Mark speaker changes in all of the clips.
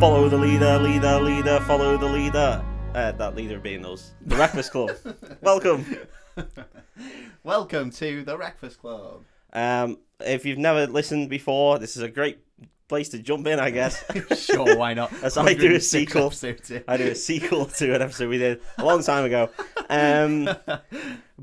Speaker 1: Follow the leader, leader, leader, follow the leader. Uh, that leader being us. The Breakfast Club. Welcome.
Speaker 2: Welcome to the Breakfast Club.
Speaker 1: Um, if you've never listened before, this is a great place to jump in, I guess.
Speaker 2: sure, why not?
Speaker 1: As I do a
Speaker 2: 106
Speaker 1: sequel.
Speaker 2: episodes in.
Speaker 1: I did a sequel to an episode we did a long time ago. Um,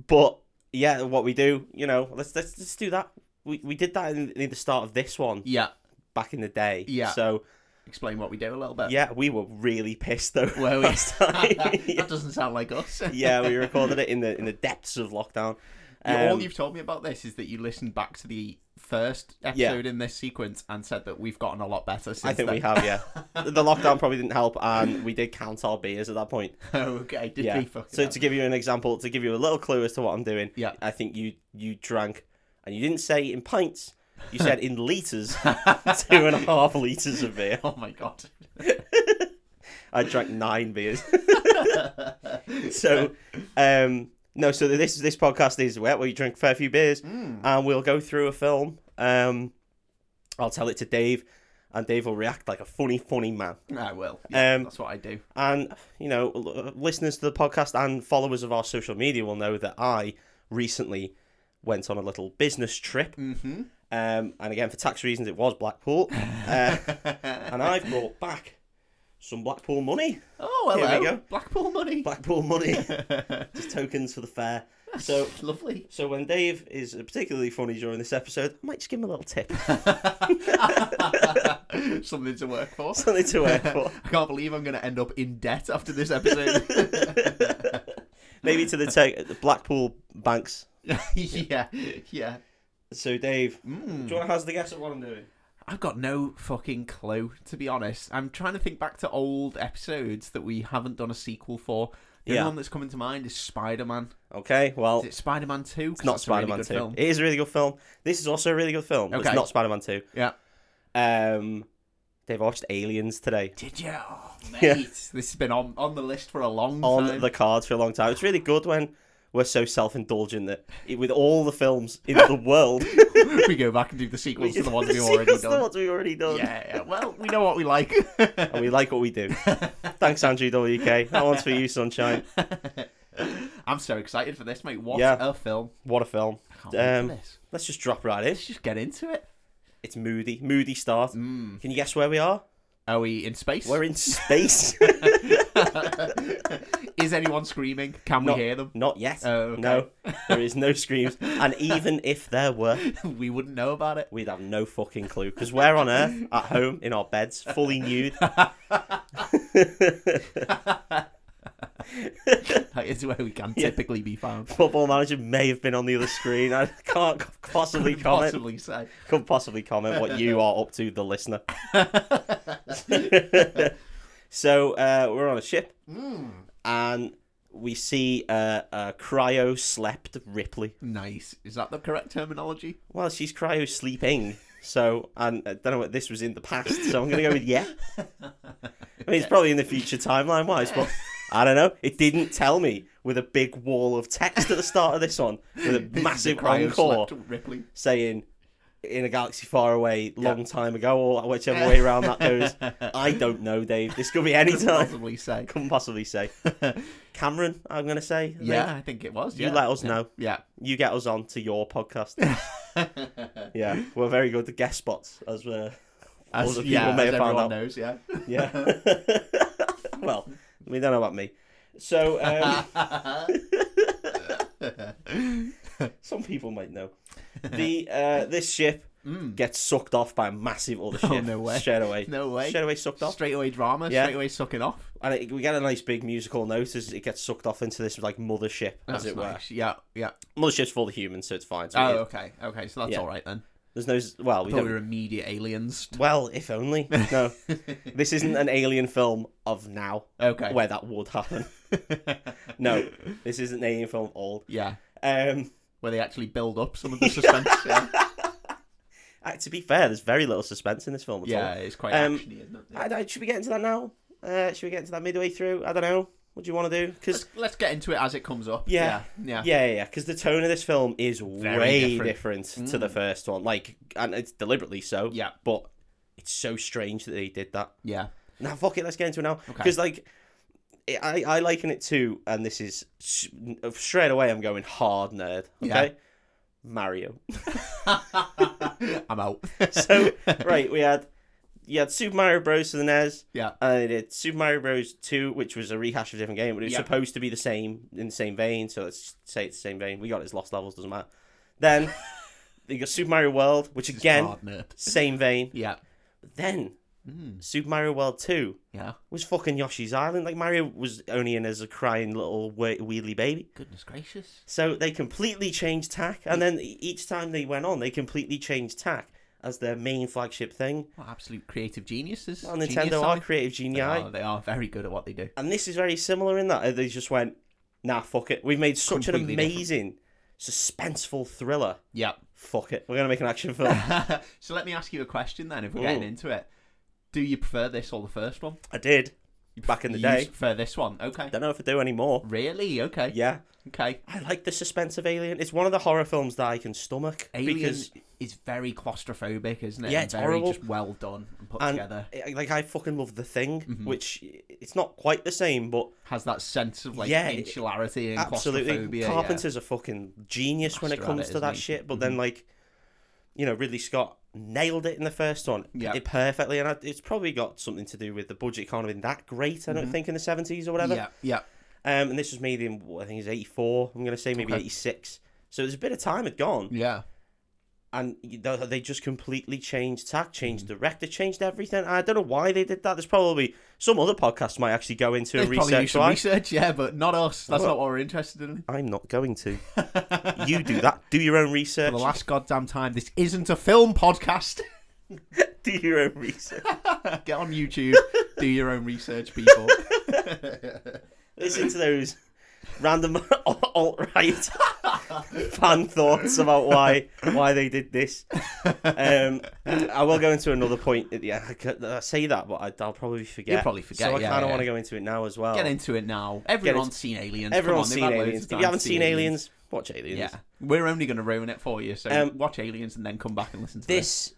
Speaker 1: but yeah, what we do, you know, let's let's, let's do that. We, we did that in, in the start of this one
Speaker 2: Yeah,
Speaker 1: back in the day.
Speaker 2: Yeah.
Speaker 1: So
Speaker 2: explain what we do a little bit.
Speaker 1: yeah, we were really pissed though.
Speaker 2: Were we?
Speaker 1: last time.
Speaker 2: that doesn't sound like us.
Speaker 1: yeah, we recorded it in the in the depths of lockdown.
Speaker 2: You- All
Speaker 1: Um,
Speaker 2: you've told me about this is that you listened back to the first episode in this sequence and said that we've gotten a lot better since
Speaker 1: I think
Speaker 2: then.
Speaker 1: we have, yeah. the lockdown probably didn't help, and we did count our beers at that point.
Speaker 2: oh, okay. Did
Speaker 1: Yeah.
Speaker 2: we fucking
Speaker 1: So
Speaker 2: have?
Speaker 1: to give you an example, to give you a little clue as to what I'm doing,
Speaker 2: Yeah.
Speaker 1: I think you you drank, and you didn't say in pints. You said in liters, two and a half liters of beer.
Speaker 2: Oh my god.
Speaker 1: I drank nine beers. so, um, no. So this this podcast is where we drink a fair few beers,
Speaker 2: Hmm.
Speaker 1: and we'll go through a film. Um, I'll tell it to Dave, and Dave will react like a funny, funny man.
Speaker 2: I will. Yeah,
Speaker 1: Um,
Speaker 2: that's what I do.
Speaker 1: And you know, l- uh, listeners to the podcast and followers of our social media will know that I recently went on a little business trip.
Speaker 2: Mm-hmm.
Speaker 1: Um, and again, for tax reasons, it was Blackpool, uh, and I've brought back some Blackpool money.
Speaker 2: oh,
Speaker 1: Here
Speaker 2: hello.
Speaker 1: we go.
Speaker 2: Blackpool money.
Speaker 1: Blackpool money, just tokens for the fair. So,
Speaker 2: Lovely.
Speaker 1: so when Dave is particularly funny during this episode, I might just give him a little tip,
Speaker 2: Something to work for.
Speaker 1: something to work for.
Speaker 2: I can't believe I'm going to end up in debt after this episode.
Speaker 1: Maybe to the tech, the Blackpool banks.
Speaker 2: yeah, yeah.
Speaker 1: So, Dave,
Speaker 2: Hmm.
Speaker 1: do you want to hazard a guess at what I'm doing?
Speaker 2: I've got no fucking clue, to be honest. I'm trying to think back to old episodes that we haven't done a sequel for. The
Speaker 1: Yeah.
Speaker 2: only one that's coming to mind is Spider Man.
Speaker 1: Okay, well,
Speaker 2: Is it Spider Man 2?
Speaker 1: It's not Spider Man 2. It is a really good film. This is also a really good film. but It's
Speaker 2: Okay.
Speaker 1: not Spider Man 2.
Speaker 2: Yeah.
Speaker 1: Um, Dave I watched Aliens today
Speaker 2: Did you? Oh, mate.
Speaker 1: Yeah.
Speaker 2: This has been on, on the list for a long
Speaker 1: on
Speaker 2: time.
Speaker 1: the cards for a long time. It's really good when we're so self indulgent that it, with all the films in the world,
Speaker 2: we go back and do the sequels to the ones we've
Speaker 1: It's
Speaker 2: already
Speaker 1: just the
Speaker 2: done.
Speaker 1: ones we've already done.
Speaker 2: Yeah, well, we know what we like.
Speaker 1: And we like what we do. Thanks, Andrew WK. That one's for you, Sunshine.
Speaker 2: I'm so excited for this, mate. What
Speaker 1: Yeah.
Speaker 2: a film.
Speaker 1: What a film.
Speaker 2: I can't wait
Speaker 1: Um,
Speaker 2: for this.
Speaker 1: Let's just drop right in.
Speaker 2: Let's just get into it.
Speaker 1: It's moody. Moody start.
Speaker 2: Mm.
Speaker 1: Can you guess where we are?
Speaker 2: Are we in space?
Speaker 1: We're in space.
Speaker 2: Is anyone screaming? Can
Speaker 1: Not-
Speaker 2: we hear them?
Speaker 1: Not yet.
Speaker 2: Oh,
Speaker 1: No, there is no screams. And even if there were,
Speaker 2: we wouldn't know about it.
Speaker 1: we'd have no fucking clue because we're on Earth at home in our beds, fully nude.
Speaker 2: That is where we can
Speaker 1: Yeah.
Speaker 2: typically be found.
Speaker 1: Football manager may have been on the other screen. I can't c- possibly
Speaker 2: Couldn't
Speaker 1: comment.
Speaker 2: possibly say.
Speaker 1: Couldn't possibly comment what you are up to, the listener. so uh, we're on a ship,
Speaker 2: Hmm.
Speaker 1: and we see uh, uh, cryo slept Ripley.
Speaker 2: Nice. Is that the correct terminology?
Speaker 1: Well, she's cryo sleeping. So, and I don't know what this was in the past, so I'm going to go with yeah. I mean, it's probably in the future timeline wise, but I don't know. It didn't tell me with a big wall of text at the start of this one with a
Speaker 2: This is
Speaker 1: massive
Speaker 2: the cryo
Speaker 1: encore
Speaker 2: slept Ripley.
Speaker 1: saying in a galaxy far away, long time ago, or whichever way around that goes. I don't know, Dave. This could be any
Speaker 2: Couldn't
Speaker 1: time.
Speaker 2: possibly say.
Speaker 1: Couldn't possibly say. Cameron, I'm going to say. I think.
Speaker 2: Yeah, I think it was.
Speaker 1: You
Speaker 2: yeah.
Speaker 1: let us
Speaker 2: Yeah.
Speaker 1: know.
Speaker 2: Yeah.
Speaker 1: You get us on to your podcast. yeah, we're very good at guest spots, as we're.
Speaker 2: As,
Speaker 1: Other people
Speaker 2: yeah,
Speaker 1: may
Speaker 2: as
Speaker 1: have found
Speaker 2: everyone
Speaker 1: out.
Speaker 2: knows, yeah.
Speaker 1: Yeah. well, we don't know about me. So, um, some people might know. The uh, This ship gets sucked off by a massive other ship.
Speaker 2: Mm. Oh, no way.
Speaker 1: Straight away.
Speaker 2: No way.
Speaker 1: Straight away sucked off.
Speaker 2: Straight away drama,
Speaker 1: Yeah.
Speaker 2: straight away sucking off.
Speaker 1: And it, we get a nice big musical note as it gets sucked off into this like mothership,
Speaker 2: That's
Speaker 1: as it
Speaker 2: nice. Yeah, yeah.
Speaker 1: were. Mothership's full of humans, so it's fine. So
Speaker 2: Oh,
Speaker 1: it-
Speaker 2: okay, okay. So that's
Speaker 1: Yeah.
Speaker 2: all right then.
Speaker 1: There's no. Well, we
Speaker 2: I thought
Speaker 1: don't
Speaker 2: we were immediate aliens.
Speaker 1: Well, if only. No. this isn't an alien film of now
Speaker 2: Okay.
Speaker 1: where that would happen. no, this isn't an alien film of old.
Speaker 2: Yeah,
Speaker 1: Um,
Speaker 2: where they actually build up some of the suspense. yeah,
Speaker 1: uh, to be fair, there's very little suspense in this film at
Speaker 2: yeah
Speaker 1: all.
Speaker 2: it's quite
Speaker 1: Um,
Speaker 2: actiony, isn't it?
Speaker 1: I, I, should we get into that now? Uh, should we get into that midway through? I don't know. What do you want to do? Because
Speaker 2: Let's, let's get into it as it comes up.
Speaker 1: Yeah.
Speaker 2: yeah, yeah.
Speaker 1: yeah, yeah, yeah. Because the tone of this film is
Speaker 2: Very
Speaker 1: way different,
Speaker 2: different. Mm.
Speaker 1: to the first one. Like, and it's deliberately so.
Speaker 2: Yeah.
Speaker 1: But it's so strange that they did that.
Speaker 2: yeah.
Speaker 1: Now, fuck it, let's get into it now.
Speaker 2: Okay.
Speaker 1: Because, like, it- I, I liken it to, and this is s- straight away, I'm going hard nerd, okay?
Speaker 2: Yeah.
Speaker 1: Mario.
Speaker 2: I'm out.
Speaker 1: So, right, we had you had Super Mario Bros. for the NES,
Speaker 2: yeah.
Speaker 1: and then did Super Mario Bros. 2, which was a rehash of a different game, but it was
Speaker 2: Yeah.
Speaker 1: supposed to be the same, in the same vein, so let's say it's the same vein. We got it as Lost Levels, doesn't matter. Then you got Super Mario World, which
Speaker 2: Just
Speaker 1: again,
Speaker 2: hard nerd.
Speaker 1: same vein.
Speaker 2: Yeah.
Speaker 1: But then
Speaker 2: Mm.
Speaker 1: Super Mario World 2
Speaker 2: Yeah.
Speaker 1: was fucking Yoshi's Island. Like Mario was only in as a crying little we- wheedly baby.
Speaker 2: Goodness gracious.
Speaker 1: So they completely changed tack, and then e- each time they went on, they completely changed tack as their main flagship thing.
Speaker 2: What absolute creative geniuses.
Speaker 1: Well,
Speaker 2: Genius,
Speaker 1: Nintendo are
Speaker 2: aren't
Speaker 1: creative
Speaker 2: they?
Speaker 1: genii,
Speaker 2: They are, they are very good at what they do.
Speaker 1: and this is very similar in that uh, they just went, "Nah, fuck it. We've made such an
Speaker 2: Completely different.
Speaker 1: amazing, suspenseful thriller.
Speaker 2: Yeah.
Speaker 1: Fuck it. We're gonna make an action film."
Speaker 2: so let me ask you a question then, if we're getting
Speaker 1: Ooh.
Speaker 2: into it. Do you prefer this or the first one?
Speaker 1: I did back in the
Speaker 2: you
Speaker 1: day.
Speaker 2: prefer this one. Okay.
Speaker 1: Don't know if I do anymore.
Speaker 2: Really? Okay.
Speaker 1: Yeah,
Speaker 2: Okay.
Speaker 1: I like the suspense of Alien. It's one of the horror films that I can stomach
Speaker 2: Alien
Speaker 1: because
Speaker 2: is very claustrophobic, isn't it?
Speaker 1: Yeah,
Speaker 2: And
Speaker 1: it's
Speaker 2: very
Speaker 1: horrible.
Speaker 2: just well done and put
Speaker 1: And-
Speaker 2: together.
Speaker 1: I- like I fucking love the thing,
Speaker 2: Mm-hmm.
Speaker 1: which it's not quite the same, but
Speaker 2: Has that sense of like
Speaker 1: Yeah, it-
Speaker 2: insularity and
Speaker 1: absolutely,
Speaker 2: claustrophobia. yeah.
Speaker 1: Carpenter's a fucking genius when it
Speaker 2: Master at
Speaker 1: comes
Speaker 2: it,
Speaker 1: to that
Speaker 2: isn't he? Mm-hmm.
Speaker 1: shit. But then like, you know, Ridley Scott nailed it in the first one,
Speaker 2: Yeah.
Speaker 1: it perfectly, and I- it's probably got something to do with the budget kind of been that great. I don't think in the seventies or whatever.
Speaker 2: Mm-hmm. Yeah, yeah.
Speaker 1: Um, and this was made in what I think it's eighty four. I'm gonna say maybe
Speaker 2: Okay.
Speaker 1: eighty six. So there's a bit of time had gone.
Speaker 2: Yeah.
Speaker 1: and you know, they just completely changed tack,
Speaker 2: Mm.
Speaker 1: changed director, changed everything. I don't know why they did that. There's probably some other podcasts might actually go into a
Speaker 2: There's probably do
Speaker 1: research.
Speaker 2: some
Speaker 1: why.
Speaker 2: research, yeah, but not us. That's
Speaker 1: Well-
Speaker 2: not what we're interested in.
Speaker 1: I'm not going to. you do that. Do your own
Speaker 2: For
Speaker 1: research.
Speaker 2: the last goddamn time, this isn't a film podcast.
Speaker 1: do your own research.
Speaker 2: Get on YouTube, do your own research, people.
Speaker 1: Listen to those random alt right fan thoughts about why why they did this. Um, I will go into another point. at the end. I c- I say that, but I, I'll probably forget.
Speaker 2: probably forget,
Speaker 1: So I
Speaker 2: yeah,
Speaker 1: kind of
Speaker 2: yeah.
Speaker 1: want to go into it now as well.
Speaker 2: Get into it now. Everyone's
Speaker 1: into-
Speaker 2: seen Aliens. Come
Speaker 1: Everyone's
Speaker 2: on, they've
Speaker 1: seen
Speaker 2: had loads
Speaker 1: Aliens.
Speaker 2: of
Speaker 1: If you
Speaker 2: time
Speaker 1: haven't
Speaker 2: to see
Speaker 1: seen Aliens, watch Aliens.
Speaker 2: yeah, we're only going to ruin it for you. So
Speaker 1: Um,
Speaker 2: watch Aliens and then come back and listen to this.
Speaker 1: This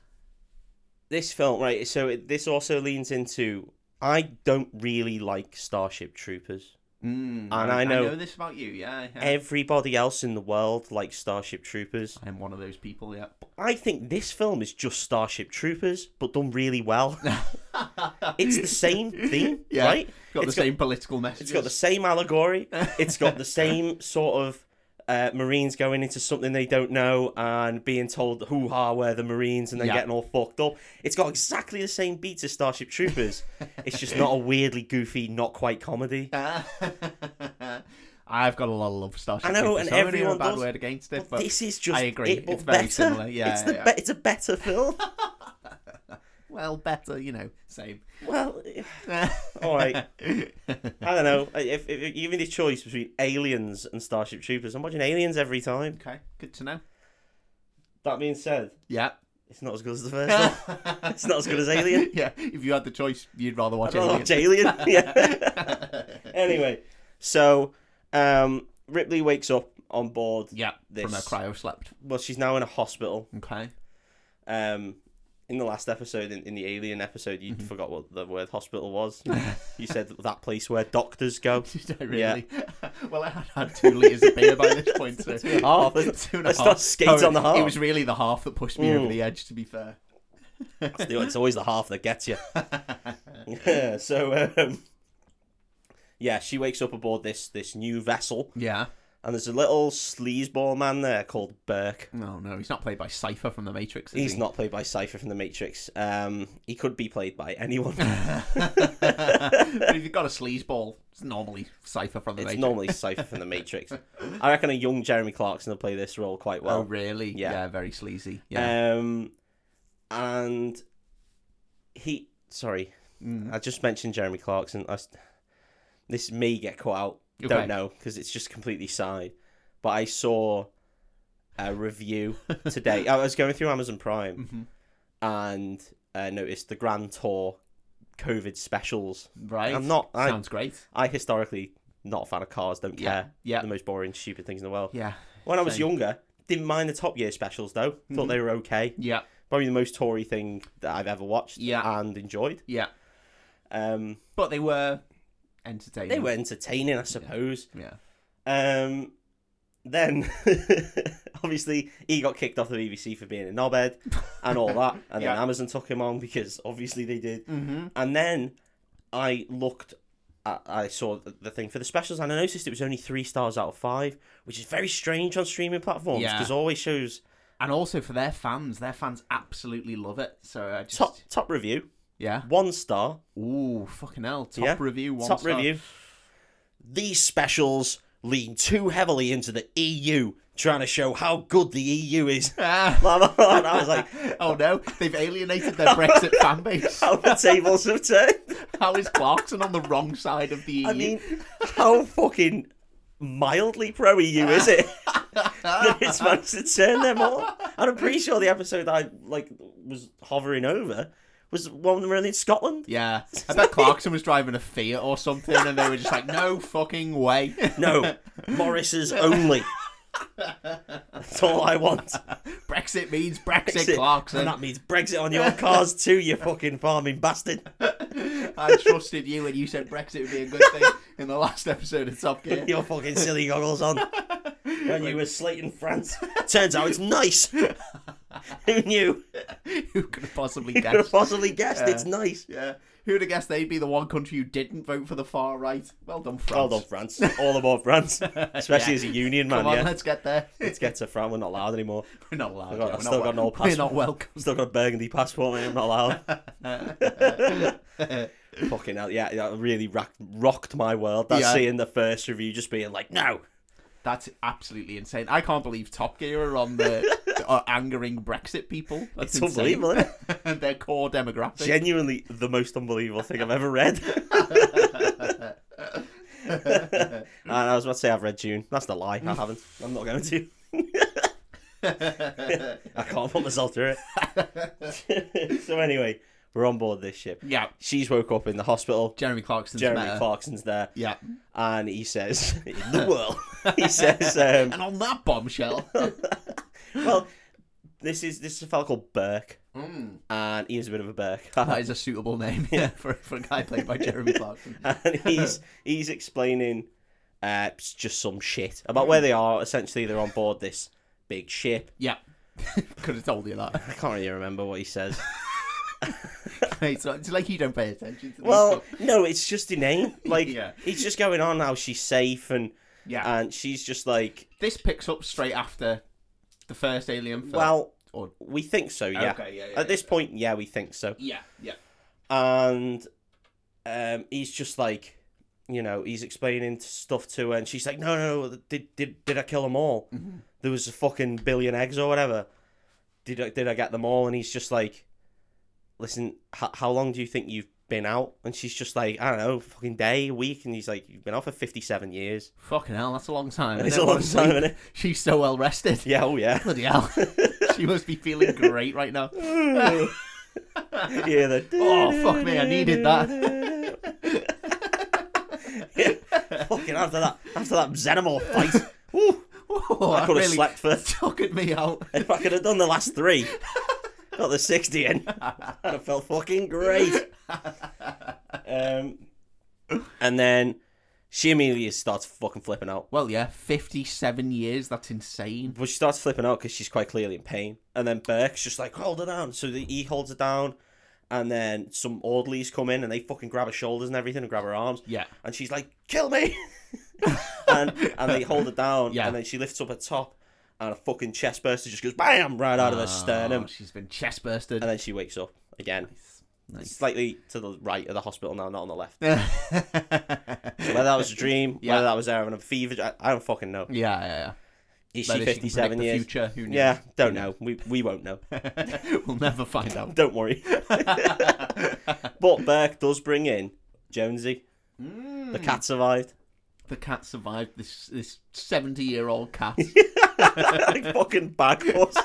Speaker 1: this film, right? So it, this also leans into I don't really like Starship Troopers.
Speaker 2: Mm,
Speaker 1: and I know-
Speaker 2: this about you. Yeah,
Speaker 1: Uh.
Speaker 2: yeah.
Speaker 1: Everybody else in the world likes Starship Troopers.
Speaker 2: I'm one of those people. Yeah.
Speaker 1: I think this film is just Starship Troopers, but done really well. it's the same theme,
Speaker 2: Yeah.
Speaker 1: right?
Speaker 2: Got
Speaker 1: It's
Speaker 2: the
Speaker 1: got-
Speaker 2: same political message.
Speaker 1: It's got the same allegory. It's got the same sort of uh, Marines going into something they don't know and being told hoo ha, we're the Marines, and then
Speaker 2: Yeah.
Speaker 1: getting all fucked up. It's got exactly the same beats as Starship Troopers. it's just not a weirdly goofy, not quite comedy.
Speaker 2: I've got a lot of love for Starship.
Speaker 1: I know,
Speaker 2: Troopers.
Speaker 1: and
Speaker 2: I don't really have
Speaker 1: everyone
Speaker 2: a bad
Speaker 1: does,
Speaker 2: word against it, but,
Speaker 1: this is just
Speaker 2: I agree.
Speaker 1: It, but
Speaker 2: It's very
Speaker 1: better.
Speaker 2: similar. Yeah,
Speaker 1: it's the
Speaker 2: yeah.
Speaker 1: be- it's a better film.
Speaker 2: well, better, you know, same.
Speaker 1: well, all right. I don't know. If, if, if you give me the choice between Aliens and Starship Troopers, I'm watching Aliens every time.
Speaker 2: Okay, good to know.
Speaker 1: That being said,
Speaker 2: Yeah.
Speaker 1: it's not as good as the first one. It's not as good as Alien.
Speaker 2: yeah, if you had the choice, you'd rather watch
Speaker 1: I'd rather
Speaker 2: Alien.
Speaker 1: watch Alien. Yeah. anyway, so um, Ripley wakes up on board.
Speaker 2: yeah, from a
Speaker 1: This.
Speaker 2: cryo slept.
Speaker 1: Well, she's now in a hospital.
Speaker 2: Okay.
Speaker 1: Um, in the last episode, in, in the Alien episode, you forgot what the word hospital was. you said that place where doctors go.
Speaker 2: Did I really? well, I had had two litres of beer by this point, so
Speaker 1: half.
Speaker 2: two and a
Speaker 1: Let's
Speaker 2: half. Oh,
Speaker 1: not skate on the half.
Speaker 2: It was really the half that pushed me over the edge, to be fair.
Speaker 1: It's always the half that gets you. yeah, so, um, yeah, she wakes up aboard this this new vessel,
Speaker 2: Yeah.
Speaker 1: and there's a little sleazeball man there called Burke.
Speaker 2: No, no, he's not played by Cypher from The Matrix. Is
Speaker 1: He's
Speaker 2: he?
Speaker 1: not played by Cypher from The Matrix. Um, he could be played by anyone.
Speaker 2: but if you've got a sleazeball, it's normally Cypher from The
Speaker 1: it's
Speaker 2: Matrix.
Speaker 1: normally Cypher from The Matrix. I reckon a young Jeremy Clarkson will play this role quite
Speaker 2: Oh,
Speaker 1: well.
Speaker 2: really?
Speaker 1: yeah.
Speaker 2: very sleazy. Yeah.
Speaker 1: Um, and he. Sorry,
Speaker 2: Mm.
Speaker 1: I just mentioned Jeremy Clarkson. I s this may get caught out.
Speaker 2: Okay.
Speaker 1: Don't know because it's just completely side. But I saw a review today. I was going through Amazon Prime
Speaker 2: Mhm.
Speaker 1: and uh, noticed the Grand Tour COVID specials.
Speaker 2: Right.
Speaker 1: I'm not. I,
Speaker 2: Sounds great.
Speaker 1: I historically not a fan of cars. Don't
Speaker 2: Yeah.
Speaker 1: care.
Speaker 2: Yeah.
Speaker 1: The most boring, stupid things in the world.
Speaker 2: Yeah.
Speaker 1: When I was
Speaker 2: same. Mm-hmm.
Speaker 1: younger, didn't mind the Top Gear specials though. Thought they were okay.
Speaker 2: Yeah.
Speaker 1: Probably the most Tory thing that I've ever watched.
Speaker 2: Yeah.
Speaker 1: And enjoyed.
Speaker 2: Yeah.
Speaker 1: Um,
Speaker 2: But they were entertaining.
Speaker 1: they were entertaining, I suppose.
Speaker 2: Yeah.
Speaker 1: Um, then, obviously, he got kicked off the BBC for being a knobhead and all that. And then
Speaker 2: Yeah.
Speaker 1: Amazon took him on because obviously they did.
Speaker 2: Mm-hmm.
Speaker 1: And then I looked, I, I saw the, the thing for the specials, and I noticed it was only three stars out of five, which is very strange on streaming platforms
Speaker 2: Yeah.
Speaker 1: because always shows
Speaker 2: And also for their fans, their fans absolutely love it. So I just
Speaker 1: top top review,
Speaker 2: yeah.
Speaker 1: one star,
Speaker 2: Ooh, fucking hell! Top
Speaker 1: Yeah.
Speaker 2: review, one
Speaker 1: top
Speaker 2: star.
Speaker 1: review. These specials lean too heavily into the EU, trying to show how good the EU is.
Speaker 2: Ah.
Speaker 1: and I was like,
Speaker 2: oh no, they've alienated their Brexit fan base.
Speaker 1: how "Oh, the tables have turned.
Speaker 2: How is Clarkson on the wrong side of the E EU?
Speaker 1: I mean, how fucking mildly pro EU is it? that it's managed to turn them on. And I'm pretty sure the episode I like was hovering over was one where in Scotland.
Speaker 2: yeah, I bet Clarkson was driving a Fiat or something, and they were just like, "No fucking way."
Speaker 1: No, Morris's only. That's all I want.
Speaker 2: Brexit means Brexit,
Speaker 1: Brexit.
Speaker 2: Clarkson.
Speaker 1: And that means Brexit on your cars too, you fucking farming bastard.
Speaker 2: I trusted you when you said Brexit would be a good thing in the last episode of Top Gear.
Speaker 1: Your fucking silly goggles on. When you were slating France. Turns out it's nice. Who knew?
Speaker 2: Who could have possibly
Speaker 1: You could have
Speaker 2: guessed?
Speaker 1: possibly guessed it's nice.
Speaker 2: Yeah, who'd have guessed they'd be the one country who didn't vote for the far right? Well done, France.
Speaker 1: All done, France. All aboard France. Especially
Speaker 2: Yeah.
Speaker 1: as a union man,
Speaker 2: Come on,
Speaker 1: yeah.
Speaker 2: let's get there.
Speaker 1: Let's get to France. We're not allowed anymore.
Speaker 2: We're not allowed.
Speaker 1: I've got-
Speaker 2: yeah,
Speaker 1: I've
Speaker 2: we're
Speaker 1: still
Speaker 2: not
Speaker 1: got an
Speaker 2: wel-
Speaker 1: old
Speaker 2: We're not welcome.
Speaker 1: Still got a burgundy passport, mate. I'm not allowed. Fucking hell. Yeah, that really racked, rocked my world. That's
Speaker 2: Yeah.
Speaker 1: seeing the first review just being like, no.
Speaker 2: That's absolutely insane. I can't believe Top Gear are on the are angering Brexit people. That's
Speaker 1: It's
Speaker 2: insane.
Speaker 1: unbelievable, isn't it?
Speaker 2: Their core demographic.
Speaker 1: Genuinely the most unbelievable thing I've ever read. and Uh, I was about to say I've read June. That's the lie. I haven't. I'm not going to. I can't put myself through it. so anyway, we're on board this ship.
Speaker 2: yeah,
Speaker 1: She's woke up in the hospital.
Speaker 2: Jeremy Clarkson's
Speaker 1: Jeremy
Speaker 2: met her.
Speaker 1: Clarkson's there,
Speaker 2: Yeah,
Speaker 1: and he says, "In the world," he says, um,
Speaker 2: and on that bombshell.
Speaker 1: "Well, this is this is a fella called Burke,
Speaker 2: Mm.
Speaker 1: and he is a bit of a Burke,
Speaker 2: That is a suitable name yeah, for, for a guy played by Jeremy Clarkson.
Speaker 1: and he's he's explaining uh, s- just some shit about where they
Speaker 2: Hmm.
Speaker 1: are. Essentially, they're on board this big ship.
Speaker 2: Yeah, could have told you that.
Speaker 1: I can't really remember what he says.
Speaker 2: It's, like- it's like you don't pay attention to this
Speaker 1: Well,
Speaker 2: stuff.
Speaker 1: no, it's just a name. Like
Speaker 2: Yeah.
Speaker 1: he's just going on how she's safe, and
Speaker 2: Yeah,
Speaker 1: and she's just like,
Speaker 2: this picks up straight after the first Alien film.
Speaker 1: well,
Speaker 2: or
Speaker 1: we think so, yeah.
Speaker 2: okay, yeah, yeah,
Speaker 1: At this point, yeah, we think so.
Speaker 2: yeah, yeah.
Speaker 1: and um, he's just like, you know, he's explaining stuff to her, and she's like, "No, no, no, did did did I kill them all? There was a fucking billion eggs or whatever. Did I did I get them all?" And he's just like, "Listen, h- how long do you think you've been out?" And she's just like, "I don't know, fucking day, week." And he's like, "You've been out for fifty seven years.
Speaker 2: Fucking hell, that's a long time.
Speaker 1: It's
Speaker 2: isn't
Speaker 1: a
Speaker 2: it?
Speaker 1: long
Speaker 2: Honestly,
Speaker 1: time, innit?
Speaker 2: She's so well rested.
Speaker 1: Yeah, oh yeah."
Speaker 2: Bloody hell. she must be feeling great right now.
Speaker 1: Mm. yeah, the
Speaker 2: Oh, fuck me, I needed that.
Speaker 1: yeah, fucking after that, after that Xenomorph fight, woo,
Speaker 2: Whoa,
Speaker 1: I
Speaker 2: that
Speaker 1: could have
Speaker 2: really
Speaker 1: slept first.
Speaker 2: Tuckered me out.
Speaker 1: If I could have done the last three, got the 60 in, I'd have felt fucking great. Um, and then she immediately starts fucking flipping out.
Speaker 2: Well, yeah, 57 years, that's insane.
Speaker 1: But she starts flipping out because she's quite clearly in pain. And then Burke's just like, hold her down. So the, he holds her down. And then some orderlies come in and they fucking grab her shoulders and everything and grab her arms.
Speaker 2: Yeah.
Speaker 1: And she's like, kill me. and and they hold her down.
Speaker 2: Yeah.
Speaker 1: And then she lifts up her top and a fucking chest burster just goes bam right out of her sternum.
Speaker 2: Oh, she's been chest bursted.
Speaker 1: And then she wakes up again.
Speaker 2: Nice.
Speaker 1: Slightly to the right of the hospital now, not on the left.
Speaker 2: yeah,
Speaker 1: Whether that was a dream,
Speaker 2: Yeah.
Speaker 1: whether that was her having a fever, I, I don't fucking know.
Speaker 2: yeah, yeah.
Speaker 1: Is she
Speaker 2: Whether can predict
Speaker 1: 57
Speaker 2: the
Speaker 1: years?
Speaker 2: future, who knows?
Speaker 1: Yeah, don't know. We, we won't know.
Speaker 2: we'll never find out.
Speaker 1: Don't worry. but Burke does bring in Jonesy.
Speaker 2: Hmm.
Speaker 1: The cat survived.
Speaker 2: The cat survived this this 70 year old cat.
Speaker 1: like fucking bag horse.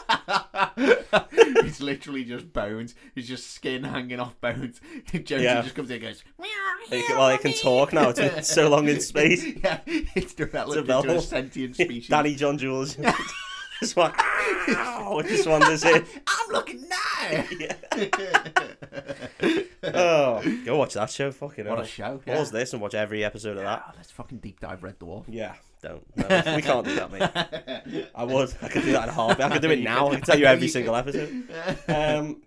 Speaker 2: it's literally just bones. It's just skin hanging off bones. Jonesy
Speaker 1: Yeah.
Speaker 2: just comes in and goes, "Meow,
Speaker 1: Like,
Speaker 2: meow,
Speaker 1: well, it can
Speaker 2: meow."
Speaker 1: talk now. It's been so long in space.
Speaker 2: yeah, it's developed into a
Speaker 1: Developed.
Speaker 2: sentient species.
Speaker 1: Danny John Jules. just one, ow, just wanders in.
Speaker 2: I'm looking Yeah.
Speaker 1: Yeah. Oh, go watch that show. Fucking
Speaker 2: What
Speaker 1: hell.
Speaker 2: a show. Yeah.
Speaker 1: Pause this and watch every episode of that.
Speaker 2: Ah, let's fucking deep dive Red Dwarf.
Speaker 1: Yeah, don't. No, we can't do that, mate. I would. I could do that in a heartbeat. I could do it now. I can tell you every single episode. Um,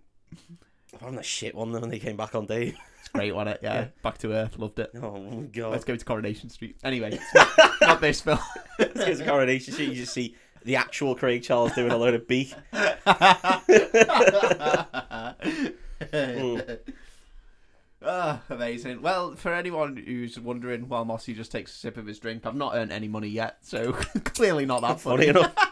Speaker 1: I found the shit one though when they came back on day.
Speaker 2: It's great, wasn't it? Yeah. Back to Earth. Loved it.
Speaker 1: Oh my
Speaker 2: Let's
Speaker 1: god.
Speaker 2: go to Coronation Street. Anyway, it's not, not this film.
Speaker 1: It's a coronation shit. You just see the actual Craig Charles doing a load of beak.
Speaker 2: Ah, amazing. Well, for anyone who's wondering while Mossy just takes a sip of his drink, I've not earned any money yet, so clearly not that
Speaker 1: Funny
Speaker 2: funny.
Speaker 1: enough.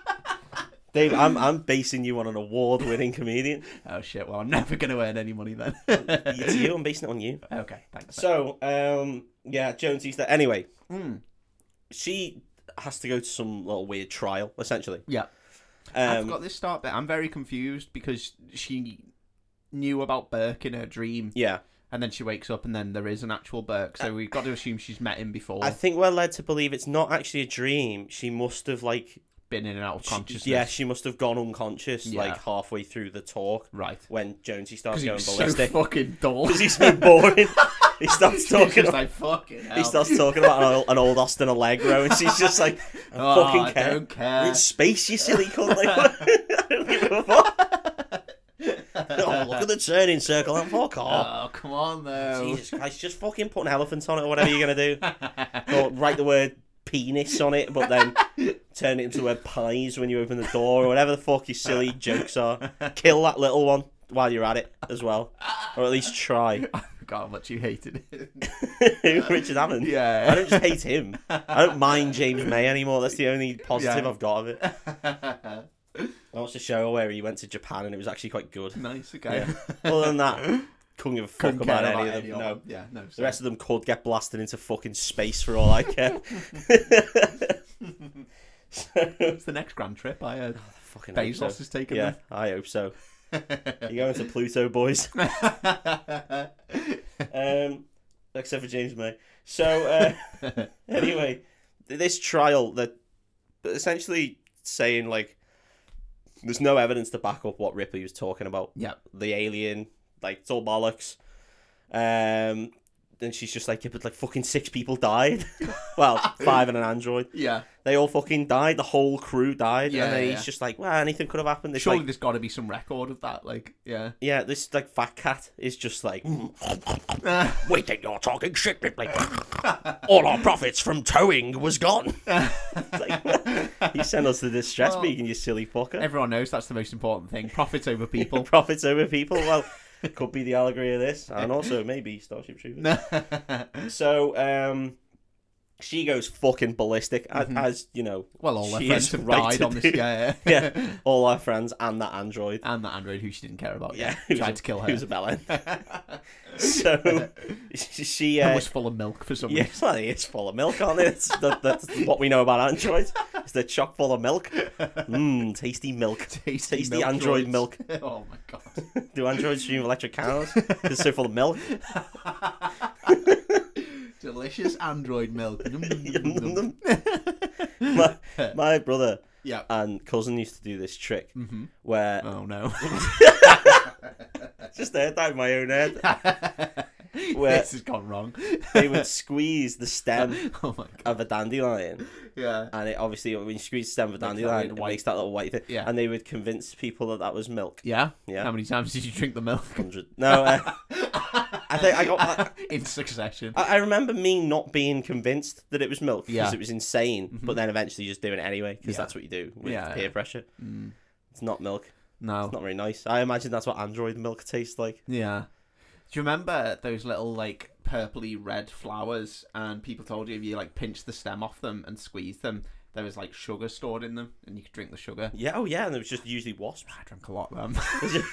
Speaker 1: Dave, I'm, I'm basing you on an award winning comedian.
Speaker 2: Oh shit, well, I'm never going to earn any money then.
Speaker 1: It's you, I'm basing it on you.
Speaker 2: okay, thanks.
Speaker 1: So, um, yeah, Jones Easter. Anyway,
Speaker 2: Mm.
Speaker 1: she has to go to some little weird trial, essentially.
Speaker 2: Yeah. I've
Speaker 1: Um,
Speaker 2: got this start bit. I'm very confused because she knew about Burke in her dream,
Speaker 1: yeah.
Speaker 2: and then she wakes up, and then there is an actual Burke. So we've got to assume she's met him before,
Speaker 1: Uh, I think we're led to believe it's not actually a dream. She must have like,
Speaker 2: been in and out of
Speaker 1: she,
Speaker 2: consciousness.
Speaker 1: yeah, she must have gone unconscious
Speaker 2: Yeah.
Speaker 1: like halfway through the talk
Speaker 2: right.
Speaker 1: when Jonesy starts
Speaker 2: Because he
Speaker 1: going
Speaker 2: was so
Speaker 1: ballistic
Speaker 2: fucking dull.
Speaker 1: because he's so boring. he starts
Speaker 2: He's
Speaker 1: talking.
Speaker 2: just
Speaker 1: About,
Speaker 2: like fucking hell.
Speaker 1: he starts talking about an old, an old Austin Allegro, and she's just like, I
Speaker 2: Oh, I
Speaker 1: fucking care.
Speaker 2: don't care.
Speaker 1: It's space, you silly cunt. Like, I don't give a fuck. oh, look at the turning circle. I'm fuck off.
Speaker 2: Oh, come on though.
Speaker 1: Jesus Christ, just fucking put an elephant on it or whatever you're gonna do. or write the word penis on it, but then turn it into the word pies when you open the door or whatever the fuck your silly jokes are. Kill that little one while you're at it as well, or at least try.
Speaker 2: I forgot how much you hated it.
Speaker 1: Richard Hammond.
Speaker 2: yeah.
Speaker 1: I don't just hate him. I don't mind James May anymore. That's the only positive
Speaker 2: Yeah.
Speaker 1: I've got of it. I watched a show where he went to Japan and it was actually quite good.
Speaker 2: nice. Okay.
Speaker 1: Other than that, couldn't give a fuck
Speaker 2: Couldn't care
Speaker 1: about any of them.
Speaker 2: of
Speaker 1: No.
Speaker 2: it. Yeah. No.
Speaker 1: The rest of them could get blasted into fucking space for all I care. so,
Speaker 2: It's the next grand trip. I heard.
Speaker 1: fucking hope so.
Speaker 2: Bezos is taking
Speaker 1: Yeah, I hope so. You going to Pluto, boys?
Speaker 2: them.
Speaker 1: Um, except for James May. So uh, anyway, th- this trial that essentially saying like there's no evidence to back up what Ripley was talking about.
Speaker 2: yeah.
Speaker 1: the alien, like it's all bollocks. Um, then she's just like, yeah, but like fucking six people died. well, five and an android.
Speaker 2: Yeah.
Speaker 1: They all fucking died. The whole crew died.
Speaker 2: Yeah,
Speaker 1: and then
Speaker 2: yeah,
Speaker 1: he's
Speaker 2: yeah.
Speaker 1: just like, well, anything could have happened. It's
Speaker 2: Surely
Speaker 1: like,
Speaker 2: there's got to be some record of that. Like, yeah.
Speaker 1: yeah, this like fat cat is just like,
Speaker 3: We think you're talking shit, Ripley. All our profits from towing was gone.
Speaker 1: you send us to distress
Speaker 2: Well-
Speaker 1: beacon, you silly fucker.
Speaker 2: Everyone knows that's the most important thing. Profits over people.
Speaker 1: Profits over people. Well, could be the allegory of this, and also maybe Starship Troopers. So, um, she goes fucking ballistic, a- as you know.
Speaker 2: Mm-hmm. well, all their
Speaker 1: she
Speaker 2: friends
Speaker 1: is
Speaker 2: have
Speaker 1: right
Speaker 2: died
Speaker 1: to
Speaker 2: on this.
Speaker 1: do.
Speaker 2: Yeah. yeah.
Speaker 1: yeah, all our friends and that android.
Speaker 2: and that android who she didn't care about.
Speaker 1: Yeah,
Speaker 2: Yeah.
Speaker 1: who's
Speaker 2: Tried
Speaker 1: a-
Speaker 2: to kill her.
Speaker 1: Who's a bellend? so she,
Speaker 2: That
Speaker 1: uh,
Speaker 2: was full of milk for some
Speaker 1: yeah,
Speaker 2: reason.
Speaker 1: well, it's full of milk, aren't they? That's, that, that's what we know about androids. Is they're chock full of milk. Mmm, tasty milk.
Speaker 2: Tasty,
Speaker 1: Tasty android
Speaker 2: droids. oh my god.
Speaker 1: Do androids dream of electric cows? They're so full of milk.
Speaker 2: Delicious android milk. Nom, nom, nom, nom, nom.
Speaker 1: my, my brother
Speaker 2: yeah.
Speaker 1: and cousin used to do this trick where
Speaker 2: Oh no.
Speaker 1: just heard that in my own head. Where-
Speaker 2: this has gone wrong.
Speaker 1: They would squeeze the stem
Speaker 2: oh my god.
Speaker 1: of a dandelion
Speaker 2: Yeah.
Speaker 1: and it obviously when you squeeze the stem of a
Speaker 2: Makes that
Speaker 1: dandelion,
Speaker 2: weird
Speaker 1: it makes that little white thing.
Speaker 2: Yeah.
Speaker 1: And they would convince people that that was milk.
Speaker 2: Yeah.
Speaker 1: Yeah.
Speaker 2: How many times did you drink the milk
Speaker 1: Hundred. No, uh, I think I got. I,
Speaker 2: in succession?
Speaker 1: I remember me not being convinced that it was milk because
Speaker 2: Yeah.
Speaker 1: it was insane, but then eventually just doing it anyway because
Speaker 2: Yeah.
Speaker 1: that's what you do with
Speaker 2: Yeah,
Speaker 1: peer
Speaker 2: yeah.
Speaker 1: pressure. It's not milk.
Speaker 2: no.
Speaker 1: It's not very nice. I imagine that's what android milk tastes like.
Speaker 2: Yeah. Do you remember those little like purpley red flowers? And people told you if you like pinch the stem off them and squeeze them, there was like sugar stored in them, and you could drink the sugar.
Speaker 1: Yeah. Oh yeah. And it was just usually wasps.
Speaker 2: I drank a lot of them.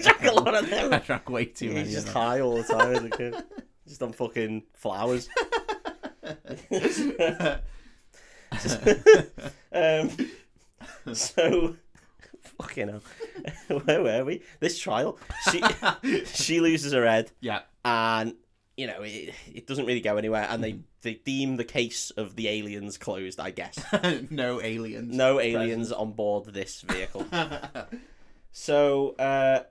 Speaker 1: Drank a lot of
Speaker 2: I
Speaker 1: them.
Speaker 2: drank way too
Speaker 1: He's
Speaker 2: many of
Speaker 1: just
Speaker 2: them.
Speaker 1: high all the time as a kid. Just on fucking flowers. um, so fucking hell. Where were we? This trial. She she loses her head
Speaker 2: Yeah.
Speaker 1: and you know, it, it doesn't really go anywhere and
Speaker 2: Mm-hmm.
Speaker 1: they, they deem the case of the aliens closed, I guess.
Speaker 2: no aliens.
Speaker 1: No aliens on board this vehicle. so uh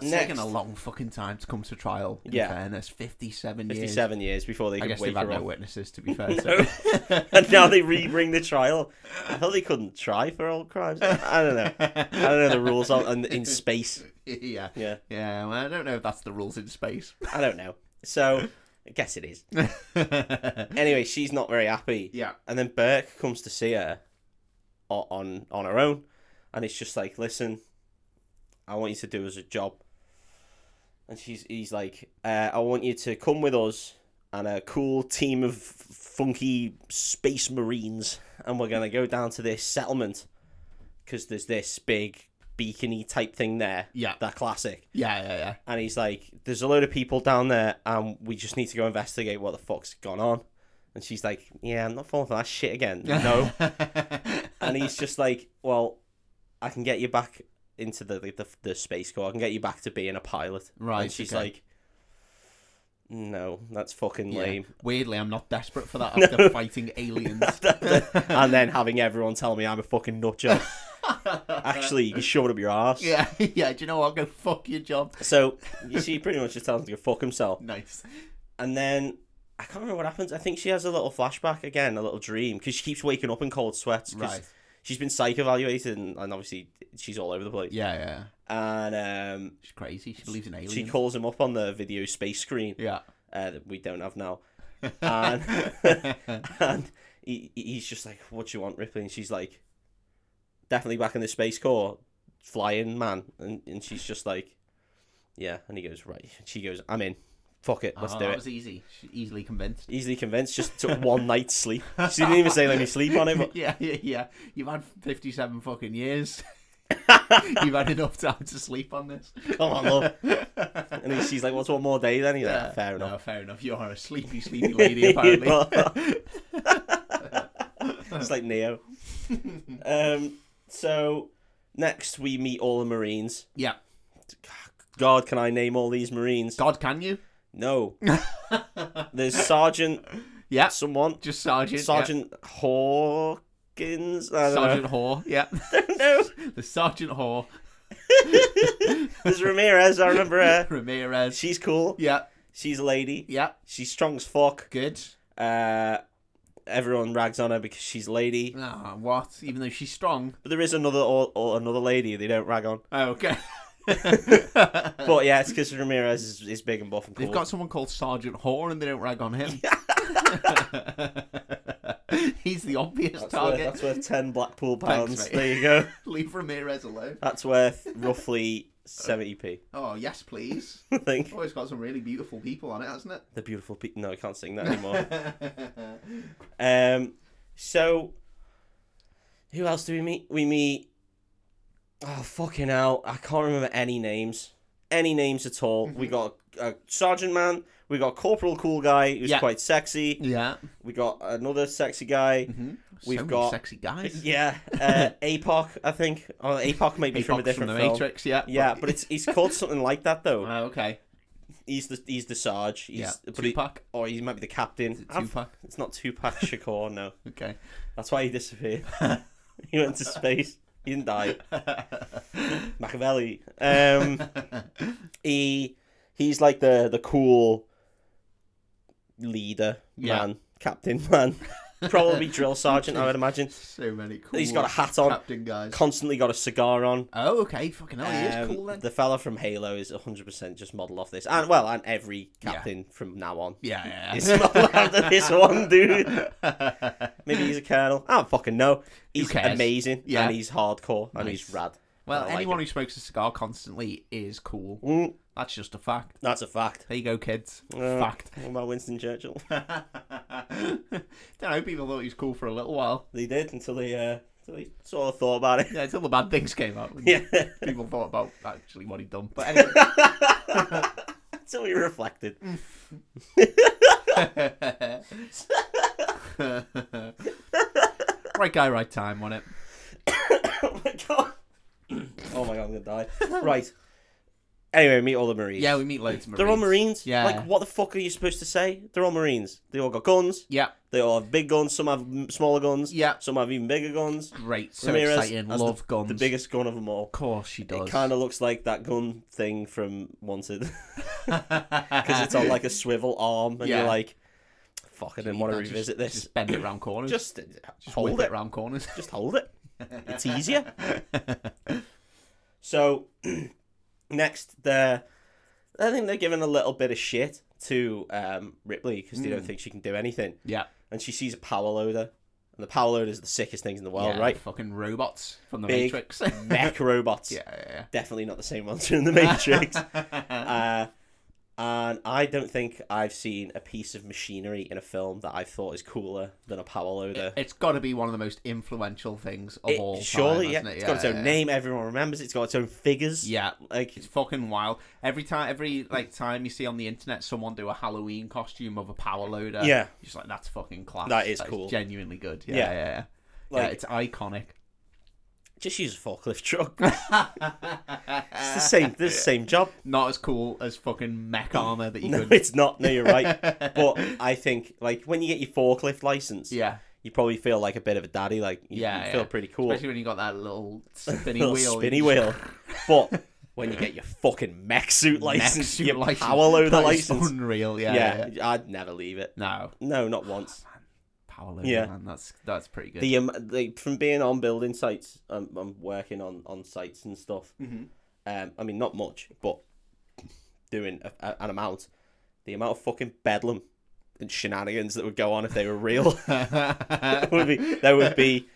Speaker 2: It's
Speaker 1: Next.
Speaker 2: taken a long fucking time to come to trial. In
Speaker 1: Yeah.
Speaker 2: fairness, fifty-seven, years.
Speaker 1: Fifty-seven years before they
Speaker 2: I
Speaker 1: could
Speaker 2: guess
Speaker 1: wake
Speaker 2: they've had
Speaker 1: her
Speaker 2: no
Speaker 1: up,
Speaker 2: witnesses to be fair. So.
Speaker 1: No. and now they re-bring the trial. I thought they couldn't try for old crimes. I don't know. I don't know the rules on, on in space.
Speaker 2: yeah.
Speaker 1: Yeah,
Speaker 2: Yeah, well, I don't know if that's the rules in space.
Speaker 1: I don't know. So I guess it is. Anyway, she's not very happy.
Speaker 2: yeah.
Speaker 1: And then Burke comes to see her o- on on her own, and it's just like, listen, I want you to do us a job. And she's he's like, uh, I want you to come with us and a cool team of funky space marines, and we're gonna go down to this settlement because there's this big beacony type thing there.
Speaker 2: Yeah.
Speaker 1: That classic
Speaker 2: Yeah, yeah, yeah.
Speaker 1: and he's like, "There's a load of people down there, and we just need to go investigate what the fuck's gone on." And she's like, "Yeah, I'm not falling for that shit again, no." and he's just like, "Well, I can get you back into the the, the, the space corps. I can get you back to being a pilot."
Speaker 2: Right,
Speaker 1: And she's
Speaker 2: okay.
Speaker 1: like, "No, that's fucking
Speaker 2: Yeah.
Speaker 1: lame."
Speaker 2: Weirdly, I'm not desperate for that after fighting aliens.
Speaker 1: and then having everyone tell me I'm a fucking nutjob. Actually, you can shove it up your ass.
Speaker 2: yeah, yeah. Do you know what? Go fuck your job.
Speaker 1: So she pretty much just tells him to go fuck himself.
Speaker 2: Nice.
Speaker 1: and then I can't remember what happens. I think she has a little flashback again, a little dream, because she keeps waking up in cold sweats. 'cause
Speaker 2: Right.
Speaker 1: She's been psych evaluated, and, and obviously she's all over the place.
Speaker 2: Yeah, yeah.
Speaker 1: And um,
Speaker 2: She's crazy. She believes in aliens.
Speaker 1: she calls him up on the video space screen
Speaker 2: yeah.
Speaker 1: uh, that we don't have now, and and he, he's just like, "What do you want, Ripley?" And she's like, "Definitely back in the space corps, flying man." And and she's just like, "Yeah." And he goes, "Right." She goes, "I'm in. Fuck it, let's
Speaker 2: oh,
Speaker 1: do
Speaker 2: that
Speaker 1: it."
Speaker 2: was easy. She's easily convinced.
Speaker 1: easily convinced. Just took one night's sleep. She didn't even say let me sleep on it. But
Speaker 2: yeah, yeah, yeah. You've had 57 fucking years. You've had enough time to sleep on this.
Speaker 1: come on, love. And then she's like, "What's one more day?" Then he's like, "Ah, "Fair
Speaker 2: No,
Speaker 1: enough."
Speaker 2: fair enough. You are a sleepy, sleepy lady, apparently.
Speaker 1: it's like Neo. Um. So next we meet all the Marines.
Speaker 2: yeah.
Speaker 1: God, can I name all these Marines?
Speaker 2: God, can you?
Speaker 1: No. There's Sergeant
Speaker 2: Yeah.
Speaker 1: someone.
Speaker 2: Just Sergeant. yeah.
Speaker 1: Sergeant Hawkins. I don't
Speaker 2: Sergeant Hoare. Yeah.
Speaker 1: know.
Speaker 2: the Sergeant Hoare.
Speaker 1: No. There's Ramirez. I remember her.
Speaker 2: Ramirez.
Speaker 1: She's cool.
Speaker 2: Yeah.
Speaker 1: She's a lady.
Speaker 2: Yeah.
Speaker 1: She's strong as fuck.
Speaker 2: Good.
Speaker 1: Uh, everyone rags on her because she's a lady.
Speaker 2: Ah, what? Even though she's strong.
Speaker 1: But there is another or, or another lady they don't rag on.
Speaker 2: Oh, okay.
Speaker 1: But yeah, it's because Ramirez is, is big and buff and cool.
Speaker 2: They've got someone called Sergeant Hoare and they don't rag on him. He's the obvious
Speaker 1: that's, worth,
Speaker 2: target.
Speaker 1: that's worth ten Blackpool
Speaker 2: Thanks,
Speaker 1: pounds.
Speaker 2: mate.
Speaker 1: there you go.
Speaker 2: Leave Ramirez alone.
Speaker 1: That's worth roughly seventy p.
Speaker 2: Oh, yes, please.
Speaker 1: I think
Speaker 2: Oh, it's got some really beautiful people on it, hasn't it?
Speaker 1: the beautiful people. No, I can't sing that anymore. um, so who else do we meet? We meet. Oh fucking hell! I can't remember any names, any names at all. We
Speaker 2: Mhm.
Speaker 1: got a sergeant man. We got corporal cool guy who's
Speaker 2: Yeah.
Speaker 1: quite sexy.
Speaker 2: yeah. hmm.
Speaker 1: We got another sexy guy.
Speaker 2: Mhm.
Speaker 1: We've
Speaker 2: so
Speaker 1: got-
Speaker 2: many sexy guys.
Speaker 1: Yeah, uh, APOC, I think. Oh, APOC may be from a
Speaker 2: Epoch from
Speaker 1: different
Speaker 2: the
Speaker 1: film.
Speaker 2: Matrix, yeah.
Speaker 1: Yeah, but it's he's called something like that though.
Speaker 2: Oh, okay.
Speaker 1: He's the he's the sarge. He's,
Speaker 2: Yeah.
Speaker 1: but he-
Speaker 2: Tupac.
Speaker 1: or he might be the captain.
Speaker 2: Is it Tupac?
Speaker 1: It's not Tupac Shakur. No,
Speaker 2: Okay.
Speaker 1: that's why he disappeared. he went to space. He didn't die. Machiavelli. Um, he he's like the the cool leader
Speaker 2: Yeah.
Speaker 1: man, captain man, probably drill sergeant. I would imagine.
Speaker 2: So many cool.
Speaker 1: He's got a hat on.
Speaker 2: Captain guys.
Speaker 1: Constantly got a cigar on.
Speaker 2: Oh, okay. Fucking hell, he is
Speaker 1: Um,
Speaker 2: cool then.
Speaker 1: The fella from Halo is 100% just model off this. And, well, and every captain from now on.
Speaker 2: Yeah, yeah,
Speaker 1: It's
Speaker 2: yeah.
Speaker 1: model after this one, dude. Maybe he's a colonel. I don't fucking know. He's
Speaker 2: cares?
Speaker 1: amazing.
Speaker 2: Yeah.
Speaker 1: And he's hardcore. And he's
Speaker 2: Nice.
Speaker 1: rad.
Speaker 2: Well,
Speaker 1: I like
Speaker 2: anyone
Speaker 1: it.
Speaker 2: who smokes a cigar constantly is cool.
Speaker 1: Mm,
Speaker 2: That's just a fact.
Speaker 1: that's a fact.
Speaker 2: There you go, kids.
Speaker 1: Uh,
Speaker 2: Fact.
Speaker 1: What about Winston Churchill?
Speaker 2: Don't know. People thought he was cool for a little while.
Speaker 1: they did until they, uh, until they sort of thought about it.
Speaker 2: Yeah, until the bad things came out.
Speaker 1: Yeah.
Speaker 2: People thought about actually what he'd done. But anyway,
Speaker 1: until we reflected.
Speaker 2: Mm. right guy, right time on it.
Speaker 1: oh my god. oh my god, I'm gonna die. Right. Anyway, meet all the Marines.
Speaker 2: Yeah, we meet loads of Marines.
Speaker 1: They're all Marines.
Speaker 2: Yeah.
Speaker 1: Like, what the fuck are you supposed to say? They're all Marines. They all got guns.
Speaker 2: Yeah.
Speaker 1: They all have big guns. Some have m- smaller guns.
Speaker 2: Yeah.
Speaker 1: Some have even bigger guns.
Speaker 2: Great, so
Speaker 1: Ramirez
Speaker 2: exciting.
Speaker 1: has
Speaker 2: Love
Speaker 1: the,
Speaker 2: guns.
Speaker 1: The biggest gun of them all.
Speaker 2: Of course she does.
Speaker 1: It kind of looks like that gun thing from Wanted because it's on like a swivel arm, and
Speaker 2: Yeah.
Speaker 1: you're like, "Fuck, I didn't want to revisit
Speaker 2: just,
Speaker 1: this."
Speaker 2: Just bend it round corners.
Speaker 1: Just,
Speaker 2: Just
Speaker 1: hold
Speaker 2: whip
Speaker 1: it.
Speaker 2: round corners.
Speaker 1: Just hold it. It's easier. so next, they're I think they're giving a little bit of shit to um, Ripley because
Speaker 2: Hmm.
Speaker 1: they don't think she can do anything,
Speaker 2: yeah.
Speaker 1: and she sees a power loader, and the power loader is the sickest things in the world,
Speaker 2: yeah,
Speaker 1: right?
Speaker 2: Fucking robots from the
Speaker 1: Big
Speaker 2: Matrix.
Speaker 1: Mech robots.
Speaker 2: Yeah, yeah,
Speaker 1: Definitely not the same ones in the Matrix.
Speaker 2: yeah.
Speaker 1: Uh, and I don't think I've seen a piece of machinery in a film that I thought is cooler than a power loader.
Speaker 2: it's got to be one of the most influential things of
Speaker 1: It-
Speaker 2: all time,
Speaker 1: surely, yeah,
Speaker 2: hasn't it?
Speaker 1: It's got its own
Speaker 2: yeah.
Speaker 1: name. Everyone remembers. it. It's got its own figures.
Speaker 2: Yeah,
Speaker 1: Like
Speaker 2: it's fucking wild. Every time, every like time you see on the internet someone do a Halloween costume of a power loader,
Speaker 1: Yeah.
Speaker 2: you're just like that's fucking class.
Speaker 1: That is cool.
Speaker 2: genuinely good. Yeah,
Speaker 1: Yeah.
Speaker 2: yeah, yeah.
Speaker 1: Like-
Speaker 2: yeah it's iconic.
Speaker 1: just use a forklift truck. it's the same. This same job.
Speaker 2: Not as cool as fucking mech armor that you
Speaker 1: No,
Speaker 2: could.
Speaker 1: it's not. No, you're right. But I think like when you get your forklift license,
Speaker 2: Yeah,
Speaker 1: you probably feel like a bit of a daddy. Like you,
Speaker 2: Yeah,
Speaker 1: you
Speaker 2: yeah.
Speaker 1: feel pretty cool.
Speaker 2: especially when you got that little spinny
Speaker 1: Little
Speaker 2: wheel.
Speaker 1: spinny wheel. But when you get your fucking mech suit license,
Speaker 2: Mech suit
Speaker 1: your
Speaker 2: license.
Speaker 1: power loader
Speaker 2: That is
Speaker 1: license.
Speaker 2: Unreal. Yeah. yeah,
Speaker 1: yeah,
Speaker 2: yeah.
Speaker 1: I'd never leave it.
Speaker 2: No.
Speaker 1: No, not once.
Speaker 2: Power loader,
Speaker 1: Yeah.
Speaker 2: man. That's that's pretty good.
Speaker 1: The um, the from being on building sites, um, I'm working on on sites and stuff.
Speaker 2: Mm-hmm.
Speaker 1: Um, I mean, not much, but doing a, a, an amount. The amount of fucking bedlam and shenanigans that would go on if they were real would be there would be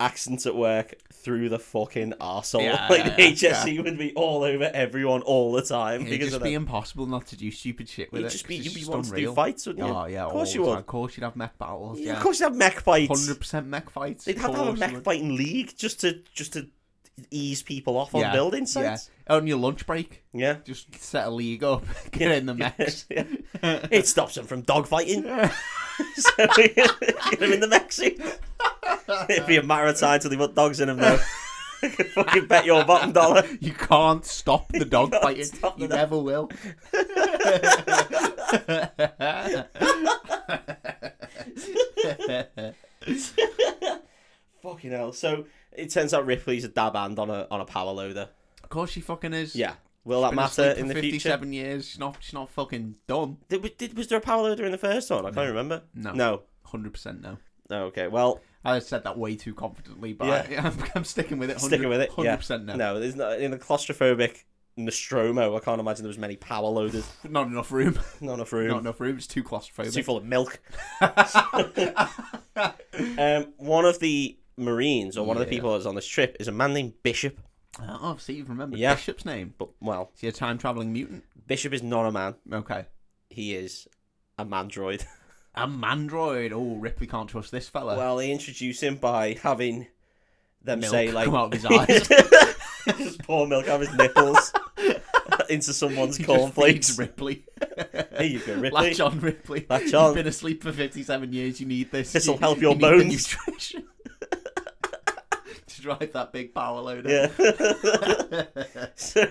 Speaker 1: accidents at work through the fucking arsehole.
Speaker 2: Yeah,
Speaker 1: like
Speaker 2: yeah,
Speaker 1: the
Speaker 2: yeah,
Speaker 1: HSE would be all over everyone all the time
Speaker 2: It'd
Speaker 1: because
Speaker 2: just
Speaker 1: of
Speaker 2: be
Speaker 1: that.
Speaker 2: impossible not to do stupid shit with
Speaker 1: You'd
Speaker 2: it.
Speaker 1: just
Speaker 2: 'cause
Speaker 1: be
Speaker 2: it's
Speaker 1: you'd be
Speaker 2: just
Speaker 1: wanting to do
Speaker 2: unreal.
Speaker 1: fights, wouldn't you?
Speaker 2: Oh yeah,
Speaker 1: of course
Speaker 2: all
Speaker 1: you
Speaker 2: the
Speaker 1: would.
Speaker 2: time. Of course you'd have mech battles.
Speaker 1: Yeah,
Speaker 2: Yeah,
Speaker 1: Of course, you'd have mech fights.
Speaker 2: hundred percent mech fights.
Speaker 1: They'd
Speaker 2: of
Speaker 1: have to have a
Speaker 2: course
Speaker 1: mech
Speaker 2: you would.
Speaker 1: fighting league just to just to ease people off on
Speaker 2: Yeah,
Speaker 1: building sites.
Speaker 2: Yeah. On your lunch break,
Speaker 1: Yeah.
Speaker 2: just set a league up, get in the mechs.
Speaker 1: Yeah. It stops them from dogfighting. so get them in the mech suit. It'd be a matter of time till they put dogs in them though. I can fucking bet your bottom dollar.
Speaker 2: You can't stop the dog
Speaker 1: can't
Speaker 2: fighting.
Speaker 1: stop the
Speaker 2: you
Speaker 1: dog-
Speaker 2: never will.
Speaker 1: Fucking hell. So it turns out Ripley's a dab hand on a on a power loader.
Speaker 2: Of course she fucking is.
Speaker 1: Yeah. Will that
Speaker 2: Been
Speaker 1: matter
Speaker 2: asleep for
Speaker 1: in the future?
Speaker 2: 57 years. She's not. She's not fucking done.
Speaker 1: Did, we- did, was there a power loader in the first one? I can't remember.
Speaker 2: No.
Speaker 1: No.
Speaker 2: Hundred percent no.
Speaker 1: Oh, okay. Well,
Speaker 2: I said that way too confidently, but
Speaker 1: Yeah.
Speaker 2: I, am I'm sticking with it. 100,
Speaker 1: sticking with it.
Speaker 2: Hundred
Speaker 1: yeah.
Speaker 2: percent no.
Speaker 1: No, there's not in the claustrophobic Nostromo. I can't imagine there was many power loaders.
Speaker 2: Not enough room.
Speaker 1: Not enough room.
Speaker 2: Not enough room. It's too claustrophobic.
Speaker 1: It's too full of milk. um, one of the Marines or one of the
Speaker 2: Yeah.
Speaker 1: people that's on this trip is a man named Bishop.
Speaker 2: Oh, see, you remember
Speaker 1: Yeah.
Speaker 2: Bishop's name.
Speaker 1: But well,
Speaker 2: Is he a time traveling mutant?
Speaker 1: Bishop is not a man.
Speaker 2: Okay.
Speaker 1: He is a mandroid.
Speaker 2: A mandroid. Oh, Ripley can't trust this fella.
Speaker 1: well, they introduce him by having them
Speaker 2: Uh. Milk
Speaker 1: say like
Speaker 2: come out of his eyes.
Speaker 1: just pour milk out of his nipples into someone's
Speaker 2: He just
Speaker 1: cornflakes.
Speaker 2: feeds Ripley.
Speaker 1: There you go, Ripley.
Speaker 2: Latch on, Ripley.
Speaker 1: Latch
Speaker 2: You've
Speaker 1: on.
Speaker 2: been asleep for 57 years. You need this.
Speaker 1: This'll
Speaker 2: You-
Speaker 1: help your
Speaker 2: you need the
Speaker 1: bones.
Speaker 2: nutrition. to drive that big power loader.
Speaker 1: Yeah. so...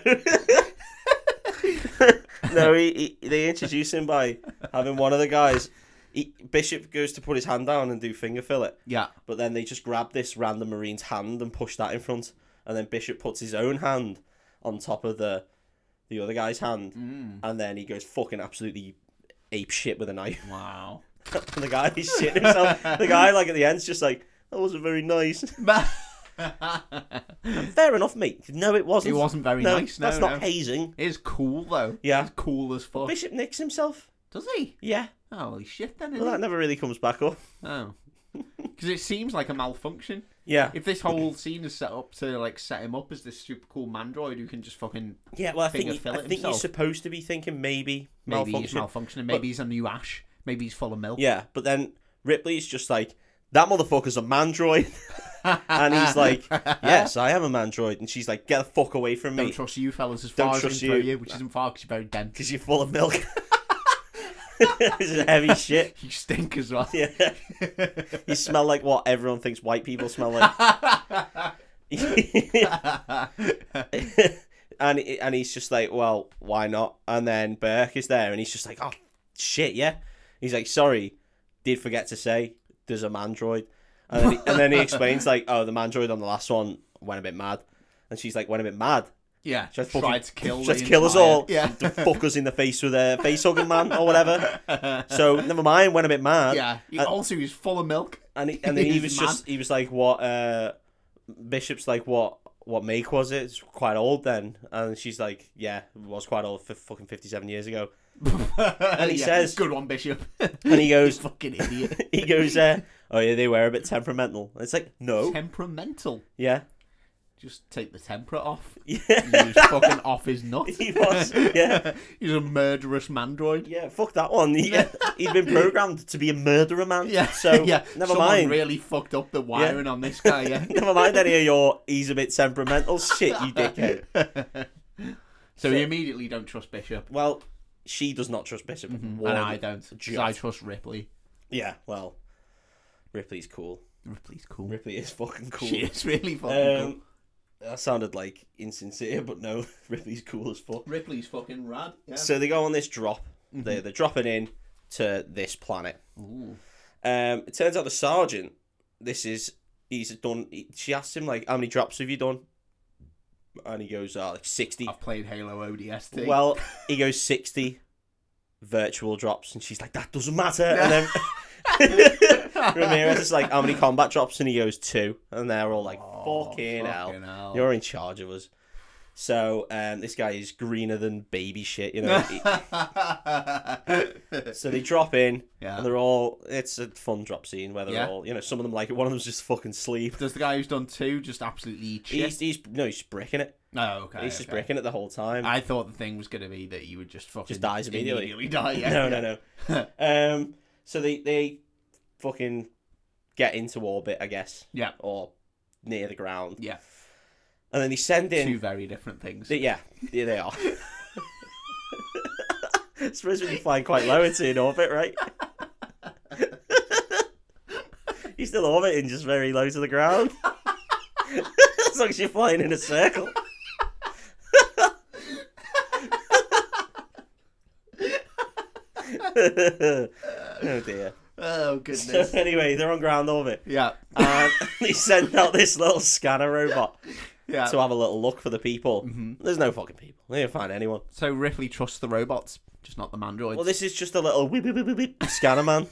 Speaker 1: no, he, he, they introduce him by having one of the guys. He, Bishop goes to put his hand down and do finger fillet,
Speaker 2: Yeah.
Speaker 1: but then they just grab this random marine's hand and push that in front, and then Bishop puts his own hand on top of the the other guy's hand,
Speaker 2: Mm.
Speaker 1: and then he goes fucking absolutely ape shit with a knife.
Speaker 2: Wow.
Speaker 1: and the guy he's shitting himself. the guy like at the end's just like that wasn't very nice. Fair enough, mate. No, it wasn't.
Speaker 2: it wasn't very
Speaker 1: no,
Speaker 2: nice. No,
Speaker 1: that's
Speaker 2: no.
Speaker 1: not hazing.
Speaker 2: It is cool though.
Speaker 1: Yeah.
Speaker 2: It's cool as fuck.
Speaker 1: Bishop nicks himself.
Speaker 2: Does he?
Speaker 1: Yeah.
Speaker 2: Holy shit! Then.
Speaker 1: Well,
Speaker 2: Isn't
Speaker 1: that never really comes back up.
Speaker 2: he? Oh. Because it seems like a malfunction.
Speaker 1: Yeah.
Speaker 2: If this whole scene is set up to like set him up as this super cool mandroid who can just fucking
Speaker 1: Yeah. Well, I think
Speaker 2: Finger
Speaker 1: you- I
Speaker 2: fillet
Speaker 1: think you're
Speaker 2: himself.
Speaker 1: supposed to be thinking maybe,
Speaker 2: maybe he's
Speaker 1: malfunction.
Speaker 2: malfunctioning, maybe he's a new Ash, maybe he's full of milk.
Speaker 1: yeah, but then Ripley's just like that motherfucker's a mandroid, and he's like, "Yes, I am a mandroid," and she's like, "Get the fuck away from
Speaker 2: Don't
Speaker 1: me
Speaker 2: trust you fellas as
Speaker 1: Don't
Speaker 2: far as I can
Speaker 1: trust
Speaker 2: throw
Speaker 1: you.
Speaker 2: you, which isn't far because you're very dense.
Speaker 1: because you're full of milk." this is heavy shit.
Speaker 2: You stink as well.
Speaker 1: Yeah. you smell like what everyone thinks white people smell like. and he- and he's just like, well, why not? And then Burke is there, and he's just like, oh shit, yeah. He's like, sorry, did forget to say there's a mandroid, and then he, and then he explains like, oh, the mandroid on the last one went a bit mad, and she's like, went a bit mad.
Speaker 2: Yeah,
Speaker 1: Just
Speaker 2: tried
Speaker 1: fucking-
Speaker 2: to kill.
Speaker 1: Just
Speaker 2: the
Speaker 1: kill us
Speaker 2: entire-
Speaker 1: all.
Speaker 2: Yeah,
Speaker 1: and fuck us in the face with a face hugging man or whatever. So never mind, went a bit mad.
Speaker 2: yeah. He-
Speaker 1: uh,
Speaker 2: also, he's full of milk.
Speaker 1: And he, and then he
Speaker 2: He's
Speaker 1: was
Speaker 2: mad.
Speaker 1: just he was like what uh Bishop's like what what make was it? It's quite old then. And she's like, Yeah, it was quite old for fucking fifty seven years ago.
Speaker 2: and
Speaker 1: he says-
Speaker 2: "Good one, Bishop."
Speaker 1: And he goes
Speaker 2: Fucking idiot.
Speaker 1: he goes, uh, oh yeah, they were a bit temperamental. And it's like, no.
Speaker 2: Temperamental.
Speaker 1: Yeah.
Speaker 2: Just take the temperate off.
Speaker 1: Yeah.
Speaker 2: He was fucking off his nut.
Speaker 1: He was, yeah.
Speaker 2: He's a murderous mandroid.
Speaker 1: Yeah, fuck that one. Yeah. He'd been programmed to be a murderer man.
Speaker 2: Yeah.
Speaker 1: So
Speaker 2: yeah.
Speaker 1: never
Speaker 2: Someone
Speaker 1: mind.
Speaker 2: really fucked up the wiring on this guy. Yeah.
Speaker 1: Never mind any of your he's a bit temperamental shit, you dickhead.
Speaker 2: So you immediately don't trust Bishop,
Speaker 1: Well, she does not trust Bishop. One.
Speaker 2: Mm-hmm. and I don't. 'cause I trust Ripley.
Speaker 1: Yeah, well, Ripley's cool.
Speaker 2: Ripley's cool.
Speaker 1: Ripley is fucking cool.
Speaker 2: She is really fucking cool.
Speaker 1: Um, that sounded like insincere, but no, Ripley's cool as fuck.
Speaker 2: Ripley's fucking rad. Yeah.
Speaker 1: So they go on this drop. They they're dropping in to this planet.
Speaker 2: Ooh.
Speaker 1: Um, it turns out the sergeant. This is he's done. he- she asks him like, "How many drops have you done?" And he goes, "Ah, like 60.
Speaker 2: I've played Halo ODST.
Speaker 1: Well, he goes sixty virtual drops, and she's like, "That doesn't matter." And then Ramirez is like, "How many combat drops?" And he goes two, and they're all like,
Speaker 2: Oh,
Speaker 1: "Fucking, hell.
Speaker 2: fucking hell.
Speaker 1: you're in charge of us." So um, this guy is greener than baby shit, you know. so they drop in,
Speaker 2: Yeah.
Speaker 1: and they're all. It's a fun drop scene where they're
Speaker 2: Yeah.
Speaker 1: all, you know, some of them like it, one of them's just fucking sleep.
Speaker 2: Does the guy who's done two just absolutely eat shit?
Speaker 1: He's, he's no, he's bricking it.
Speaker 2: No, okay.
Speaker 1: He's just
Speaker 2: okay.
Speaker 1: bricking it the whole time.
Speaker 2: I thought the thing was going to be that you would just fucking
Speaker 1: Mm. Just dies immediately.
Speaker 2: die. Yeah.
Speaker 1: no, no, no. um, so they they fucking get into orbit, I guess,
Speaker 2: Yeah,
Speaker 1: or near the ground,
Speaker 2: yeah.
Speaker 1: and then they send in.
Speaker 2: Two very different things.
Speaker 1: they- yeah, yeah, they are. I suppose when you flying quite low, it's in orbit, right? you're still orbiting, just very low to the ground. as long as you're flying in a circle. oh dear.
Speaker 2: Oh
Speaker 1: So uh,
Speaker 2: goodness.
Speaker 1: anyway, they're on ground orbit,
Speaker 2: yeah, Uh,
Speaker 1: and they send out this little scanner robot
Speaker 2: yeah.
Speaker 1: to
Speaker 2: So,
Speaker 1: have a little look for the people. There's no fucking people. They didn't find anyone.
Speaker 2: Ripley trusts the robots, just not the mandroids.
Speaker 1: Well, this is just a little whip, whip, whip, whip, whip scanner man.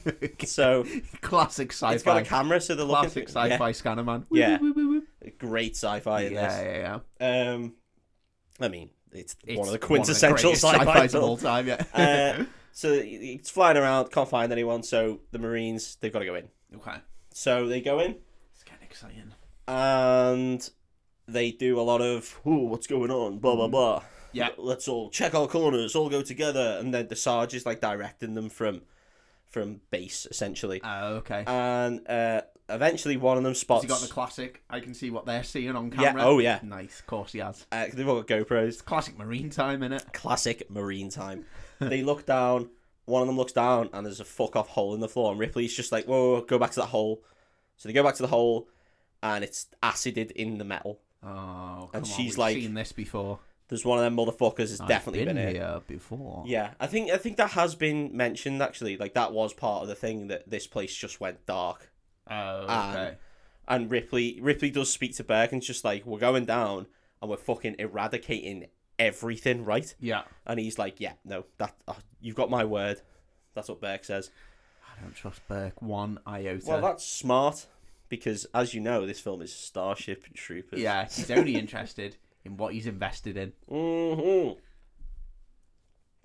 Speaker 1: So
Speaker 2: classic sci-fi.
Speaker 1: it's got a camera, so they're looking.
Speaker 2: classic
Speaker 1: at-
Speaker 2: sci-fi scanner man.
Speaker 1: Yeah.
Speaker 2: Woo, woo, woo, woo.
Speaker 1: yeah, great sci-fi
Speaker 2: yeah,
Speaker 1: in
Speaker 2: yeah,
Speaker 1: this.
Speaker 2: yeah.
Speaker 1: Um, I mean, it's, one of the
Speaker 2: It's
Speaker 1: quintessential
Speaker 2: greatest
Speaker 1: sci-fi,
Speaker 2: sci-fis of all
Speaker 1: films.
Speaker 2: time. Yeah.
Speaker 1: Uh, so it's flying around, can't find anyone. So the Marines, they've got to go in.
Speaker 2: okay.
Speaker 1: So they go in
Speaker 2: It's kind of exciting.
Speaker 1: and they do a lot of "Ooh, what's going on?" Blah blah blah.
Speaker 2: Mm. Yeah.
Speaker 1: Let- let's all check our corners, all go together, and then the Sarge is like directing them from from base essentially.
Speaker 2: Oh, okay.
Speaker 1: and uh, eventually one of them spots.
Speaker 2: Has he got the classic? I can see what they're seeing on
Speaker 1: yeah,
Speaker 2: camera.
Speaker 1: oh yeah.
Speaker 2: Nice, of course he has.
Speaker 1: Uh, they've all got GoPros.
Speaker 2: Classic marine time in it.
Speaker 1: Classic marine time. they look down. One of them looks down, and there's a fuck off hole in the floor. And Ripley's just like, "Whoa, whoa, whoa, go back to that hole." So they go back to the hole, and it's acided in the metal.
Speaker 2: Oh, come
Speaker 1: And
Speaker 2: on,
Speaker 1: she's
Speaker 2: we've
Speaker 1: like-
Speaker 2: seen this before.
Speaker 1: There's one of them motherfuckers has
Speaker 2: I've
Speaker 1: definitely
Speaker 2: been,
Speaker 1: been, in.
Speaker 2: here before.
Speaker 1: Yeah, I think I think that has been mentioned actually. Like that was part of the thing that this place just went dark.
Speaker 2: Oh,
Speaker 1: And-
Speaker 2: okay.
Speaker 1: And Ripley Ripley does speak to Berg and's just like, We're going down and we're fucking eradicating everything, right?
Speaker 2: yeah.
Speaker 1: And he's like, Yeah, no, that oh, you've got my word. That's what Berg says.
Speaker 2: I don't trust Burke one iota.
Speaker 1: Well that's smart because as you know, this film is Starship Troopers.
Speaker 2: yeah, he's only interested in what he's invested in.
Speaker 1: hmm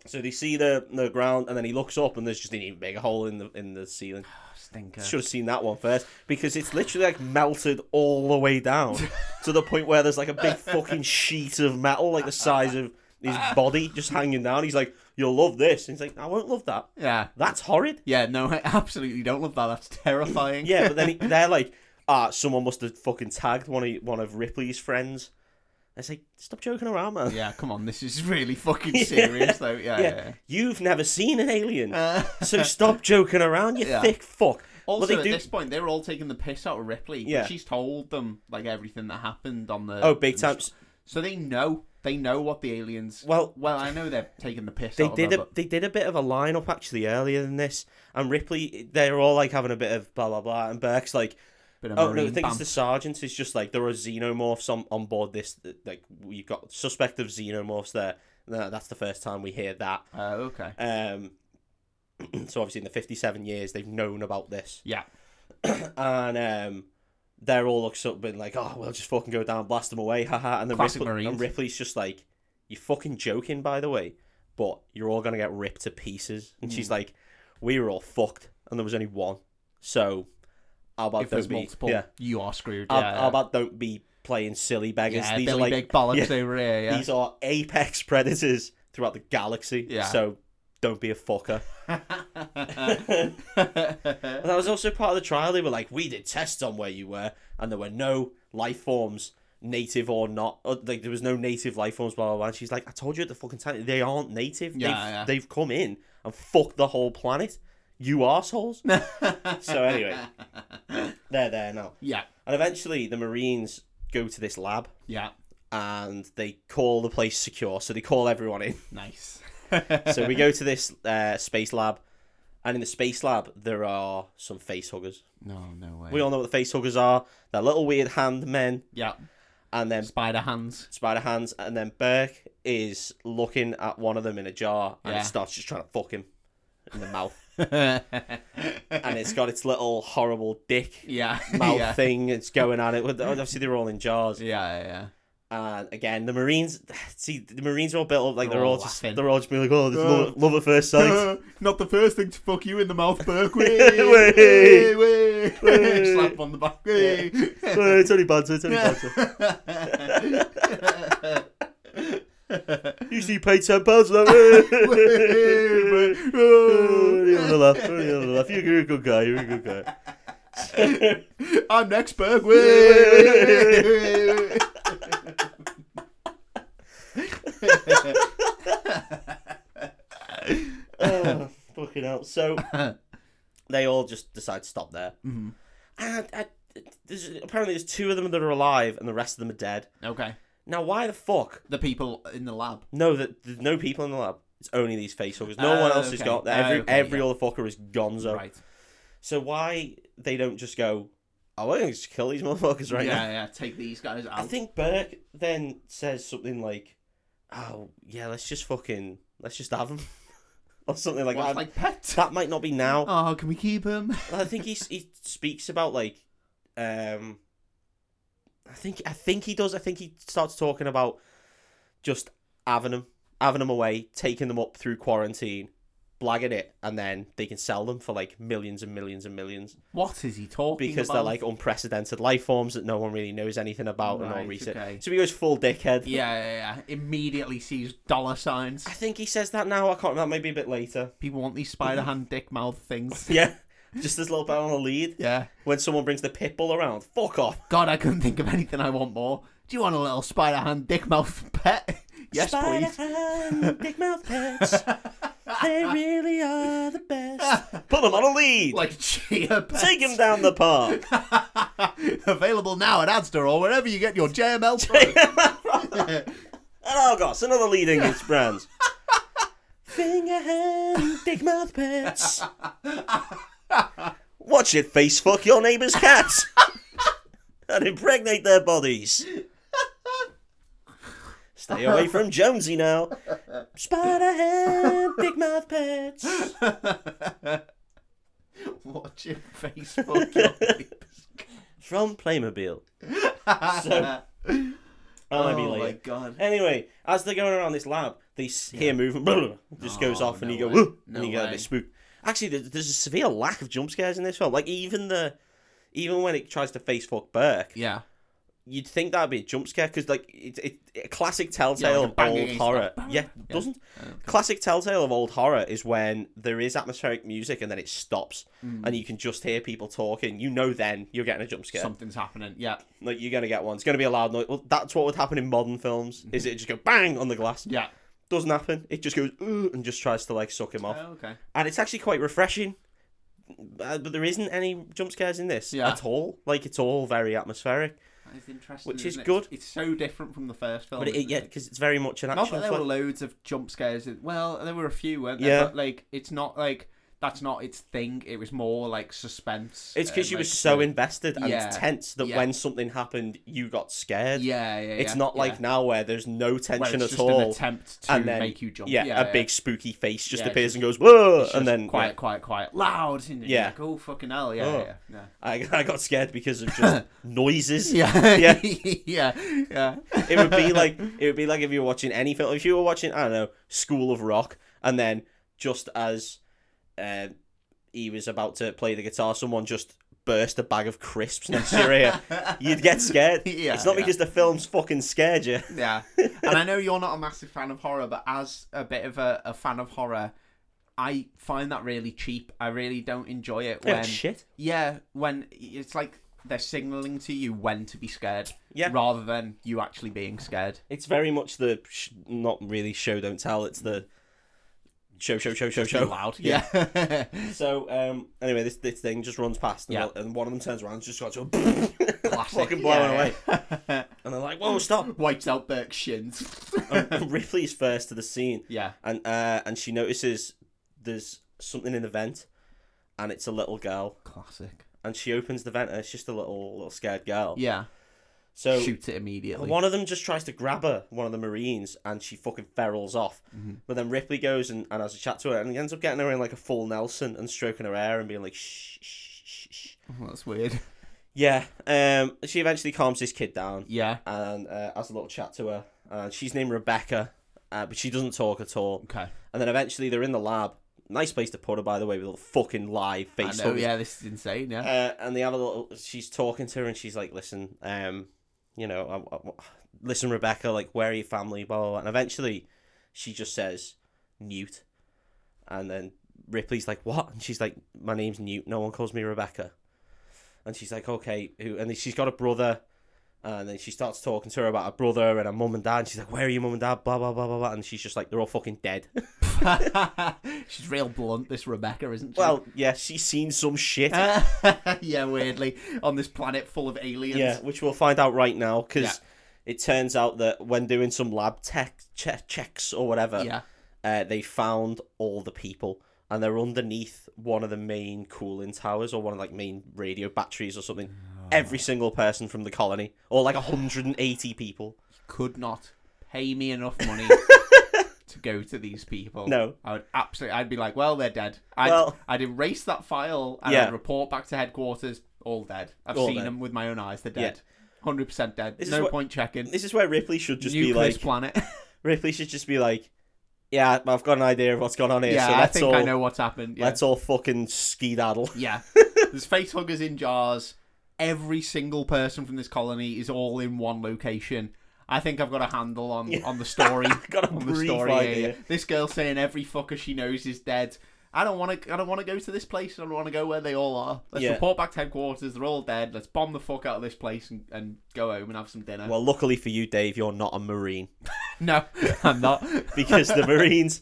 Speaker 1: So they see the the ground and then he looks up and there's just an even bigger hole in the in the ceiling.
Speaker 2: Oh, stinker.
Speaker 1: Should have seen that one first because it's literally like melted all the way down to the point where there's like a big fucking sheet of metal, like the size of his body, just hanging down. He's like, "You'll love this," and he's like, "I won't love that.
Speaker 2: Yeah.
Speaker 1: That's horrid."
Speaker 2: Yeah, no, I absolutely don't love that. That's terrifying.
Speaker 1: Yeah, but then he, they're like, "Ah, someone must have fucking tagged one of one of Ripley's friends." I say, "Stop joking around, man.
Speaker 2: Yeah, come on, this is really fucking serious, though. Yeah,
Speaker 1: Yeah,
Speaker 2: yeah.
Speaker 1: you've never seen an alien, so stop joking around, you
Speaker 2: Yeah.
Speaker 1: thick fuck."
Speaker 2: Also,
Speaker 1: Well, they
Speaker 2: at
Speaker 1: do-
Speaker 2: this point, they were all taking the piss out of Ripley. but
Speaker 1: Yeah.
Speaker 2: she's told them like everything that happened on the.
Speaker 1: Oh, big time.
Speaker 2: So they know. They know what the aliens.
Speaker 1: Well-
Speaker 2: well, I know they're taking the piss.
Speaker 1: They
Speaker 2: out
Speaker 1: did
Speaker 2: of her,
Speaker 1: a they did a bit of a line up actually earlier than this, and Ripley they're all like having a bit of blah blah blah, and Burke's like,
Speaker 2: but, bit of
Speaker 1: oh no, I
Speaker 2: marine
Speaker 1: think it's
Speaker 2: bam.
Speaker 1: the sergeant is just like there are xenomorphs on, on board this like we've got suspect of xenomorphs there. No, that's the first time we hear that.
Speaker 2: Uh, okay.
Speaker 1: Um, so obviously in the fifty seven years they've known about this,
Speaker 2: Yeah.
Speaker 1: and um, they're all like sort of been like, oh well, just fucking go down, blast them away, haha. And then
Speaker 2: Classic
Speaker 1: Ripley,
Speaker 2: Marines.
Speaker 1: and Ripley's just like, you're fucking joking, by the way, but you're all gonna get ripped to pieces. And
Speaker 2: Hmm.
Speaker 1: she's like, we were all fucked, and there was only one, so how about
Speaker 2: If there's
Speaker 1: don't be,
Speaker 2: multiple,
Speaker 1: Oh, yeah,
Speaker 2: you are screwed.
Speaker 1: how,
Speaker 2: yeah,
Speaker 1: how about don't be playing silly beggars.
Speaker 2: yeah,
Speaker 1: These
Speaker 2: Billy
Speaker 1: are like
Speaker 2: Big Bollocks
Speaker 1: yeah,
Speaker 2: over here. Yeah.
Speaker 1: these are apex predators throughout the galaxy.
Speaker 2: Yeah.
Speaker 1: So don't be a fucker. And that was also part of the trial. They were like, we did tests on where you were, and there were no life forms, native or not. or, Like there was no native life forms. Blah blah. blah. And she's like, I told you at the fucking time, they aren't native.
Speaker 2: Yeah,
Speaker 1: they've,
Speaker 2: yeah.
Speaker 1: they've come in and fucked the whole planet. You assholes. so anyway, they're there now,
Speaker 2: yeah.
Speaker 1: and eventually the Marines go to this lab
Speaker 2: Yeah.
Speaker 1: and they call the place secure. So they call everyone in.
Speaker 2: Nice.
Speaker 1: so we go to this uh, space lab, and in the space lab there are some face huggers.
Speaker 2: No, no way.
Speaker 1: We all know what the facehuggers are. They're little weird hand men,
Speaker 2: yeah.
Speaker 1: and then
Speaker 2: Spider hands.
Speaker 1: spider hands, and then Burke is looking at one of them in a jar, and
Speaker 2: Yeah.
Speaker 1: it starts just trying to fuck him in the mouth,
Speaker 2: yeah.
Speaker 1: and it's got its little horrible dick
Speaker 2: Yeah.
Speaker 1: mouth
Speaker 2: Yeah.
Speaker 1: thing. It's going at it. With obviously they're all in jars,
Speaker 2: Yeah. Yeah.
Speaker 1: and again the Marines. See, the Marines are all built up like
Speaker 2: They're
Speaker 1: they're,
Speaker 2: all
Speaker 1: all, just
Speaker 2: laughing.
Speaker 1: they're all just being like, oh, this is love, love at first sight.
Speaker 2: Not the first thing to fuck you in the mouth, Burke.
Speaker 1: Wee, wee.
Speaker 2: Slap on the back. Wee.
Speaker 1: Oh, it's only banter. It's only banter. Usually you pay ten pounds for that.
Speaker 2: Oh.
Speaker 1: Only on the left, only on the left. You're a good guy. You're a good guy.
Speaker 2: I'm next, Burke.
Speaker 1: oh, fucking hell. So they all just decide to stop there. Mm-hmm. And I, there's, apparently, there's two of them that are alive, and the rest of them are dead.
Speaker 2: okay.
Speaker 1: Now, why the fuck?
Speaker 2: The people in the lab.
Speaker 1: No, that there's no people in the lab. It's only these facehuggers. No one
Speaker 2: Oh,
Speaker 1: else has
Speaker 2: okay.
Speaker 1: got
Speaker 2: Oh,
Speaker 1: that. Every
Speaker 2: okay,
Speaker 1: every
Speaker 2: yeah.
Speaker 1: other fucker is gonzo.
Speaker 2: Right.
Speaker 1: So why they don't just go? Oh, we're gonna just kill these motherfuckers right
Speaker 2: yeah,
Speaker 1: now.
Speaker 2: yeah. Take these guys out.
Speaker 1: I think Burke then says something like, "Oh yeah, let's just fucking let's just have them," or something like
Speaker 2: Well,
Speaker 1: that.
Speaker 2: it's like pets.
Speaker 1: that might not be now.
Speaker 2: Oh, can we keep him?
Speaker 1: I think he he speaks about like, um, I think I think he does. I think he starts talking about just having them, having them away, taking them up through quarantine, blagging it, and then they can sell them for like millions and millions and millions
Speaker 2: What is he talking
Speaker 1: because
Speaker 2: about?
Speaker 1: they're like unprecedented life forms that no one really knows anything about and all
Speaker 2: Right,
Speaker 1: research.
Speaker 2: okay.
Speaker 1: So he goes full dickhead.
Speaker 2: Yeah, yeah, yeah. Immediately sees dollar signs.
Speaker 1: I think he says that now. I can't. That might be a bit later.
Speaker 2: People want these spider hand dick mouth things.
Speaker 1: Yeah. Just this little bit on the lead.
Speaker 2: Yeah.
Speaker 1: When someone brings the pit bull around, fuck off.
Speaker 2: God, I couldn't think of anything I want more. Do you want a little spider hand dick mouth pet? yes,
Speaker 1: Spider
Speaker 2: please.
Speaker 1: hand, big mouth pets. they really are the best. Put them on a lead.
Speaker 2: Like chia pet.
Speaker 1: Take him down the park.
Speaker 2: Available now at Asda or wherever you get your JML. Pro.
Speaker 1: And Argos, another lead English brand. Finger hand, big mouth pets. Watch it, face fuck your neighbour's cats. and impregnate their bodies. Stay away from Jonesy now. Spider hand, big mouth pets.
Speaker 2: Watch your Facebook. your papers.
Speaker 1: from Playmobil. so, that might be
Speaker 2: oh my
Speaker 1: later.
Speaker 2: god.
Speaker 1: Anyway, as they're going around this lab, they s hear movement. just goes
Speaker 2: Oh,
Speaker 1: off, and
Speaker 2: no
Speaker 1: you go,
Speaker 2: way.
Speaker 1: "Whoa,"
Speaker 2: No
Speaker 1: and you get a
Speaker 2: way.
Speaker 1: bit spooked. Actually, there- there's a severe lack of jump scares in this film. Like even the, even when it tries to face fuck Burke,
Speaker 2: Yeah.
Speaker 1: you'd think that'd be a jump scare because like it, it, a classic
Speaker 2: Yeah,
Speaker 1: telltale
Speaker 2: like a bang
Speaker 1: of old
Speaker 2: against the
Speaker 1: horror.
Speaker 2: back.
Speaker 1: Yeah,
Speaker 2: Yeah. Oh,
Speaker 1: doesn't.
Speaker 2: Okay.
Speaker 1: Classic telltale of old horror is when there is atmospheric music and then it stops,
Speaker 2: Mm.
Speaker 1: and you can just hear people talking. You know, then you're getting a jump scare.
Speaker 2: Something's happening. Yeah.
Speaker 1: Like you're gonna get one. It's gonna be a loud noise. Well, that's what would happen in modern films. Is
Speaker 2: Mm-hmm.
Speaker 1: it just go bang on the glass?
Speaker 2: Yeah.
Speaker 1: Doesn't happen. It just goes ooh and just tries to like suck him off.
Speaker 2: Oh, okay.
Speaker 1: And it's actually quite refreshing. Uh, But there isn't any jump scares in this
Speaker 2: Yeah.
Speaker 1: at all. Like it's all very atmospheric.
Speaker 2: is interesting.
Speaker 1: Which
Speaker 2: isn't
Speaker 1: is
Speaker 2: it?
Speaker 1: good.
Speaker 2: It's so different from the first film.
Speaker 1: But it,
Speaker 2: isn't
Speaker 1: yeah,
Speaker 2: Like,
Speaker 1: because it's very much an
Speaker 2: not that
Speaker 1: action.
Speaker 2: there were
Speaker 1: film.
Speaker 2: loads of jump scares. in- Well, there were a few, weren't there?
Speaker 1: Yeah.
Speaker 2: But like, it's not like that's not its thing. It was more like suspense.
Speaker 1: It's because
Speaker 2: and,
Speaker 1: you were
Speaker 2: like,
Speaker 1: so
Speaker 2: the-
Speaker 1: invested and
Speaker 2: Yeah,
Speaker 1: tense that
Speaker 2: yeah.
Speaker 1: when something happened, you got scared.
Speaker 2: Yeah, yeah.
Speaker 1: it's
Speaker 2: yeah,
Speaker 1: not
Speaker 2: yeah.
Speaker 1: like now where there's no
Speaker 2: Where
Speaker 1: tension
Speaker 2: it's
Speaker 1: at
Speaker 2: just
Speaker 1: all.
Speaker 2: An attempt to
Speaker 1: and then
Speaker 2: make you jump.
Speaker 1: yeah, a
Speaker 2: yeah.
Speaker 1: big spooky face just
Speaker 2: Yeah, it's
Speaker 1: appears and goes whoa,
Speaker 2: It's
Speaker 1: and
Speaker 2: just
Speaker 1: then
Speaker 2: quiet, quiet, quiet, loud. And yeah.
Speaker 1: Yeah.
Speaker 2: Like, oh fucking hell! Yeah,
Speaker 1: Oh.
Speaker 2: yeah, yeah.
Speaker 1: I, I got scared because of just noises.
Speaker 2: Yeah,
Speaker 1: Yeah.
Speaker 2: yeah, yeah.
Speaker 1: It would be like it would be like if you were watching any film. If you were watching, I don't know, School of Rock, and then just as uh, he was about to play the guitar, someone just burst a bag of crisps next to your ear. You'd get scared.
Speaker 2: Yeah,
Speaker 1: it's not
Speaker 2: yeah.
Speaker 1: because the film's fucking scared you.
Speaker 2: yeah. And I know you're not a massive fan of horror, but as a bit of a, a fan of horror, I find that really cheap. I really don't enjoy it
Speaker 1: Yeah,
Speaker 2: when
Speaker 1: Oh, shit.
Speaker 2: yeah, when it's like they're signaling to you when to be scared,
Speaker 1: Yeah.
Speaker 2: rather than you actually being scared.
Speaker 1: It's very much the sh- not really show don't tell. It's the show show show show show.
Speaker 2: loud, yeah, yeah,
Speaker 1: So um, anyway, this this thing just runs past, and,
Speaker 2: Yeah.
Speaker 1: and one of them turns around, and just got to
Speaker 2: Classic.
Speaker 1: fucking blown
Speaker 2: Yeah,
Speaker 1: away, Oh.
Speaker 2: yeah.
Speaker 1: and they're like, "Whoa, stop!"
Speaker 2: wipes out Burke's shins.
Speaker 1: And Ripley's first to the scene,
Speaker 2: yeah,
Speaker 1: and uh, and she notices there's something in the vent, and it's a little girl,
Speaker 2: classic.
Speaker 1: and she opens the vent, and it's just a little little scared girl.
Speaker 2: Yeah,
Speaker 1: So
Speaker 2: shoots it immediately.
Speaker 1: one of them just tries to grab her, one of the Marines, and she fucking ferals off. But then Ripley goes and, and has a chat to her, and he ends up getting her in like a full Nelson and stroking her hair and being like, shh, shh, shh, shh.
Speaker 2: Oh, that's weird.
Speaker 1: Yeah. Um, she eventually calms this kid down
Speaker 2: Yeah.
Speaker 1: and uh, has a little chat to her. And she's named Rebecca, uh, but she doesn't talk at all.
Speaker 2: Okay.
Speaker 1: And then eventually they're in the lab. Nice place to put her, by the way, with a little fucking live
Speaker 2: I
Speaker 1: face.
Speaker 2: know.
Speaker 1: huggers.
Speaker 2: Yeah, this is insane. Yeah.
Speaker 1: Uh, and they have a little. She's talking to her, and she's like, "Listen, um, you know, I, I- listen, Rebecca, like, where are your family?" Blah, blah blah. And eventually, she just says, "Newt," and then Ripley's like, "What?" And she's like, "My name's Newt. No one calls me Rebecca." And she's like, "Okay." Who? And then she's got a brother. And then she starts talking to her about her brother and her mum and dad. And she's like, "Where are your mum and dad?" Blah blah blah blah blah. And she's just like, "They're all fucking dead."
Speaker 2: She's real blunt, this Rebecca, isn't she?
Speaker 1: well, yeah, she's seen some shit.
Speaker 2: yeah, weirdly, on this planet full of aliens.
Speaker 1: Yeah, which we'll find out right now because
Speaker 2: Yeah.
Speaker 1: it turns out that when doing some lab tech che- checks or whatever,
Speaker 2: Yeah.
Speaker 1: uh, they found all the people and they're underneath one of the main cooling towers or one of like main radio batteries or something.
Speaker 2: Ah.
Speaker 1: Every single person from the colony, or like 180 people.
Speaker 2: Could not pay me enough money to go to these people.
Speaker 1: No.
Speaker 2: I would absolutely. I'd be like, well, they're dead. I'd,
Speaker 1: Well-
Speaker 2: I'd erase that file and
Speaker 1: Yeah.
Speaker 2: I'd report back to headquarters. All dead. I've
Speaker 1: All
Speaker 2: seen
Speaker 1: dead.
Speaker 2: them with my own eyes. They're
Speaker 1: Yeah.
Speaker 2: dead. Hundred percent dead.
Speaker 1: This is
Speaker 2: no
Speaker 1: what-
Speaker 2: point checking.
Speaker 1: This is where Ripley should just
Speaker 2: Nucleus
Speaker 1: be like,
Speaker 2: planet.
Speaker 1: Ripley should just be like, yeah, I've got an idea of what's going on here.
Speaker 2: yeah,
Speaker 1: so
Speaker 2: I
Speaker 1: let's
Speaker 2: think
Speaker 1: all
Speaker 2: I know what's happened. Yeah.
Speaker 1: let's all fucking skedaddle.
Speaker 2: Yeah. There's facehuggers in jars. Every single person from this colony is all in one location. I think I've got a handle on, on the story.
Speaker 1: Got a
Speaker 2: on
Speaker 1: brief idea.
Speaker 2: here. This girl's saying every fucker she knows is dead. I don't want to. I don't want to go to this place. I don't want to go where they all are. Let's
Speaker 1: Yeah.
Speaker 2: report back to headquarters. They're all dead. Let's bomb the fuck out of this place and, and go home and have some dinner.
Speaker 1: Well, luckily for you, Dave, you're not a marine.
Speaker 2: no, I'm not.
Speaker 1: because the Marines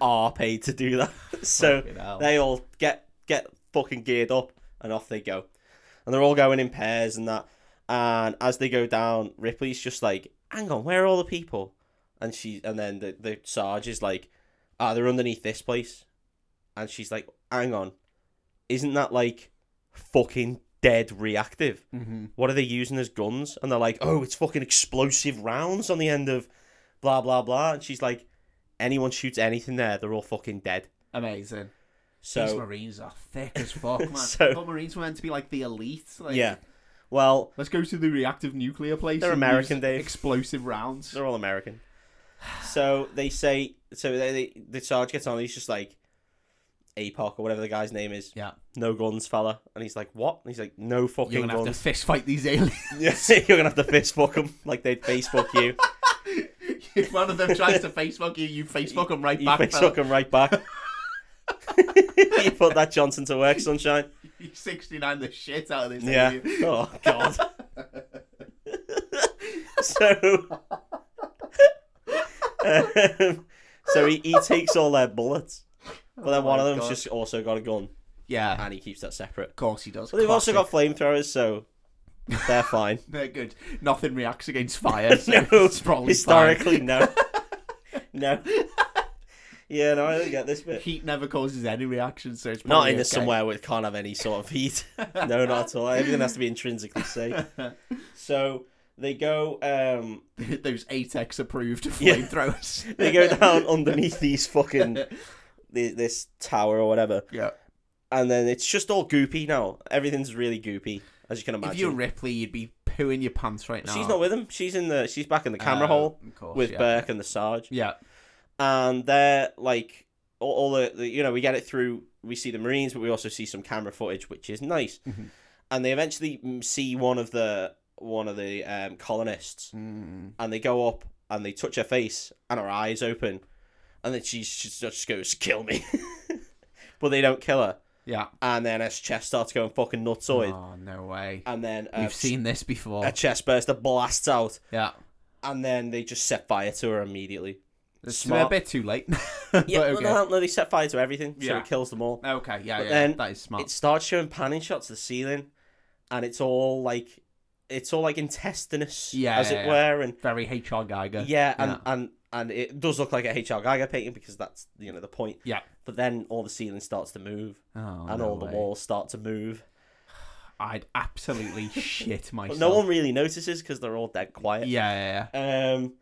Speaker 1: are paid to do that. So
Speaker 2: Fucking hell.
Speaker 1: they all get get fucking geared up and off they go. And they're all going in pairs and that. And as they go down, Ripley's just like, "Hang on, where are all the people?" And she and then the the Sarge is like, "Ah, they're underneath this place." And she's like, "Hang on, isn't that like fucking dead reactive?"
Speaker 2: hmm
Speaker 1: what are they using as guns? And they're like, oh, it's fucking explosive rounds on the end of blah, blah, blah. And she's like, anyone shoots anything there, they're all fucking dead.
Speaker 2: Amazing. These
Speaker 1: So,
Speaker 2: Marines are thick as fuck, man.
Speaker 1: So-
Speaker 2: I thought Marines were meant to be like the elite. Like,
Speaker 1: yeah. Well,
Speaker 2: Let's go to the reactive nuclear place.
Speaker 1: They're
Speaker 2: and
Speaker 1: American,
Speaker 2: use
Speaker 1: Dave.
Speaker 2: Explosive rounds.
Speaker 1: they're all American. So they say, so they, they, the charge gets on, and he's just like, APOC or whatever the guy's name is,
Speaker 2: Yeah,
Speaker 1: no guns, fella. And he's like, what? And he's like, no fucking
Speaker 2: you're gonna have to
Speaker 1: guns.
Speaker 2: fist fight these aliens.
Speaker 1: Yes, you're going to have to fist fuck them like they'd face fuck you.
Speaker 2: if one of them tries to Facebook you, you Facebook them right
Speaker 1: You
Speaker 2: back.
Speaker 1: face
Speaker 2: fella.
Speaker 1: fuck 'em right back. you put that Johnson to work, sunshine.
Speaker 2: You 69 the shit out of this.
Speaker 1: Yeah.
Speaker 2: alien.
Speaker 1: Oh God. so, um, so he, he takes all their bullets, but then
Speaker 2: Oh
Speaker 1: one
Speaker 2: my
Speaker 1: of them's
Speaker 2: God.
Speaker 1: just also got a gun,
Speaker 2: yeah. Of
Speaker 1: and he keeps that separate.
Speaker 2: course he does.
Speaker 1: But they've also got
Speaker 2: Classic.
Speaker 1: flamethrowers, so They're fine.
Speaker 2: They're good. Nothing reacts against fire. So
Speaker 1: No,
Speaker 2: it's probably historic.
Speaker 1: Historically, no. no. Yeah, no, I don't get this bit.
Speaker 2: Heat never causes any reaction, so it's
Speaker 1: Not
Speaker 2: probably
Speaker 1: in this
Speaker 2: okay.
Speaker 1: somewhere where it can't have any sort of heat. no, not at all. Everything has to be intrinsically safe. So they go um
Speaker 2: Those 8x approved
Speaker 1: Yeah.
Speaker 2: flamethrowers.
Speaker 1: they go down underneath these fucking thi- this tower or whatever,
Speaker 2: Yeah.
Speaker 1: and then it's just all goopy now. Everything's really goopy, as you can imagine.
Speaker 2: If you're Ripley, you'd be pooing your pants right now.
Speaker 1: She's not with them. She's in the she's back in the camera
Speaker 2: Uh,
Speaker 1: hole
Speaker 2: of course,
Speaker 1: with
Speaker 2: yeah.
Speaker 1: Burke and the Sarge.
Speaker 2: Yeah.
Speaker 1: and they're like all, all the, the you know we get it through we see the marines but we also see some camera footage which is nice
Speaker 2: Mhm.
Speaker 1: and they eventually mm, see one of the one of the um, colonists and they go up and they touch her face and her eyes open and then she, she just goes kill me but they don't kill her
Speaker 2: Yeah.
Speaker 1: and then her chest starts going fucking nutsoid
Speaker 2: Oh no way.
Speaker 1: and then uh,
Speaker 2: We've seen this before.
Speaker 1: a chest burster blasts out
Speaker 2: yeah.
Speaker 1: and then they just set fire to her immediately
Speaker 2: It's
Speaker 1: smart.
Speaker 2: a bit too late.
Speaker 1: yeah
Speaker 2: But
Speaker 1: well,
Speaker 2: okay.
Speaker 1: no, no, they set fire to everything so
Speaker 2: Yeah.
Speaker 1: it kills them all
Speaker 2: Okay, yeah,
Speaker 1: But
Speaker 2: yeah,
Speaker 1: then
Speaker 2: that is smart.
Speaker 1: it starts showing panning shots of the ceiling and it's all like it's all like intestinous
Speaker 2: Yeah,
Speaker 1: as
Speaker 2: yeah,
Speaker 1: it
Speaker 2: yeah.
Speaker 1: were and
Speaker 2: Very HR Geiger.
Speaker 1: yeah and,
Speaker 2: Yeah.
Speaker 1: and and it does look like a hr geiger painting because that's you know the point
Speaker 2: Yeah.
Speaker 1: but then all the ceiling starts to move
Speaker 2: Oh,
Speaker 1: and
Speaker 2: no
Speaker 1: all
Speaker 2: way.
Speaker 1: the walls start to move
Speaker 2: I'd absolutely shit myself.
Speaker 1: but no one really notices because they're all dead quiet
Speaker 2: Yeah, yeah,
Speaker 1: um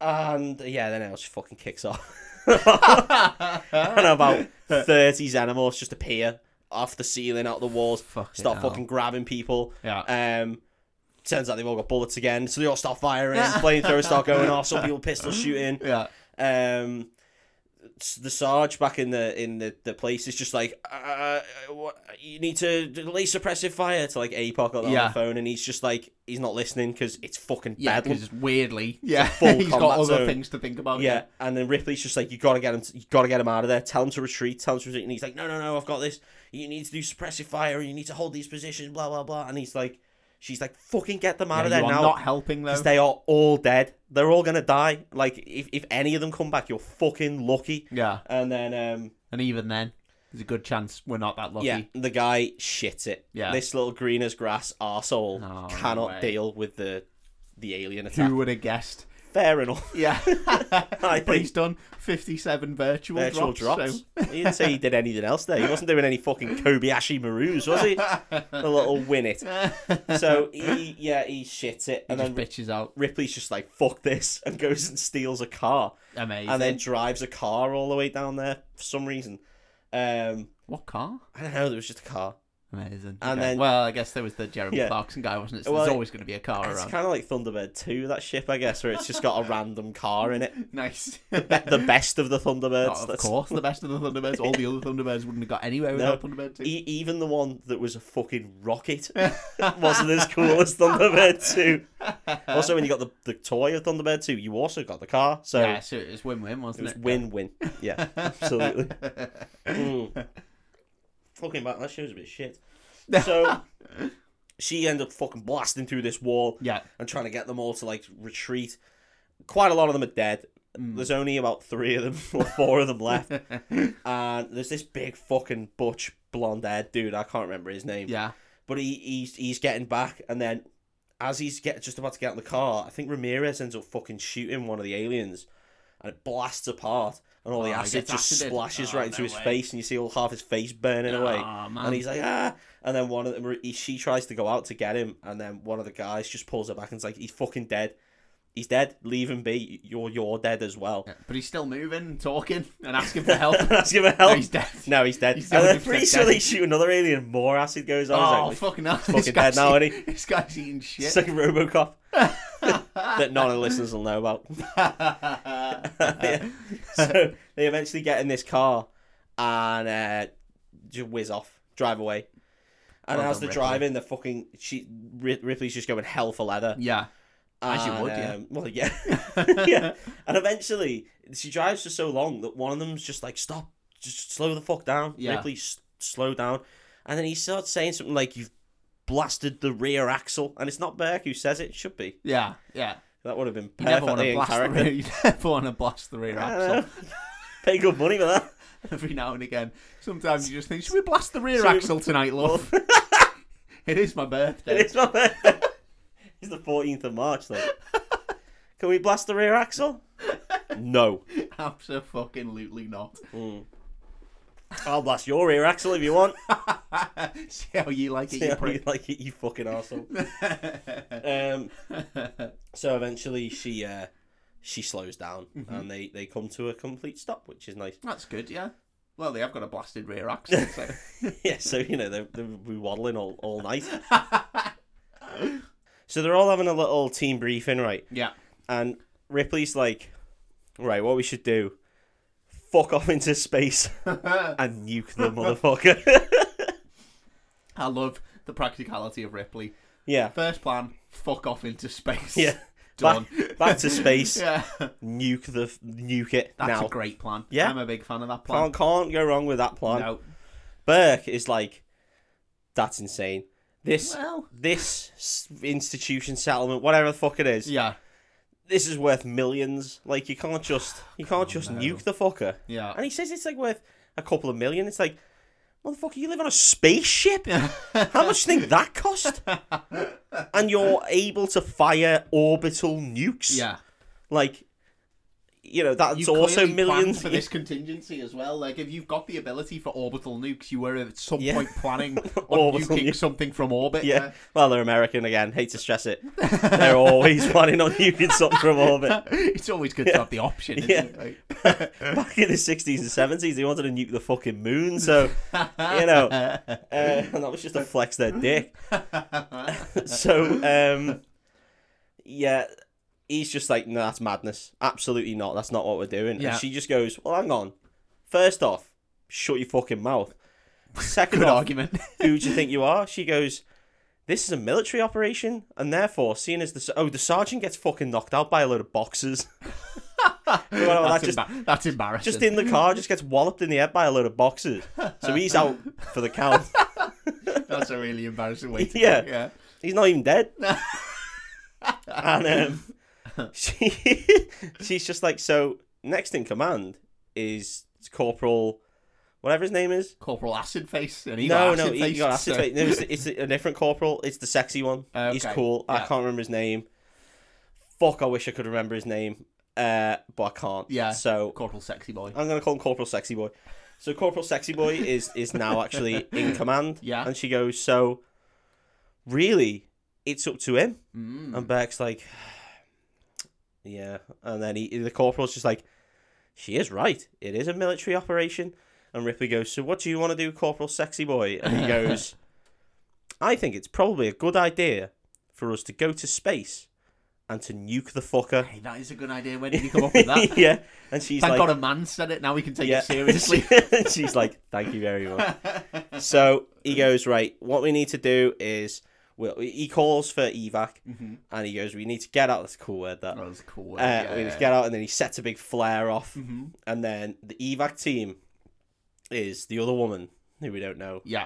Speaker 1: and yeah then it just fucking kicks off
Speaker 2: yeah.
Speaker 1: and about 30 xenomorphs just appear off the ceiling out the walls
Speaker 2: Fucking
Speaker 1: start
Speaker 2: hell.
Speaker 1: fucking grabbing people
Speaker 2: Yeah.
Speaker 1: Um, turns out they've all got bullets again, so they all start firing. flamethrowers start going off. Some people pistol shooting.
Speaker 2: yeah.
Speaker 1: Um, s- the Sarge back in the in the, the place is just like, uh, what, you need to lay suppressive fire to like APOC on
Speaker 2: Yeah.
Speaker 1: the phone, and he's just like, he's not listening because it's fucking
Speaker 2: Yeah,
Speaker 1: bedlam.
Speaker 2: because weirdly, yeah,
Speaker 1: full
Speaker 2: he's got
Speaker 1: combat
Speaker 2: other
Speaker 1: zone.
Speaker 2: things to think about.
Speaker 1: Yeah, and then Ripley's just like, you gotta get him, you gotta get him out of there. Tell him to retreat. Tell him to retreat. And he's like, no, no, no, I've got this. You need to do suppressive fire, and you need to hold these positions. Blah blah blah. And he's like, she's like, fucking get them out
Speaker 2: yeah.
Speaker 1: of
Speaker 2: you
Speaker 1: there
Speaker 2: are
Speaker 1: now,
Speaker 2: not helping though.
Speaker 1: because they are all dead. They're all gonna die. Like if if any of them come back, you're fucking lucky.
Speaker 2: Yeah,
Speaker 1: And then um
Speaker 2: and even then, there's a good chance we're not that lucky.
Speaker 1: yeah, the guy shits it.
Speaker 2: Yeah.
Speaker 1: This little green as grass arsehole
Speaker 2: No
Speaker 1: cannot
Speaker 2: way.
Speaker 1: deal with the the alien attack.
Speaker 2: Who would have guessed?
Speaker 1: Fair enough.
Speaker 2: Yeah,
Speaker 1: I
Speaker 2: but
Speaker 1: think
Speaker 2: he's done 57 virtual,
Speaker 1: virtual drops.
Speaker 2: drops. so-
Speaker 1: He didn't say he did anything else there. He wasn't doing any fucking Kobayashi Maru's, was he? The little win it. So he, yeah, he shits it, and
Speaker 2: Just
Speaker 1: then
Speaker 2: bitches out.
Speaker 1: Ripley's just like fuck this, and goes and steals a car,
Speaker 2: Amazing.
Speaker 1: and then drives a car all the way down there for some reason. Um,
Speaker 2: what car?
Speaker 1: I don't know. There was just a car.
Speaker 2: Amazing.
Speaker 1: And
Speaker 2: Okay.
Speaker 1: then-
Speaker 2: well, I guess there was the Jeremy
Speaker 1: Yeah.
Speaker 2: Clarkson guy, wasn't it? So
Speaker 1: Well,
Speaker 2: there's
Speaker 1: it-
Speaker 2: always going to be a car
Speaker 1: It's
Speaker 2: around.
Speaker 1: kind of like Thunderbird Two, that ship, I guess, where it's just got a random car in it.
Speaker 2: Nice.
Speaker 1: The best of the Thunderbirds.
Speaker 2: Oh, of
Speaker 1: that's-
Speaker 2: course, the best of the Thunderbirds. All the other Thunderbirds wouldn't have got anywhere without Thunderbird 2.
Speaker 1: E- even the one that was a fucking rocket wasn't as cool as Thunderbird 2. Also, when you got the, the toy of Thunderbird 2, you also got the car. So
Speaker 2: yeah, so it was win-win,
Speaker 1: it
Speaker 2: wasn't
Speaker 1: was
Speaker 2: it?
Speaker 1: win win. Yeah, absolutely. Mm. Fucking back, that show's a bit shit. So she ended up fucking blasting through this wall
Speaker 2: Yeah.
Speaker 1: and trying to get them all to like retreat. Quite a lot of them are dead. There's only about three of them or four of them left. and there's this big fucking butch blonde haired dude. I can't remember his name.
Speaker 2: Yeah.
Speaker 1: But he, he's he's getting back, and then as he's get just about to get in the car, I think Ramirez ends up fucking shooting one of the aliens, and it blasts apart, and all the
Speaker 2: Oh, he
Speaker 1: acid
Speaker 2: gets
Speaker 1: just
Speaker 2: acided.
Speaker 1: splashes
Speaker 2: Oh,
Speaker 1: right into
Speaker 2: no
Speaker 1: his
Speaker 2: way.
Speaker 1: face, and you see all half his face burning away.
Speaker 2: Aw, man.
Speaker 1: And he's like, ah. And then one of them, he, she tries to go out to get him, and then one of the guys just pulls her back and's like, he's fucking dead. He's dead. Leave him be. You're you're dead as well.
Speaker 2: Yeah, But he's still moving, talking, and asking for help.
Speaker 1: And ask him for
Speaker 2: No,
Speaker 1: help.
Speaker 2: he's dead.
Speaker 1: No, he's dead.
Speaker 2: He's
Speaker 1: and then
Speaker 2: 100%
Speaker 1: pretty sure they
Speaker 2: dead.
Speaker 1: shoot another alien, more acid goes on.
Speaker 2: Oh,
Speaker 1: It's like,
Speaker 2: fucking hell.
Speaker 1: fucking dead now,
Speaker 2: guy's-
Speaker 1: ain't
Speaker 2: This guy's eating shit.
Speaker 1: it's like Robocop that none of the listeners will know about.
Speaker 2: Uh-huh.
Speaker 1: Yeah. So they eventually get in this car and uh, just whiz off, drive away. And
Speaker 2: Well
Speaker 1: as
Speaker 2: done,
Speaker 1: they're
Speaker 2: Ripley.
Speaker 1: driving, they're fucking. She, Ri- Ripley's just going hell for leather.
Speaker 2: yeah. As you
Speaker 1: And,
Speaker 2: would, yeah.
Speaker 1: um, well, yeah. yeah. And eventually, she drives for so long that one of them's just like, stop, just slow the fuck down.
Speaker 2: Yeah.
Speaker 1: Ripley, s- slow down. And then he starts saying something like, you've blasted the rear axle. And it's not Burke who says it, it should be.
Speaker 2: Yeah. Yeah.
Speaker 1: That would have been
Speaker 2: You never want
Speaker 1: perfectly
Speaker 2: to
Speaker 1: in
Speaker 2: blast the
Speaker 1: character.
Speaker 2: rear. You never want to blast the rear
Speaker 1: I
Speaker 2: axle.
Speaker 1: don't know. Pay good money for that.
Speaker 2: Every now and again, sometimes you just think, should we blast the rear
Speaker 1: Should we-
Speaker 2: axle tonight, love? it is my birthday.
Speaker 1: It's not there. It's the 14th of March, though. Can we blast the rear axle? No.
Speaker 2: Absolutely not.
Speaker 1: I'll blast your rear axle if you want.
Speaker 2: See how you like it,
Speaker 1: See
Speaker 2: you
Speaker 1: how you
Speaker 2: prick.
Speaker 1: like it, you fucking arsehole. um, so eventually she uh, she slows down
Speaker 2: Mm-hmm.
Speaker 1: and they, they come to a complete stop, which is nice.
Speaker 2: That's good, yeah. Well, they have got a blasted rear axle, so.
Speaker 1: yeah, so you know they're, they'll be waddling all, all night. so they're all having a little team briefing, right?
Speaker 2: yeah.
Speaker 1: And Ripley's like, right, what we should do? Fuck off into space and nuke the motherfucker.
Speaker 2: I love the practicality of Ripley.
Speaker 1: yeah,
Speaker 2: First plan, fuck off into space.
Speaker 1: yeah.
Speaker 2: Done.
Speaker 1: Back to space.
Speaker 2: yeah.
Speaker 1: Nuke the f- nuke it
Speaker 2: That's
Speaker 1: now.
Speaker 2: a great plan.
Speaker 1: Yeah.
Speaker 2: I'm a big fan of that plan.
Speaker 1: Can't can't go wrong with that plan.
Speaker 2: No.
Speaker 1: Burke is like, that's insane. This
Speaker 2: Well.
Speaker 1: this s- institution settlement, whatever the fuck it is,
Speaker 2: Yeah.
Speaker 1: this is worth millions. Like you can't just you can't just
Speaker 2: Oh, no.
Speaker 1: nuke the fucker.
Speaker 2: Yeah.
Speaker 1: And he says it's like worth a couple of million. It's like, motherfucker, you live on a spaceship. How much do you think that cost? and you're able to fire orbital nukes.
Speaker 2: Yeah.
Speaker 1: Like, you know that's
Speaker 2: You
Speaker 1: also
Speaker 2: clearly planned
Speaker 1: millions.
Speaker 2: for this contingency as well. Like, if you've got the ability for orbital nukes, you were at some
Speaker 1: Yeah.
Speaker 2: point planning on
Speaker 1: Orbital
Speaker 2: nuking
Speaker 1: nuke.
Speaker 2: something from orbit.
Speaker 1: Yeah. Well, they're American again. Hate to stress it. They're always planning on nuking something from orbit.
Speaker 2: it's always good to have the option. Isn't
Speaker 1: Yeah.
Speaker 2: It? Like,
Speaker 1: Back in the 60s and 70s, they wanted to nuke the fucking moon. So, you know, uh, and that was just to flex their dick. so, um, yeah, he's just like, no, that's madness. Absolutely not. That's not what we're doing.
Speaker 2: Yeah.
Speaker 1: And she just goes, well, hang on. First off, shut your fucking mouth. Second
Speaker 2: good
Speaker 1: off,
Speaker 2: argument.
Speaker 1: who do you think you are? She goes, this is a military operation, and therefore, seeing as the s- oh the sergeant gets fucking knocked out by a load of boxers, Well, that
Speaker 2: that's,
Speaker 1: just
Speaker 2: embar- that's embarrassing.
Speaker 1: just in the car, just gets walloped in the head by a load of boxers, so he's out for the count.
Speaker 2: That's a really embarrassing way to
Speaker 1: Yeah.
Speaker 2: go. Yeah.
Speaker 1: He's not even dead. and um, she she's just like so. Next in command is Corporal, whatever his name is.
Speaker 2: Corporal Acid Face. And he
Speaker 1: no,
Speaker 2: got acid
Speaker 1: no, he
Speaker 2: faced,
Speaker 1: got acid
Speaker 2: so- Oh,
Speaker 1: face. No, it's, it's a different corporal. It's the sexy one.
Speaker 2: Okay,
Speaker 1: He's cool. I
Speaker 2: yeah.
Speaker 1: can't remember his name. Fuck, I wish I could remember his name, uh, but I can't.
Speaker 2: Yeah.
Speaker 1: So
Speaker 2: Corporal Sexy Boy.
Speaker 1: I'm gonna call him Corporal Sexy Boy. So Corporal Sexy Boy is is now actually in command.
Speaker 2: Yeah.
Speaker 1: And she goes, so really, it's up to him.
Speaker 2: Mm.
Speaker 1: And Beck's like, yeah. And then he, the corporal's just like, she is right. It is a military operation. And Ripley goes, so what do you want to do, Corporal Sexy Boy? And he goes, I think it's probably a good idea for us to go to space and to nuke the fucker.
Speaker 2: Hey, that is a good idea. When did you come up with that?
Speaker 1: yeah. And she's
Speaker 2: Thank
Speaker 1: like,
Speaker 2: God a man said it. Now we can take
Speaker 1: yeah.
Speaker 2: it seriously.
Speaker 1: And she's like, thank you very much. So he goes, right, what we need to do is, well, he calls for evac and he goes, we need to get out. That's a cool word, that.
Speaker 2: that was cool.
Speaker 1: Uh, we just get out, and then he sets a big flare off, and then the evac team is the other woman who we don't know,
Speaker 2: yeah.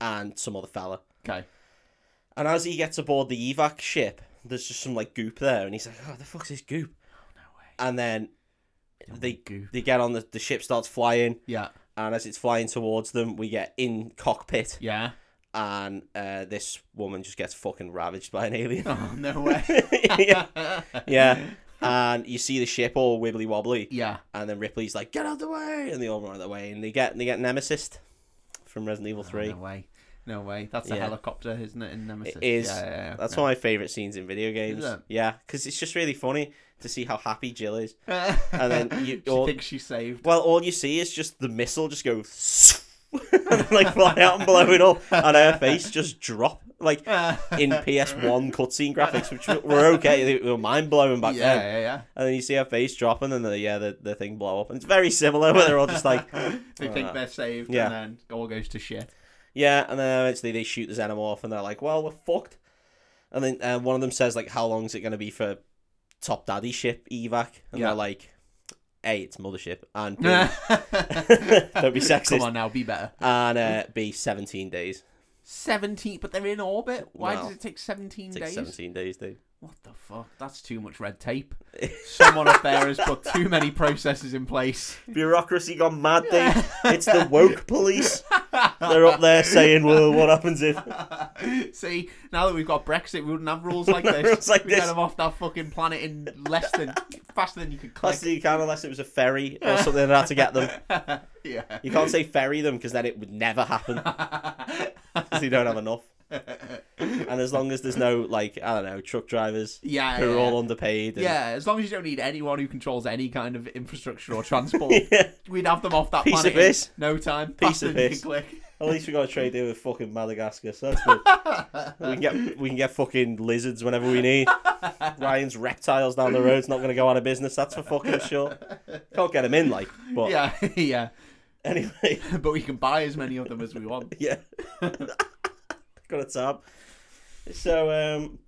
Speaker 1: and some other fella.
Speaker 2: Okay.
Speaker 1: And as he gets aboard the evac ship, there's just some like goop there, and he's like, "Oh, the fuck's this goop?" And then they
Speaker 2: goop.
Speaker 1: they get on the the ship starts flying,
Speaker 2: Yeah.
Speaker 1: and as it's flying towards them, we get in cockpit,
Speaker 2: Yeah.
Speaker 1: and uh, this woman just gets fucking ravaged by an alien.
Speaker 2: Oh, no way.
Speaker 1: yeah, yeah. And you see the ship all wibbly wobbly.
Speaker 2: yeah. Oh,
Speaker 1: And then Ripley's like, "Get out of the way!" And they all run out of the way, and they get they get Nemesis from Resident Evil Three.
Speaker 2: Oh, No way. No way. That's a
Speaker 1: Yeah.
Speaker 2: helicopter, isn't it? In Nemesis.
Speaker 1: It is.
Speaker 2: Yeah, yeah, yeah.
Speaker 1: That's
Speaker 2: yeah.
Speaker 1: one of my favorite scenes in video games.
Speaker 2: it?
Speaker 1: Yeah, because it's just really funny to see how happy Jill is.
Speaker 2: and
Speaker 1: then you-
Speaker 2: she
Speaker 1: all-
Speaker 2: thinks she's saved.
Speaker 1: Well, all you see is just the missile just go and like fly out and blow it up, and her face just drop like in PS One cutscene graphics, which were okay. They were mind blowing back
Speaker 2: yeah,
Speaker 1: then.
Speaker 2: yeah, yeah.
Speaker 1: And then you see her face drop, and then the, yeah, the, the thing blow up, and it's very similar. Where they're all just like, uh,
Speaker 2: They think they're saved,
Speaker 1: Yeah.
Speaker 2: and then all goes to shit.
Speaker 1: Yeah, and then eventually they shoot the xenomorph, and they're like, "Well, we're fucked." And then uh, one of them says, "Like, how long is it going to be for Top Daddy ship evac?" And
Speaker 2: Yeah.
Speaker 1: they're like, "A, it's mothership, and B,
Speaker 2: Don't
Speaker 1: don't be sexist,
Speaker 2: Come on now, be better.
Speaker 1: and uh, B, seventeen days.
Speaker 2: 17, but they're in orbit. Why
Speaker 1: Well,
Speaker 2: does it take 17
Speaker 1: It's like
Speaker 2: days?
Speaker 1: seventeen days, dude.
Speaker 2: What the fuck? That's too much red tape. Someone up there has put too many processes in place.
Speaker 1: Bureaucracy gone mad, dude. It's the woke police. They're up there saying, "Well, what happens if?"
Speaker 2: See, now that we've got Brexit, we wouldn't have rules like this.
Speaker 1: Rules like
Speaker 2: we get
Speaker 1: this.
Speaker 2: them off that fucking planet in less than faster than you could click.
Speaker 1: That's the kind unless it was a ferry or something that had to get them.
Speaker 2: yeah.
Speaker 1: You can't say ferry them because then it would never happen because you don't have enough. And as long as there's no like I don't know truck drivers
Speaker 2: yeah,
Speaker 1: who are
Speaker 2: yeah.
Speaker 1: all underpaid. And...
Speaker 2: yeah, as long as you don't need anyone who controls any kind of infrastructure or transport, we'd have them off that
Speaker 1: Piece
Speaker 2: planet
Speaker 1: of piss.
Speaker 2: in no time.
Speaker 1: Piece
Speaker 2: faster
Speaker 1: of
Speaker 2: than you
Speaker 1: piss.
Speaker 2: could click.
Speaker 1: At least we got a trade deal with fucking Madagascar, so that's good. we can get we can get fucking lizards whenever we need. Ryan's reptiles down the road's not going to go out of business. That's for fucking sure. Can't get them in, like. But
Speaker 2: Yeah, yeah.
Speaker 1: anyway,
Speaker 2: But we can buy as many of them as we want.
Speaker 1: yeah. got a tab. So um.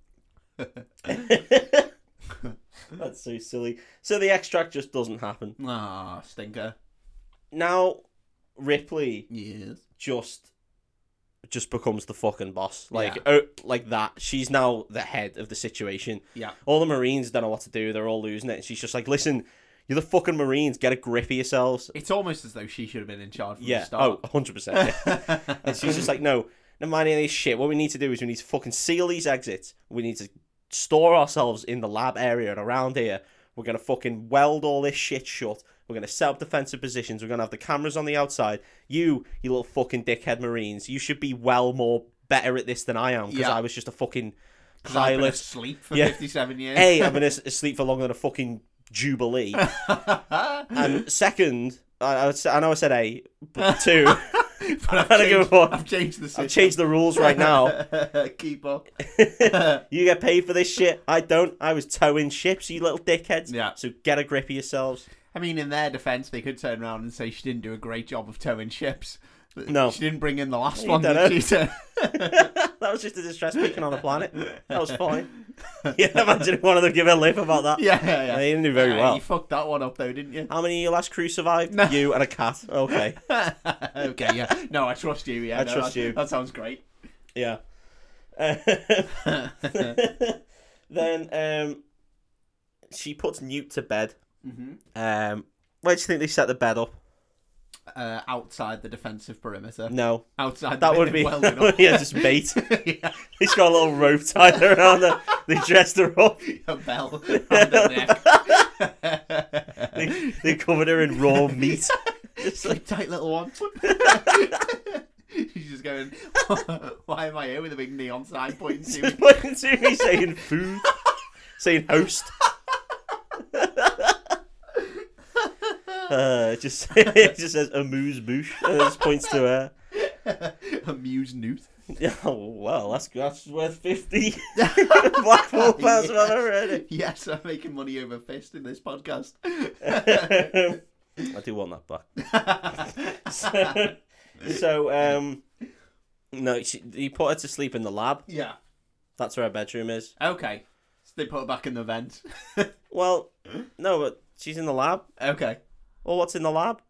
Speaker 1: That's so silly. So the extract just doesn't happen.
Speaker 2: Ah, stinker.
Speaker 1: Now Ripley
Speaker 2: Yes.
Speaker 1: just just becomes the fucking boss like
Speaker 2: Yeah.
Speaker 1: oh, like that she's now the head of the situation
Speaker 2: Yeah.
Speaker 1: all the marines don't know what to do they're all losing it and she's just like listen you're the fucking marines get a grip of yourselves
Speaker 2: It's almost as though she should have been in charge from the
Speaker 1: yeah
Speaker 2: start.
Speaker 1: oh 100% yeah. and she's just like no never mind any of this shit what we need to do is we need to fucking seal these exits we need to store ourselves in the lab area and around here we're gonna fucking weld all this shit shut we're gonna set up defensive positions we're gonna have the cameras on the outside you you little fucking dickhead marines you should be well more better at this than i am because
Speaker 2: Yeah.
Speaker 1: i was just a fucking
Speaker 2: 'Cause I've been
Speaker 1: pilot
Speaker 2: asleep for
Speaker 1: Yeah.
Speaker 2: 57 years.
Speaker 1: a i'm gonna s- sleep for longer than a fucking jubilee and second I, I, would say- I know i said a but two
Speaker 2: but I've,
Speaker 1: I don't
Speaker 2: changed,
Speaker 1: give a fuck.
Speaker 2: I've changed the system.
Speaker 1: I've changed the rules right now.
Speaker 2: Keep up.
Speaker 1: You get paid for this shit. I don't. I was towing ships, you little dickheads.
Speaker 2: Yeah.
Speaker 1: So get a grip of yourselves.
Speaker 2: I mean, in their defense, they could turn around and say she didn't do a great job of towing ships.
Speaker 1: No.
Speaker 2: She didn't bring in the last
Speaker 1: You
Speaker 2: one,
Speaker 1: dunno.
Speaker 2: did she?
Speaker 1: that was just a distress beacon on a planet. That was fine. Yeah, imagine if one of them give a lip about that.
Speaker 2: yeah, yeah, yeah.
Speaker 1: They didn't do very
Speaker 2: Uh,
Speaker 1: well.
Speaker 2: You fucked that one up, though, didn't you?
Speaker 1: How many of your last crew survived?
Speaker 2: No.
Speaker 1: You and a cat. Okay.
Speaker 2: okay, yeah. No, I trust you. Yeah,
Speaker 1: I
Speaker 2: no,
Speaker 1: trust
Speaker 2: that-
Speaker 1: you.
Speaker 2: That sounds great. Mm-hmm.
Speaker 1: Yeah. Uh, then um, she puts Newt to bed.
Speaker 2: hmm
Speaker 1: Um, where do you think they set the bed up?
Speaker 2: Uh, outside the defensive perimeter.
Speaker 1: No,
Speaker 2: Outside
Speaker 1: that
Speaker 2: the
Speaker 1: would be
Speaker 2: well enough.
Speaker 1: yeah, just bait.
Speaker 2: yeah,
Speaker 1: He's got a little rope tied around her. They dressed her up.
Speaker 2: a bell around the neck.
Speaker 1: They, they covered her in raw meat. Just like,
Speaker 2: Sleep tight, little one. She's just going, why am I here with a big neon sign pointing to me?
Speaker 1: pointing to me saying food, saying host. uh, it just it just says amuse bouche and it just points to her.
Speaker 2: Amuse Newt.
Speaker 1: Yeah, Oh well, that's that's worth fifty Blackpool pounds
Speaker 2: Yes.
Speaker 1: already.
Speaker 2: Yes, I'm making money over fist in this podcast.
Speaker 1: I do want that back. so, so um, no, she, he put her to sleep in the lab.
Speaker 2: yeah.
Speaker 1: That's where her bedroom is.
Speaker 2: Okay. So they put her back in the vent.
Speaker 1: Well, no, but she's in the lab.
Speaker 2: okay.
Speaker 1: Or what's in the lab?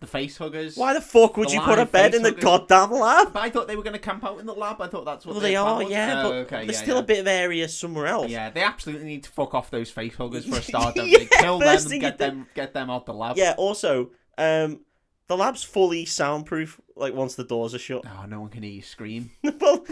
Speaker 2: The face huggers.
Speaker 1: Why the fuck would
Speaker 2: The
Speaker 1: you put a
Speaker 2: live
Speaker 1: bed in the
Speaker 2: Facebook is-
Speaker 1: goddamn lab?
Speaker 2: But I thought they were going to camp out in the lab. I thought that's what
Speaker 1: Well,
Speaker 2: their
Speaker 1: they
Speaker 2: plan
Speaker 1: are,
Speaker 2: was.
Speaker 1: yeah,
Speaker 2: Oh,
Speaker 1: but
Speaker 2: okay,
Speaker 1: there's
Speaker 2: yeah,
Speaker 1: still
Speaker 2: yeah.
Speaker 1: a bit of area somewhere else.
Speaker 2: Yeah, they absolutely need to fuck off those face huggers for a start. Don't
Speaker 1: Yeah,
Speaker 2: they? Kill
Speaker 1: first
Speaker 2: them,
Speaker 1: thing you
Speaker 2: and get them, get them out the lab.
Speaker 1: Yeah, Also, um, the lab's fully soundproof. Like once the doors are shut,
Speaker 2: Oh, no one can hear you scream.
Speaker 1: well,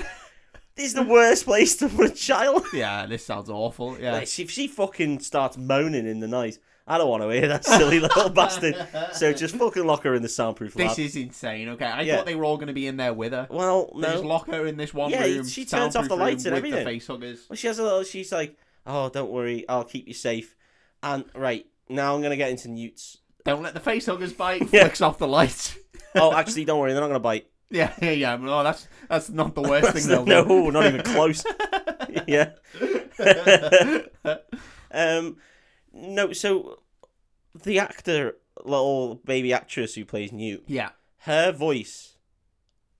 Speaker 1: this is the worst place to put a child.
Speaker 2: yeah, this sounds awful. Yeah.
Speaker 1: Like, if she fucking starts moaning in the night, I don't want to hear that silly little bastard. So just fucking lock her in the soundproof lab.
Speaker 2: This is insane. Okay, I
Speaker 1: Yeah.
Speaker 2: thought they were all going to be in there with her.
Speaker 1: Well,
Speaker 2: They just
Speaker 1: no.
Speaker 2: lock her in this one
Speaker 1: Yeah,
Speaker 2: room.
Speaker 1: she turns off the
Speaker 2: soundproof
Speaker 1: lights
Speaker 2: room
Speaker 1: and
Speaker 2: with
Speaker 1: everything.
Speaker 2: The face huggers.
Speaker 1: Well, she has a little. She's like, "Oh, don't worry, I'll keep you safe." And right now, I'm gonna get into newts.
Speaker 2: Don't let the face huggers bite.
Speaker 1: Yeah.
Speaker 2: Flicks off the lights.
Speaker 1: Oh, actually, don't worry, they're not gonna bite.
Speaker 2: yeah, yeah, yeah. No, that's that's not the worst thing they'll
Speaker 1: no,
Speaker 2: do.
Speaker 1: not even close. yeah. um, no. So the actor, little baby actress who plays Newt,
Speaker 2: Yeah.
Speaker 1: her voice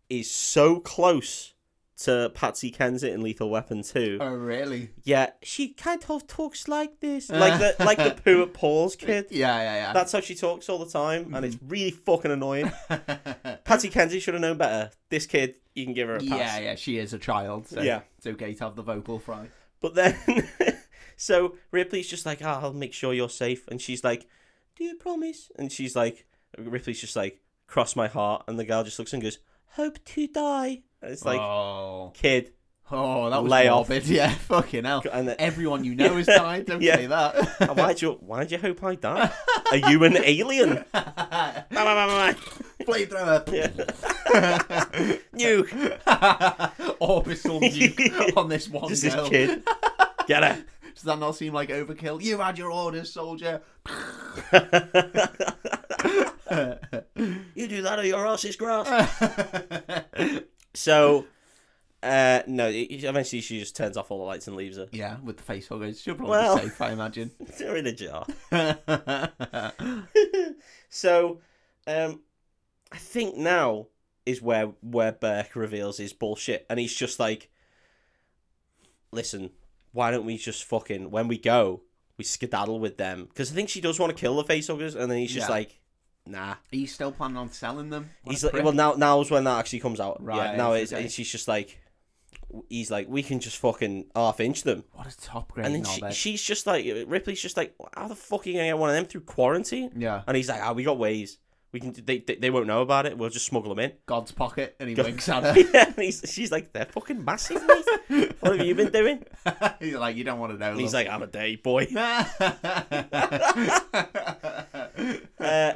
Speaker 1: is so close to Patsy Kensit in Lethal Weapon Two.
Speaker 2: Oh, really?
Speaker 1: Yeah, she kind of talks like this, like the like the poo at Paul's kid.
Speaker 2: Yeah, Mm-hmm. yeah, yeah.
Speaker 1: That's how she talks all the time, and it's really fucking annoying. Patsy Kenzie should have known better. This kid, you can give her a pass.
Speaker 2: yeah, yeah. She is a child, so
Speaker 1: Yeah.
Speaker 2: it's okay to have the vocal fry.
Speaker 1: But then, so Ripley's just like, "Ah, I'll make sure you're safe. And she's like, Do you promise? And she's like, Ripley's just like, cross my heart. And the girl just looks and goes, hope to die. And it's like,
Speaker 2: oh,
Speaker 1: kid.
Speaker 2: oh, that was
Speaker 1: lay
Speaker 2: lay
Speaker 1: off.
Speaker 2: Yeah, fucking hell.
Speaker 1: And the-
Speaker 2: Everyone you know has died. Don't
Speaker 1: Yeah.
Speaker 2: say that.
Speaker 1: "And why'd you, why'd you hope I die? Are you an alien?
Speaker 2: Flamethrower.
Speaker 1: Nuke.
Speaker 2: Orbital nuke on this one
Speaker 1: Just this
Speaker 2: girl.
Speaker 1: kid. Get her.
Speaker 2: Does that not seem like overkill? You had your orders, soldier.
Speaker 1: You do that or your ass is grass. so, uh, no, it- eventually she just turns off all the lights and leaves her.
Speaker 2: yeah, with the face huggers. She'll probably
Speaker 1: Well.
Speaker 2: be safe, I imagine.
Speaker 1: They're in a jar. So, um, I think now is where where Burke reveals his bullshit, and he's just like, "Listen, why don't we just fucking when we go, we skedaddle with them?" Because I think she does want to kill the facehuggers, and then he's just
Speaker 2: Yeah.
Speaker 1: like, "Nah."
Speaker 2: He's still planning on selling them. What
Speaker 1: he's
Speaker 2: a
Speaker 1: like,
Speaker 2: prick.
Speaker 1: "Well, now now's when that actually comes out." Yeah,
Speaker 2: Right,
Speaker 1: now it's,
Speaker 2: okay.
Speaker 1: and she's just like, he's like, "We can just fucking half inch them."
Speaker 2: what a top grade
Speaker 1: And then she,
Speaker 2: knobhead.
Speaker 1: she's just like Ripley's just like, how the fuck are you gonna get one of them through quarantine?
Speaker 2: Yeah,
Speaker 1: And he's like, ah, we got ways. We can. They, they, they won't know about it. We'll just smuggle them in.
Speaker 2: God's pocket, and he
Speaker 1: God-
Speaker 2: winks at her.
Speaker 1: yeah, and he's, she's like, they're fucking massive. Mate. What have you been doing?
Speaker 2: he's like, you don't want to know.
Speaker 1: And he's
Speaker 2: love."
Speaker 1: like, I'm a day boy.
Speaker 2: I
Speaker 1: Uh,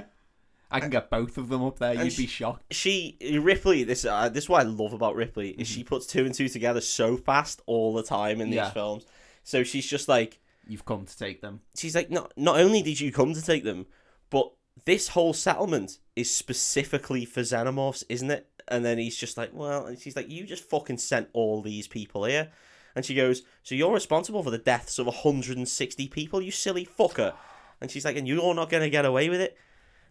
Speaker 2: can get both of them up there.
Speaker 1: and
Speaker 2: You'd be
Speaker 1: sh-
Speaker 2: shocked.
Speaker 1: she Ripley. This uh, this is what I love about Ripley is she puts two and two together so fast all the time in these
Speaker 2: Yeah.
Speaker 1: films. So she's just like,
Speaker 2: You've come to take them.
Speaker 1: she's like, not not only did you come to take them, but this whole settlement is specifically for xenomorphs, isn't it? And then he's just like, well, and she's like, you just fucking sent all these people here. And she goes, so you're responsible for the deaths of 160 people, you silly fucker. And she's like, and you're not going to get away with it.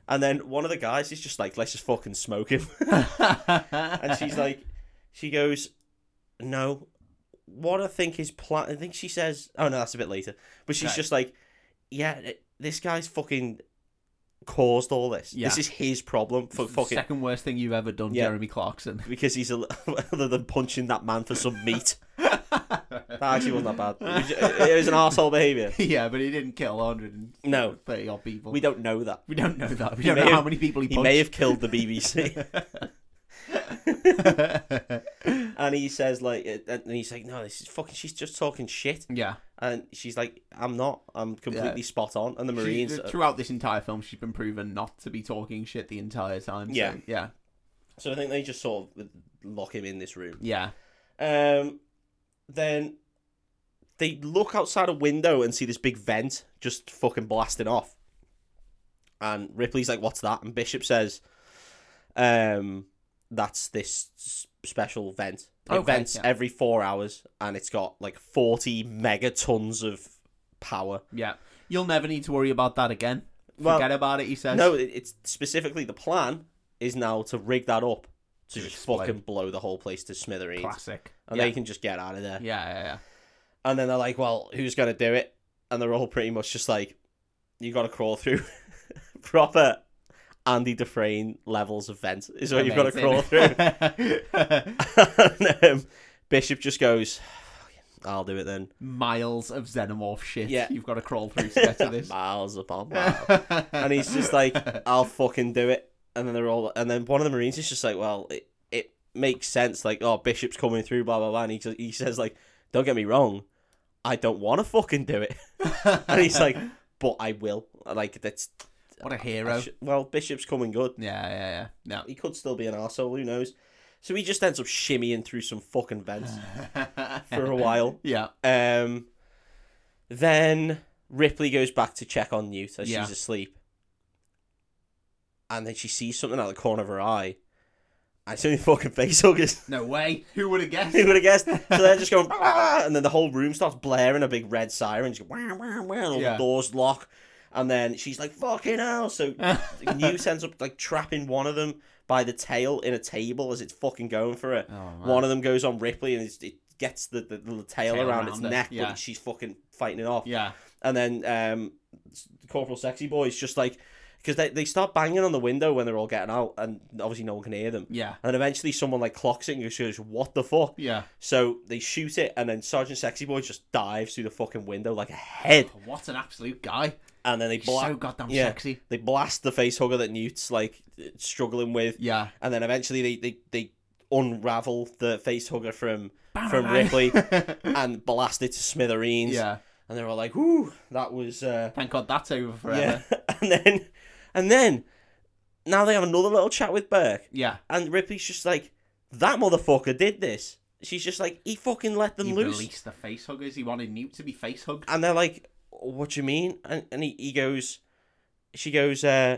Speaker 1: And then one of the guys is just like, let's just fucking smoke him. and she's like, she goes, no, what I think is plan. I think she says, oh no, that's a bit later. But she's
Speaker 2: Okay.
Speaker 1: just like, yeah, th- this guy's fucking caused all this.
Speaker 2: Yeah.
Speaker 1: This is his problem for fucking
Speaker 2: second worst thing you've ever done,
Speaker 1: Yeah.
Speaker 2: Jeremy Clarkson.
Speaker 1: because he's a, other than punching that man for some meat. that actually wasn't that bad. It was, it was an asshole behavior.
Speaker 2: yeah, but he didn't kill 130
Speaker 1: No.
Speaker 2: odd people.
Speaker 1: We don't know that.
Speaker 2: We don't know that. We
Speaker 1: He
Speaker 2: don't
Speaker 1: may
Speaker 2: know
Speaker 1: have-
Speaker 2: how many people he,
Speaker 1: He
Speaker 2: punched.
Speaker 1: may have killed the BBC. and he says like, uh, and he's like, no, this is fucking. She's just talking shit.
Speaker 2: yeah.
Speaker 1: And she's like, I'm not. I'm completely spot on. And the
Speaker 2: She-
Speaker 1: Marines.
Speaker 2: throughout this entire film, she's been proven not to be talking shit the entire time. so,
Speaker 1: Yeah.
Speaker 2: yeah.
Speaker 1: So I think they just sort of lock him in this room.
Speaker 2: Yeah.
Speaker 1: Um, then they look outside a window and see this big vent just fucking blasting off. And Ripley's like, "What's that?" And Bishop says, "Um, that's this s- special vent. It
Speaker 2: Okay,
Speaker 1: vents
Speaker 2: yeah.
Speaker 1: every four hours, and it's got like forty megatons of power."
Speaker 2: Yeah. You'll never need to worry about that again.
Speaker 1: Well,
Speaker 2: Forget about it, he says.
Speaker 1: No, it- it's specifically the plan is now to rig that up to
Speaker 2: To
Speaker 1: just
Speaker 2: explode.
Speaker 1: fucking blow the whole place to smithereens,
Speaker 2: Classic.
Speaker 1: and
Speaker 2: yeah.
Speaker 1: they can just get out of there.
Speaker 2: yeah, yeah, yeah.
Speaker 1: And then they're like, well, who's going to do it? And they're all pretty much just like, you got to crawl through proper Andy Dufresne levels of vent is what you've got to crawl through.
Speaker 2: through.
Speaker 1: and, um, Bishop just goes, I'll do it then.
Speaker 2: Miles of xenomorph shit
Speaker 1: Yeah.
Speaker 2: you've got to crawl through to get to this.
Speaker 1: Miles upon miles. and he's just like, I'll fucking do it. And then they're all, and then one of the Marines is just like, well, it, it makes sense. Like, oh, Bishop's coming through, blah, blah, blah. And he, just, he says, like, don't get me wrong. I don't want to fucking do it. and he's like, but I will. Like, that's
Speaker 2: what a
Speaker 1: I
Speaker 2: hero.
Speaker 1: sh- well, Bishop's coming good.
Speaker 2: Yeah, yeah, yeah.
Speaker 1: He could still be an arsehole, who knows? So he just ends up shimmying through some fucking vents
Speaker 2: No.
Speaker 1: for a while.
Speaker 2: Yeah.
Speaker 1: Um, then Ripley goes back to check on Newt as
Speaker 2: Yeah.
Speaker 1: she's asleep. And then she sees something out of the corner of her eye. And it's only fucking face huggers.
Speaker 2: No way. Who would have guessed?
Speaker 1: Who would have guessed? So they're just going, "Ah!" and then the whole room starts blaring a big red siren. Just wah, wah, wah, and all the
Speaker 2: Yeah.
Speaker 1: doors lock. And then she's like, fucking hell. So Newt ends up like trapping one of them by the tail in a table as it's fucking going for it.
Speaker 2: Oh, man.
Speaker 1: One of them goes on Ripley and it's, it gets the, the, the tail,
Speaker 2: Tail
Speaker 1: around, its
Speaker 2: around it,
Speaker 1: neck,
Speaker 2: yeah.
Speaker 1: but she's fucking fighting it off.
Speaker 2: Yeah.
Speaker 1: And then um, Corporal Sexy Boy's just like, because they, they start banging on the window when they're all getting out, and obviously no one can hear them.
Speaker 2: Yeah.
Speaker 1: And eventually someone like clocks it and goes, "What the fuck?"
Speaker 2: Yeah.
Speaker 1: So they shoot it, and then Sergeant Sexy Boy just dives through the fucking window like a head,
Speaker 2: What an absolute guy.
Speaker 1: and then they
Speaker 2: He's
Speaker 1: bla-
Speaker 2: so goddamn
Speaker 1: yeah.
Speaker 2: sexy.
Speaker 1: they blast the face hugger that Newt's like struggling with,
Speaker 2: Yeah.
Speaker 1: and then eventually they they, they unravel the face hugger from from
Speaker 2: Bang.
Speaker 1: Ripley and blast it to smithereens.
Speaker 2: yeah.
Speaker 1: and they're all like, "Whoo, that was." Uh,
Speaker 2: Thank God that's over forever.
Speaker 1: Yeah. And then and then now they have another little chat with Burke
Speaker 2: Yeah.
Speaker 1: and Ripley's just like, That motherfucker did this. She's just like, he fucking let them
Speaker 2: He
Speaker 1: loose.
Speaker 2: released the face huggers. He wanted Newt to be face hugged.
Speaker 1: And they're like, What do you mean? And and he, he goes she goes, uh,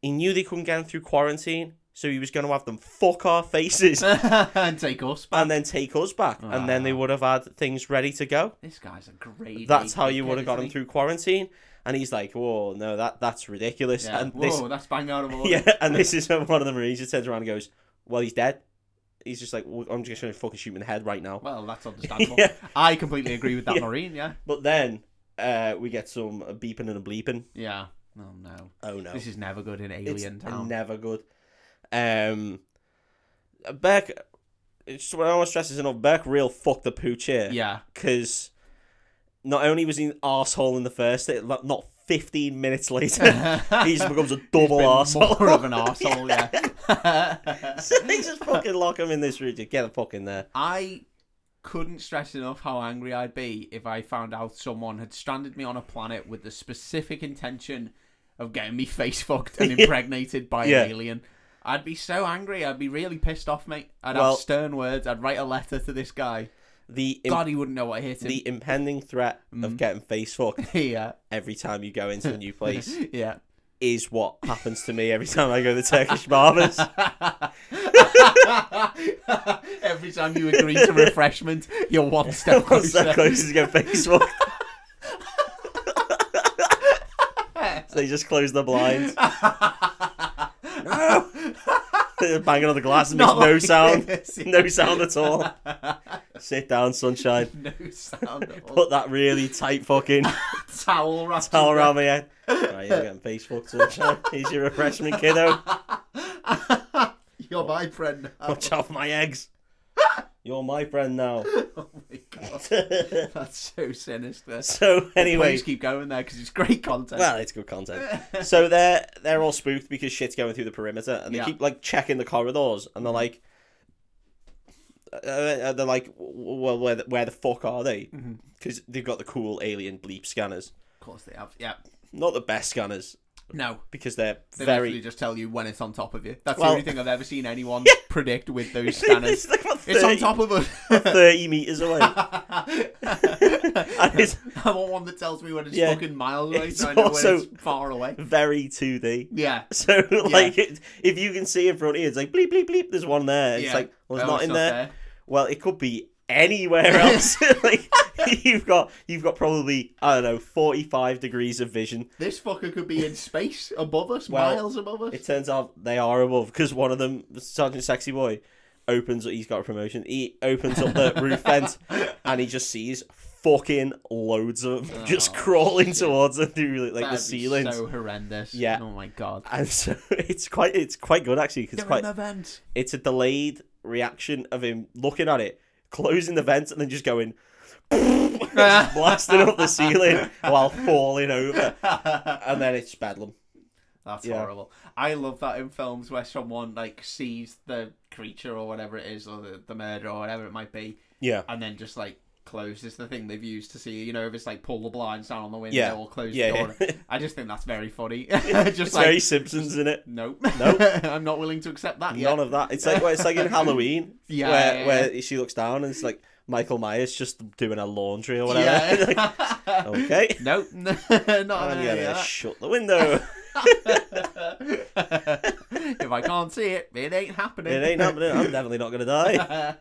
Speaker 1: he knew they couldn't get him through quarantine, so he was gonna have them fuck our faces
Speaker 2: and take us back.
Speaker 1: and then take us back. And then they would have had things ready to go.
Speaker 2: This guy's a great.
Speaker 1: That's how
Speaker 2: big
Speaker 1: you
Speaker 2: kid,
Speaker 1: would have got
Speaker 2: isn't
Speaker 1: him
Speaker 2: he?
Speaker 1: through quarantine. And he's like, Whoa, no, that that's ridiculous.
Speaker 2: Yeah.
Speaker 1: And
Speaker 2: Whoa,
Speaker 1: this
Speaker 2: that's bang out of order.
Speaker 1: Yeah, and this is when one of the Marines just turns around and goes, "Well, he's dead." He's just like, well, "I'm just going to fucking shoot him in the head right now."
Speaker 2: Well, that's understandable.
Speaker 1: Yeah.
Speaker 2: I completely agree with that
Speaker 1: Yeah.
Speaker 2: Marine, yeah.
Speaker 1: But then uh, we get some beeping and a bleeping.
Speaker 2: Yeah. Oh, no.
Speaker 1: Oh no,
Speaker 2: This is never good in
Speaker 1: it's
Speaker 2: Alien Town.
Speaker 1: never good. Um, Beck, it's just what I want to stress is enough. Beck real fucked the pooch here
Speaker 2: yeah.
Speaker 1: because not only was he an asshole in the first, it, like, not fifteen minutes later, he just becomes a double
Speaker 2: Been
Speaker 1: asshole.
Speaker 2: More of an arsehole, yeah.
Speaker 1: so they just fucking lock him in this room. Just Get the fuck in there.
Speaker 2: I couldn't stress enough how angry I'd be if I found out someone had stranded me on a planet with the specific intention of getting me face fucked and impregnated by
Speaker 1: Yeah.
Speaker 2: an alien. I'd be so angry. I'd be really pissed off, mate. I'd
Speaker 1: Well-
Speaker 2: have stern words. I'd write a letter to this guy.
Speaker 1: The
Speaker 2: God, Mm. he wouldn't know what hit him.
Speaker 1: the impending threat of getting face fucked
Speaker 2: yeah,
Speaker 1: every time you go into a new place
Speaker 2: yeah.
Speaker 1: is what happens to me every time I go to Turkish barbers.
Speaker 2: Every time you agree to refreshment, you're one step
Speaker 1: I'm so
Speaker 2: closer.
Speaker 1: close to get face fucked. so they just close the blinds. no! They're banging on the glass and makes
Speaker 2: Not
Speaker 1: no
Speaker 2: like
Speaker 1: sound.
Speaker 2: this.
Speaker 1: No sound at all. Sit down, sunshine.
Speaker 2: No sound at all.
Speaker 1: Put that really tight fucking
Speaker 2: Towel wrapped
Speaker 1: towel around
Speaker 2: around.
Speaker 1: my head. Right, you're getting face fucked, sunshine. Here's your refreshment, kiddo.
Speaker 2: You're my friend Oh now.
Speaker 1: Watch off my eggs. You're my friend now.
Speaker 2: Oh my god, that's so sinister.
Speaker 1: so anyway,
Speaker 2: Please keep going there because it's great content.
Speaker 1: well, it's good content. So they're they're all spooked because shit's going through the perimeter, and they
Speaker 2: Yeah. Mm-hmm.
Speaker 1: keep like checking the corridors, and they're like, uh, uh, they're like, w- w- well, where the, where the fuck are they?
Speaker 2: Mm-hmm.
Speaker 1: Because they've got the cool alien bleep scanners,
Speaker 2: of course they have. Yeah.
Speaker 1: not the best scanners
Speaker 2: No,
Speaker 1: because they're
Speaker 2: they literally
Speaker 1: very.
Speaker 2: just tell you when it's on top of you. That's
Speaker 1: Well-
Speaker 2: the only thing I've ever seen anyone predict with those
Speaker 1: it's
Speaker 2: scanners.
Speaker 1: like about 30,
Speaker 2: it's on top of us.
Speaker 1: thirty meters away. and it's
Speaker 2: I want one that tells me when it's
Speaker 1: Yeah.
Speaker 2: fucking miles away,
Speaker 1: It's
Speaker 2: so I know
Speaker 1: also-
Speaker 2: when it's far away.
Speaker 1: very two D.
Speaker 2: Yeah.
Speaker 1: So like, it, if you can see in front of you, it's like bleep bleep bleep. There's one there. It's
Speaker 2: yeah.
Speaker 1: like, well, it's
Speaker 2: Oh,
Speaker 1: not in there. Well, it could be anywhere else. like you've got you've got probably I don't know forty five degrees of vision.
Speaker 2: This fucker could be in space above us,
Speaker 1: Well,
Speaker 2: miles above us.
Speaker 1: It turns out they are above because one of them, Sergeant Sexy Boy, opens. He's got a promotion. He opens up the roof vent and he just sees fucking loads of them just
Speaker 2: Oh,
Speaker 1: crawling towards him through like
Speaker 2: That'd
Speaker 1: the ceilings.
Speaker 2: Be so horrendous.
Speaker 1: Yeah.
Speaker 2: Oh my god.
Speaker 1: And so it's quite it's quite good actually. 'cause
Speaker 2: They're
Speaker 1: it's quite
Speaker 2: in the vent.
Speaker 1: it's a delayed reaction of him looking at it, closing the vents, and then just going, just blasting up the ceiling while falling over, and then it's bedlam.
Speaker 2: That's
Speaker 1: Yeah.
Speaker 2: horrible. I love that in films where someone like sees the creature or whatever it is, or the, the murder or whatever it might be,
Speaker 1: Yeah,
Speaker 2: and then just like closes the thing they've used to see. You know, if it's like pull the blinds down on the window
Speaker 1: Yeah.
Speaker 2: or close
Speaker 1: Yeah,
Speaker 2: the door.
Speaker 1: yeah.
Speaker 2: I just think that's very funny.
Speaker 1: it's
Speaker 2: just like
Speaker 1: very Simpsons in it.
Speaker 2: nope,
Speaker 1: Nope.
Speaker 2: I'm not willing to accept that. yet.
Speaker 1: None of that. It's like well, it's like in Halloween,
Speaker 2: Yeah,
Speaker 1: where
Speaker 2: yeah,
Speaker 1: where she looks down and it's like Michael Myers just doing her laundry or whatever. Like, oh.
Speaker 2: Yeah. Oh,
Speaker 1: okay,
Speaker 2: nope, not having
Speaker 1: and
Speaker 2: any
Speaker 1: yeah,
Speaker 2: of
Speaker 1: they
Speaker 2: that.
Speaker 1: shut the window.
Speaker 2: if I can't see it, it ain't happening.
Speaker 1: It ain't happening. I'm definitely not gonna die.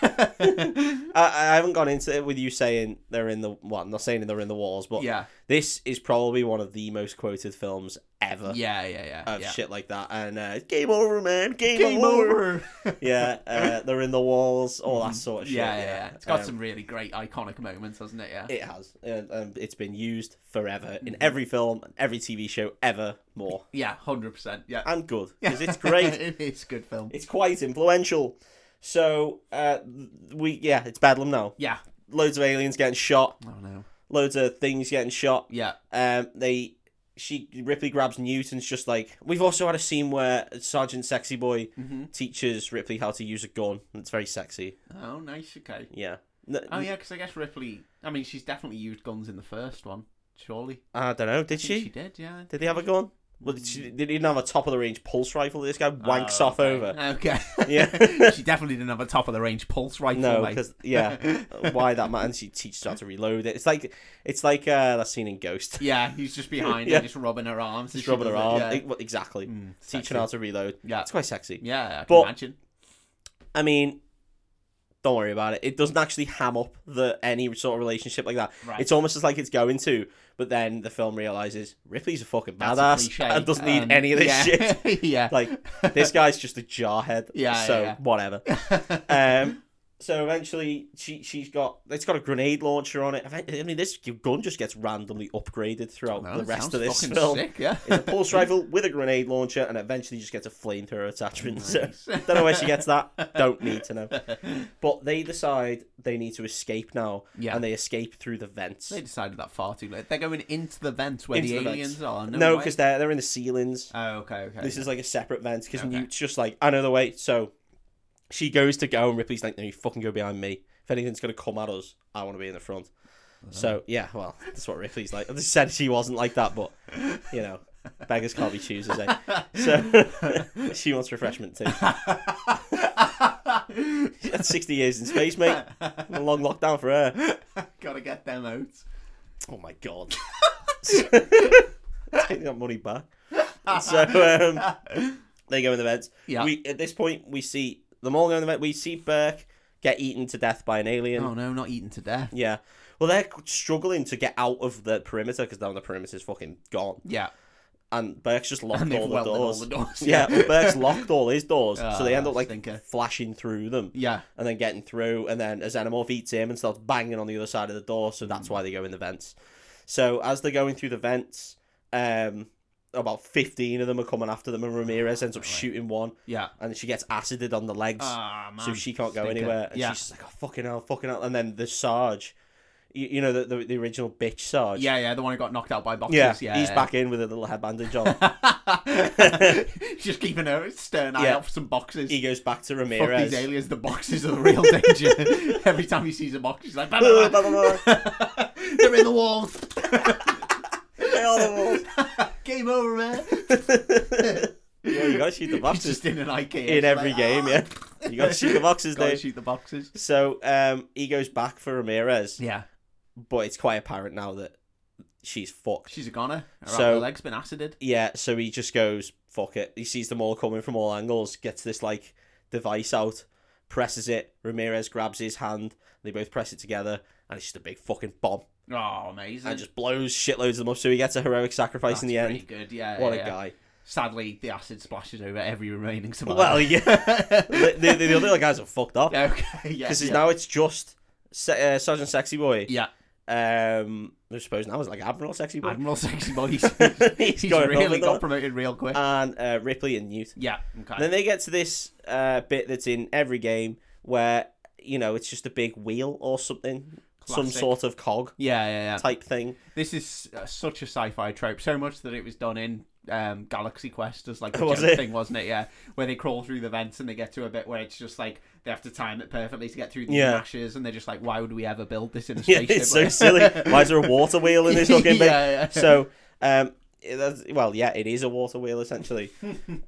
Speaker 1: I, I haven't gone into it with you saying they're in the well, I'm not saying they're in the walls, but
Speaker 2: yeah,
Speaker 1: this is probably one of the most quoted films ever
Speaker 2: yeah, yeah, yeah.
Speaker 1: of
Speaker 2: yeah.
Speaker 1: Oh, shit like that. And uh, game over, man, game,
Speaker 2: Game
Speaker 1: over.
Speaker 2: over. Mm-hmm.
Speaker 1: yeah, uh, they're in the walls, all that sort of shit.
Speaker 2: yeah, yeah, yeah. It's got
Speaker 1: Um,
Speaker 2: some really great iconic moments, hasn't it? Yeah.
Speaker 1: It has. And, um, it's been used forever
Speaker 2: Mm-hmm.
Speaker 1: in every film, and every TV show ever more.
Speaker 2: yeah, hundred percent. Yeah.
Speaker 1: And good, because it's great.
Speaker 2: it's a good film.
Speaker 1: it's quite influential. So, uh, we yeah, it's Bedlam now.
Speaker 2: Yeah.
Speaker 1: Loads of aliens getting shot,
Speaker 2: Oh no.
Speaker 1: loads of things getting shot.
Speaker 2: Yeah.
Speaker 1: Um, they she Ripley grabs Newton's just like we've also had a scene where Sergeant Sexy Boy
Speaker 2: hmm
Speaker 1: teaches Ripley how to use a gun. and It's very sexy.
Speaker 2: Oh, nice. Okay.
Speaker 1: Yeah. N-
Speaker 2: Oh yeah, because I guess Ripley. I mean, she's definitely used guns in the first one. Surely.
Speaker 1: I don't know. Did
Speaker 2: I think
Speaker 1: she?
Speaker 2: did. Yeah.
Speaker 1: Did they have a gun? Well, did she, they didn't have a top of the range pulse rifle. This guy wanks
Speaker 2: Mm. Oh,
Speaker 1: off
Speaker 2: okay.
Speaker 1: over.
Speaker 2: Okay.
Speaker 1: Yeah.
Speaker 2: she definitely didn't have a top of the range pulse rifle.
Speaker 1: No,
Speaker 2: mate.
Speaker 1: because yeah, why that man? She teaches her how to reload it. It's like it's like uh, that scene in Ghost.
Speaker 2: Yeah, he's just behind
Speaker 1: Yeah.
Speaker 2: her, just rubbing her arms. as
Speaker 1: Just
Speaker 2: she
Speaker 1: rubbing her
Speaker 2: does it,
Speaker 1: arm.
Speaker 2: Yeah.
Speaker 1: It- well, exactly.
Speaker 2: Mm,
Speaker 1: Teaching
Speaker 2: sexy.
Speaker 1: her how to reload.
Speaker 2: Yeah.
Speaker 1: It's quite sexy.
Speaker 2: Yeah, I can
Speaker 1: But-
Speaker 2: imagine.
Speaker 1: I mean, don't worry about it. It doesn't actually ham up the any sort of relationship like that.
Speaker 2: Right.
Speaker 1: It's almost as like it's going to, but then the film realizes Ripley's a fucking
Speaker 2: That's a
Speaker 1: badass
Speaker 2: cliche.
Speaker 1: and doesn't need
Speaker 2: Um,
Speaker 1: any of this
Speaker 2: yeah.
Speaker 1: shit.
Speaker 2: yeah.
Speaker 1: Like this guy's just a jarhead.
Speaker 2: Yeah, yeah,
Speaker 1: So
Speaker 2: yeah.
Speaker 1: whatever. Um, so eventually, she she's got it's got a grenade launcher on it. I mean, this gun just gets randomly upgraded throughout
Speaker 2: Well,
Speaker 1: the
Speaker 2: it
Speaker 1: rest
Speaker 2: sounds
Speaker 1: of this
Speaker 2: fucking
Speaker 1: film.
Speaker 2: Sick, yeah.
Speaker 1: It's a pulse rifle with a grenade launcher, and eventually just gets a flamethrower attachment. So
Speaker 2: Nice.
Speaker 1: don't know where she gets that. Don't need to know. But they decide they need to escape now,
Speaker 2: Yeah.
Speaker 1: and they escape through the vents.
Speaker 2: They decided that far too late. They're going into the vents where
Speaker 1: Into
Speaker 2: the,
Speaker 1: the vents.
Speaker 2: aliens are. No,
Speaker 1: No,
Speaker 2: way.
Speaker 1: because they're they're in the ceilings.
Speaker 2: Oh, okay, okay.
Speaker 1: This is like a separate vent because
Speaker 2: Okay.
Speaker 1: Newt's just like, I know the way. So she goes to go, and Ripley's like, No, you fucking go behind me. If anything's going to come at us, I want to be in the front. So, yeah, well, that's what Ripley's like. They said she wasn't like that, but, you know, beggars can't be choosers, eh? So she wants refreshment too. That's 60 years in space, mate. A long lockdown for her.
Speaker 2: Gotta get them out.
Speaker 1: Oh my god. Take that money back. So um, they go in the vents.
Speaker 2: Yeah.
Speaker 1: We at this point we see them all go in the vent. We see Burke get eaten to death by an alien.
Speaker 2: Oh no, not eaten to death.
Speaker 1: Yeah. Well, they're struggling to get out of the perimeter because now the perimeter's fucking gone,
Speaker 2: Yeah,
Speaker 1: and Burke's just locked
Speaker 2: and they've
Speaker 1: all the
Speaker 2: welded all
Speaker 1: doors.
Speaker 2: the doors.
Speaker 1: yeah, well, Burke's locked all his doors, so they end
Speaker 2: Ah,
Speaker 1: up like
Speaker 2: stinker.
Speaker 1: flashing through them
Speaker 2: yeah.
Speaker 1: and then getting through, and then as Xenomorph eats him and starts banging on the other side of the door, so that's
Speaker 2: Hmm.
Speaker 1: why they go in the vents. So as they're going through the vents, um, about fifteen of them are coming after them, and Ramirez ends up shooting one,
Speaker 2: Yeah.
Speaker 1: and she gets acided on the legs,
Speaker 2: Ah man.
Speaker 1: so she can't go
Speaker 2: stinker.
Speaker 1: anywhere. And
Speaker 2: Yeah.
Speaker 1: she's just like, "Oh fucking hell, fucking hell!" And then the Sarge, you, you know, the, the the original bitch Sarge,
Speaker 2: Yeah, yeah. The one who got knocked out by boxes.
Speaker 1: yeah,
Speaker 2: Yeah,
Speaker 1: he's back in with a little head bandage on.
Speaker 2: Just keeping her stern eye
Speaker 1: Yeah.
Speaker 2: out for some boxes.
Speaker 1: he goes back to
Speaker 2: Fuck
Speaker 1: Ramirez.
Speaker 2: these aliens. The boxes are the real danger. Every time he sees a box, he's like, "Bah, bah,
Speaker 1: Blah,
Speaker 2: bah."
Speaker 1: blah, blah, blah.
Speaker 2: they're in the walls.
Speaker 1: They are the wolves.
Speaker 2: Game over, man.
Speaker 1: yeah, you gotta shoot the
Speaker 2: He's
Speaker 1: boxes.
Speaker 2: just in an IKEA.
Speaker 1: in every
Speaker 2: like,
Speaker 1: game,
Speaker 2: "Ah,
Speaker 1: yeah. You gotta shoot the boxes,
Speaker 2: Gotta
Speaker 1: Dave.
Speaker 2: shoot the boxes.
Speaker 1: So um, he goes back for Ramirez,
Speaker 2: Yeah,
Speaker 1: but it's quite apparent now that she's fucked.
Speaker 2: she's a goner. Her
Speaker 1: So-
Speaker 2: so, leg's been acided.
Speaker 1: Yeah, so he just goes, fuck it. He sees them all coming from all angles, gets this like device out, presses it. Ramirez grabs his hand, they both press it together, and it's just a big fucking bomb
Speaker 2: Oh, amazing.
Speaker 1: and just blows shitloads of them up. So he gets a heroic sacrifice
Speaker 2: That's
Speaker 1: in the end.
Speaker 2: pretty good. Yeah,
Speaker 1: What
Speaker 2: yeah,
Speaker 1: a
Speaker 2: yeah.
Speaker 1: guy.
Speaker 2: Sadly, the acid splashes over every remaining survivor.
Speaker 1: Well, yeah. the, the, the other guys are fucked up.
Speaker 2: okay, yeah,
Speaker 1: Because
Speaker 2: yeah.
Speaker 1: now it's just Se- uh, Sergeant Sexy Boy.
Speaker 2: yeah,
Speaker 1: Um, I suppose now it's like Admiral Sexy Boy.
Speaker 2: Admiral Sexy Boys.
Speaker 1: He's
Speaker 2: he's
Speaker 1: going on
Speaker 2: really
Speaker 1: with
Speaker 2: got
Speaker 1: that.
Speaker 2: promoted real quick.
Speaker 1: and uh, Ripley and Newt.
Speaker 2: yeah, okay.
Speaker 1: And then they get to this uh, bit that's in every game where you know it's just a big wheel or something, some
Speaker 2: Classic.
Speaker 1: sort of cog
Speaker 2: yeah, yeah, yeah.
Speaker 1: type thing.
Speaker 2: This is uh, such a sci-fi trope, so much that it was done in um, Galaxy Quest as like a
Speaker 1: Was
Speaker 2: joke
Speaker 1: it?
Speaker 2: thing, wasn't it? Yeah, where they crawl through the vents and they get to a bit where it's just like they have to time it perfectly to get through the
Speaker 1: Yeah.
Speaker 2: ashes, and they're just like, "Why would we ever build this in a
Speaker 1: Yeah,
Speaker 2: spaceship?"
Speaker 1: it's so silly. Why is there a water wheel in this fucking thing?
Speaker 2: Yeah, yeah.
Speaker 1: So, um, it- that's, well, yeah, it is a water wheel essentially.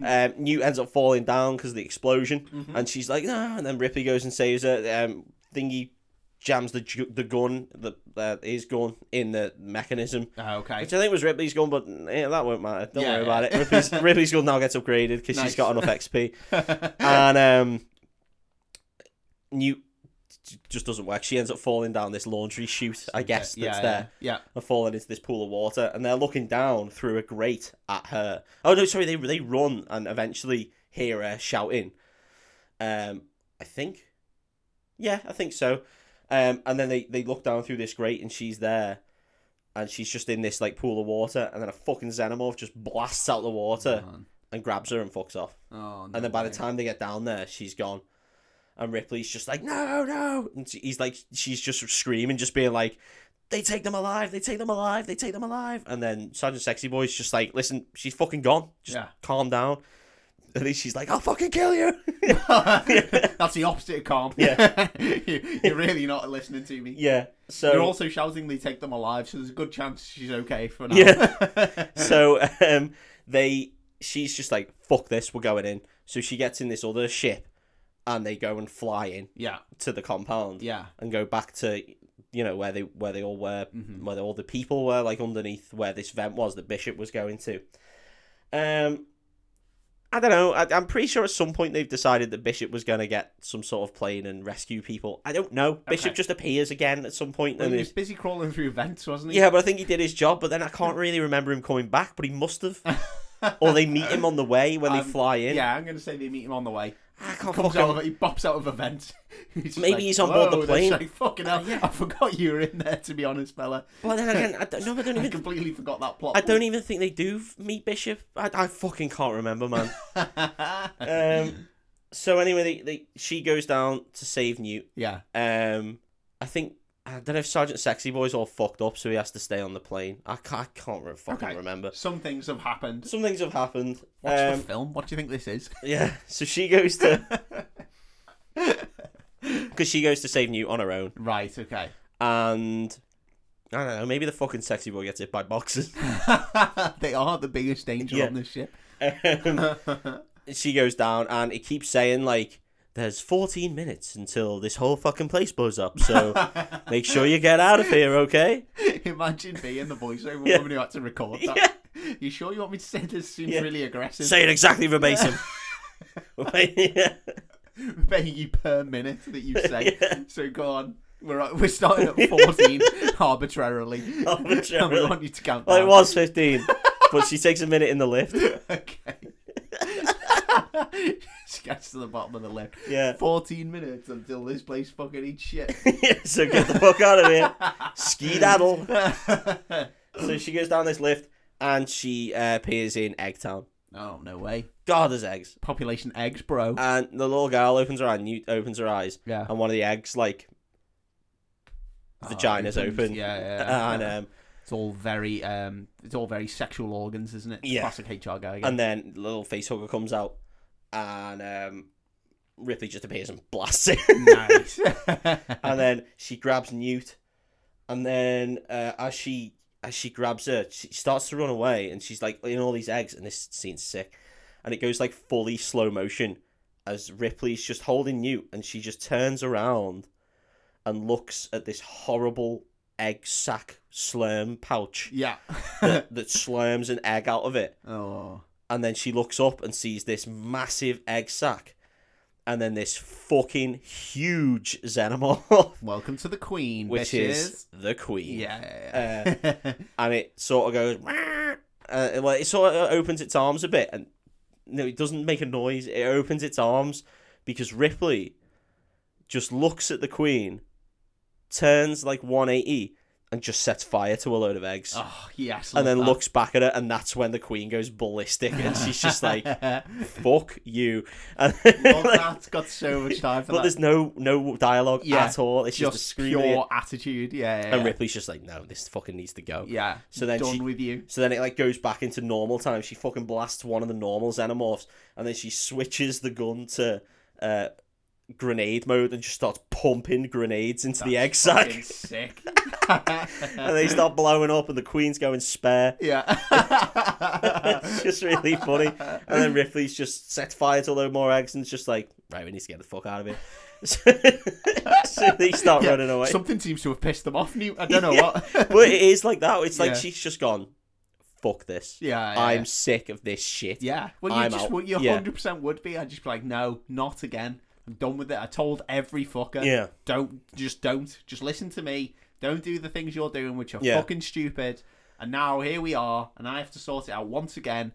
Speaker 1: um, Newt ends up falling down because of the explosion,
Speaker 2: Mm-hmm.
Speaker 1: and she's like, no. And then Ripley goes and saves her. Um, thingy jams the ju- the gun that uh, his gun in the mechanism.
Speaker 2: Oh, okay.
Speaker 1: Which I think was Ripley's gun, but eh, that won't matter. Don't
Speaker 2: Yeah,
Speaker 1: worry
Speaker 2: yeah.
Speaker 1: about it. Ripley's, Ripley's gun now gets upgraded because she's
Speaker 2: Nice.
Speaker 1: got enough XP. and um, Newt j- just doesn't work. She ends up falling down this laundry chute, I guess, that's
Speaker 2: yeah, yeah,
Speaker 1: there.
Speaker 2: yeah.
Speaker 1: And falling into this pool of water, and they're looking down through a grate at her. Oh no, sorry, they they run and eventually hear her shouting. Um, I think, yeah, I think so. Um, and then they they look down through this grate, and she's there, and she's just in this like pool of water, and then a fucking xenomorph just blasts out the water
Speaker 2: Man.
Speaker 1: and grabs her and fucks off.
Speaker 2: Oh, no
Speaker 1: Uh, And then by the
Speaker 2: way.
Speaker 1: time they get down there, she's gone. And Ripley's just like, no, no. And she- he's like, she's just screaming, just being like, they take them alive, they take them alive, they take them alive. And then Sergeant Sexy Boy's just like, listen, she's fucking gone. Just
Speaker 2: Yeah.
Speaker 1: calm down. And then she's like, I'll fucking kill you.
Speaker 2: That's the opposite of calm.
Speaker 1: Yeah.
Speaker 2: you, you're really not listening to me.
Speaker 1: yeah. So
Speaker 2: You're also shouting they take them alive, so there's a good chance she's okay for now.
Speaker 1: Yeah. so um, they, she's just like, fuck this, we're going in. So she gets in this other ship, and they go and fly in
Speaker 2: yeah,
Speaker 1: to the compound.
Speaker 2: yeah,
Speaker 1: and go back to you know where they where they all were
Speaker 2: Mm-hmm.
Speaker 1: where all the people were like underneath where this vent was that bishop was going to um i don't know I, i'm pretty sure at some point they've decided that bishop was going to get some sort of plane and rescue people i don't know bishop
Speaker 2: Okay.
Speaker 1: just appears again at some point
Speaker 2: Well,
Speaker 1: and
Speaker 2: he was
Speaker 1: is
Speaker 2: busy crawling through vents, wasn't he?
Speaker 1: yeah but i think he did his job but then i can't really remember him coming back but he must have or they meet him on the way when
Speaker 2: Um,
Speaker 1: they fly in
Speaker 2: Yeah, I'm going to say they meet him on the way.
Speaker 1: i can't
Speaker 2: Comes
Speaker 1: fucking-
Speaker 2: out of, he pops out of a vent. He's just
Speaker 1: Maybe
Speaker 2: like,
Speaker 1: he's on board the
Speaker 2: "Whoa," they're
Speaker 1: plane.
Speaker 2: Like, Fucking hell, I forgot you were in there, to be honest, fella.
Speaker 1: but then again i don't, no, I don't
Speaker 2: I
Speaker 1: even
Speaker 2: completely forgot that plot.
Speaker 1: I don't even think they do f- meet Bishop. I, I fucking can't remember, man. um, so anyway, they, they, she goes down to save Newt.
Speaker 2: yeah.
Speaker 1: Um, I think I don't know if Sergeant Sexy Boy's all fucked up, so he has to stay on the plane. I can't, I can't re- fucking
Speaker 2: Okay.
Speaker 1: remember.
Speaker 2: Some things have happened.
Speaker 1: Some things have happened.
Speaker 2: Watch
Speaker 1: um,
Speaker 2: the film. What do you think this is?
Speaker 1: yeah. So she goes to because she goes to save Newt on her own,
Speaker 2: Right, okay.
Speaker 1: and I don't know. Maybe the fucking Sexy Boy gets hit by boxes.
Speaker 2: they are the biggest danger
Speaker 1: Yeah.
Speaker 2: on this ship.
Speaker 1: Um, she goes down and it keeps saying like there's 14 minutes until this whole fucking place blows up so make sure you get out of here okay
Speaker 2: Imagine being the voiceover
Speaker 1: Yeah.
Speaker 2: woman who had to record that. You sure you want me to say this seems
Speaker 1: Yeah.
Speaker 2: really aggressive?
Speaker 1: say it exactly verbatim yeah.
Speaker 2: paying you per minute that you say. So go on. We're at, we're starting at fourteen arbitrarily. and we
Speaker 1: Arbitrarily.
Speaker 2: want you to count.
Speaker 1: well it
Speaker 2: down.
Speaker 1: was 15 but she takes a minute in the lift
Speaker 2: Okay. Just gets to the bottom of the lip.
Speaker 1: Yeah.
Speaker 2: Fourteen minutes until this place fucking eats shit.
Speaker 1: so get the fuck out of here ski daddle
Speaker 2: oh
Speaker 1: so she goes down this lift and she uh, appears in eggtown
Speaker 2: no way.
Speaker 1: god there's eggs
Speaker 2: Population eggs, bro.
Speaker 1: and the little girl opens her eye Newt opens her eyes
Speaker 2: yeah.
Speaker 1: and one of the eggs like vagina's
Speaker 2: opens.
Speaker 1: open
Speaker 2: Ah, Yeah, yeah, yeah.
Speaker 1: and um
Speaker 2: It's all very um it's all very sexual organs, isn't it? It's
Speaker 1: Yeah.
Speaker 2: Classic HR guy again.
Speaker 1: And then little face hugger comes out, and um, Ripley just appears and blasts it.
Speaker 2: nice.
Speaker 1: and then she grabs Newt, and then uh, as she as she grabs her, she starts to run away, and she's like in all these eggs, and this scene's sick, and it goes like fully slow motion as Ripley's just holding Newt, and she just turns around, and looks at this horrible egg sack slurm pouch
Speaker 2: yeah.
Speaker 1: that, that slurms an egg out of it
Speaker 2: oh.
Speaker 1: and then she looks up and sees this massive egg sack and then this fucking huge xenomorph
Speaker 2: Welcome to the Queen,
Speaker 1: which
Speaker 2: bitches.
Speaker 1: is uh, the queen
Speaker 2: yeah. yeah, yeah.
Speaker 1: and it sort of goes "Wah!" uh, well it sort of opens its arms a bit and no it doesn't make a noise it opens its arms because ripley just looks at the queen turns like 180 and just sets fire to a load of eggs
Speaker 2: oh yes.
Speaker 1: and then
Speaker 2: love
Speaker 1: looks back at her and that's when the queen goes ballistic and she's just like
Speaker 2: that.
Speaker 1: fuck you. And
Speaker 2: Love
Speaker 1: like,
Speaker 2: that's got so much time for
Speaker 1: but
Speaker 2: that.
Speaker 1: there's no no dialogue
Speaker 2: Yeah,
Speaker 1: at all. It's just, a
Speaker 2: Just
Speaker 1: screaming.
Speaker 2: pure attitude. Yeah. Yeah.
Speaker 1: And
Speaker 2: yeah.
Speaker 1: Ripley's just like, no, this fucking needs to go.
Speaker 2: yeah.
Speaker 1: So then
Speaker 2: done
Speaker 1: she-
Speaker 2: with you.
Speaker 1: So then it like goes back into normal time. She fucking blasts one of the normal xenomorphs, and then she switches the gun to uh, grenade mode and just starts pumping grenades into the egg
Speaker 2: Fucking
Speaker 1: sack,
Speaker 2: Sick.
Speaker 1: and they start blowing up, and the queen's going spare.
Speaker 2: yeah.
Speaker 1: it's just really funny. And then Ripley's just set fire to a load more eggs and it's just like, right, we need to get the fuck out of here. so so they start
Speaker 2: Yeah,
Speaker 1: running away.
Speaker 2: Something seems to have pissed them off. New. I don't know
Speaker 1: Yeah.
Speaker 2: what.
Speaker 1: But it is like that. It's like
Speaker 2: Yeah.
Speaker 1: she's just gone, fuck this.
Speaker 2: yeah, yeah.
Speaker 1: I'm sick of this shit.
Speaker 2: Yeah. Well, you
Speaker 1: I'm
Speaker 2: just
Speaker 1: out.
Speaker 2: would. You
Speaker 1: Yeah.
Speaker 2: 100 percent would be. I'd just be like, no, not again. I'm done with it. I told every fucker.
Speaker 1: Yeah.
Speaker 2: Don't just don't just listen to me. Don't do the things you're doing, which are
Speaker 1: Yeah.
Speaker 2: fucking stupid. And now here we are, and I have to sort it out once again.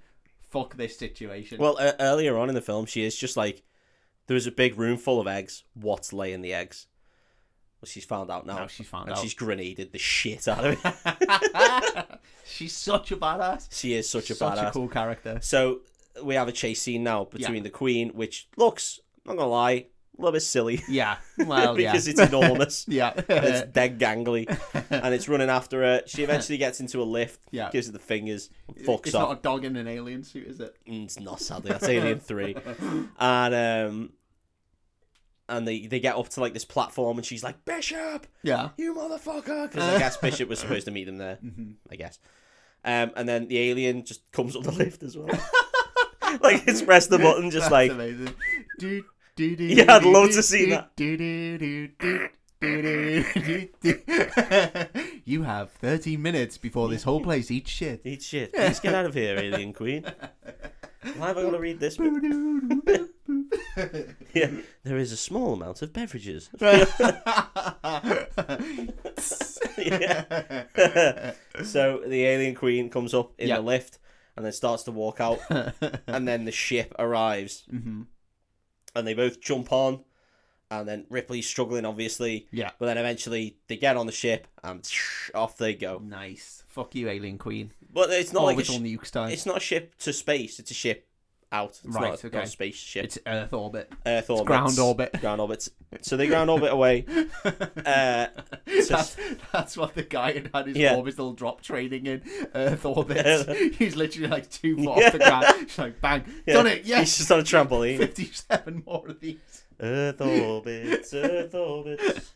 Speaker 2: Fuck this situation.
Speaker 1: Well, uh, earlier on in the film, she is just like, there was a big room full of eggs. What's laying the eggs? Well, she's found out now.
Speaker 2: Now Oh, she's found
Speaker 1: and
Speaker 2: out.
Speaker 1: she's grenaded the shit out of it.
Speaker 2: she's such a badass.
Speaker 1: she is such a
Speaker 2: such
Speaker 1: badass.
Speaker 2: a cool character.
Speaker 1: So we have a chase scene now between the queen, which looks, I'm not going to lie, a little bit silly
Speaker 2: Yeah. Well, yeah.
Speaker 1: because it's enormous. and
Speaker 2: yeah.
Speaker 1: it's dead gangly and it's running after her. She eventually gets into a lift,
Speaker 2: Yeah.
Speaker 1: gives her the fingers, fucks
Speaker 2: it's
Speaker 1: up.
Speaker 2: not a dog in an alien suit, is it?
Speaker 1: Mm, It's not sadly. That's Alien Three, and um, and they they get up to like this platform, and she's like, "Bishop,
Speaker 2: Yeah.
Speaker 1: you motherfucker!" Because
Speaker 2: Uh.
Speaker 1: I guess Bishop was supposed to meet them there.
Speaker 2: Mm-hmm.
Speaker 1: I guess. Um, and then the alien just comes up the lift as well. like it's press the button, just
Speaker 2: That's
Speaker 1: like
Speaker 2: amazing. Do, do, do,
Speaker 1: Yeah, I'd
Speaker 2: do,
Speaker 1: love
Speaker 2: do,
Speaker 1: to see
Speaker 2: do,
Speaker 1: that.
Speaker 2: do, do, do, do, do, do, do, do. you have 30 minutes before this whole place eats shit.
Speaker 1: eat shit. Please get out of here, alien queen. Why have I got to read this? bit? yeah, there is a small amount of beverages. Yeah. so the alien queen comes up in
Speaker 2: Yeah.
Speaker 1: the lift and then starts to walk out, and then the ship arrives,
Speaker 2: Mhm.
Speaker 1: and they both jump on, and then Ripley's struggling obviously,
Speaker 2: Yeah.
Speaker 1: but then eventually they get on the ship and off they go.
Speaker 2: Nice. Fuck you, Alien Queen. Oh,
Speaker 1: But it's not
Speaker 2: Not
Speaker 1: like a
Speaker 2: Orbital
Speaker 1: sh-
Speaker 2: nuke style.
Speaker 1: it's not a ship to space; it's a ship out. It's
Speaker 2: Right,
Speaker 1: not, it's not
Speaker 2: okay.
Speaker 1: a spaceship.
Speaker 2: It's Earth orbit.
Speaker 1: Earth orbit,
Speaker 2: ground orbit.
Speaker 1: ground orbit. So they ground orbit away. Uh,
Speaker 2: that's, that's what the guy had had his
Speaker 1: Yeah.
Speaker 2: orbital drop training in uh, Earth orbit. He's literally like two foot off the ground. She's like, bang,
Speaker 1: yeah,
Speaker 2: done it,
Speaker 1: He's
Speaker 2: yes.
Speaker 1: just on a trampoline.
Speaker 2: 57 more of these.
Speaker 1: Earth orbits, Earth orbits.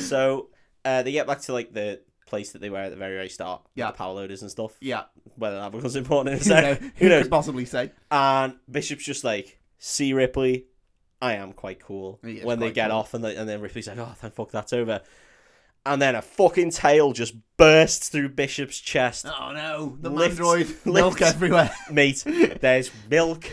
Speaker 1: So uh, they get back to like the place that they were at the very very start. with
Speaker 2: Yeah.
Speaker 1: the power loaders and stuff.
Speaker 2: Yeah,
Speaker 1: Whether that becomes important in a
Speaker 2: who, know,
Speaker 1: sec, who knows?
Speaker 2: could possibly say?
Speaker 1: And Bishop's just like, "See Ripley, I am quite cool."
Speaker 2: He is
Speaker 1: When they
Speaker 2: quite
Speaker 1: get
Speaker 2: cool.
Speaker 1: off, and, they, and then Ripley's like, "Oh, thank fuck, that's over." And then a fucking tail just bursts through Bishop's chest,
Speaker 2: Oh no, the
Speaker 1: Lift-
Speaker 2: mandroid,
Speaker 1: lift-
Speaker 2: milk everywhere.
Speaker 1: mate. There's milk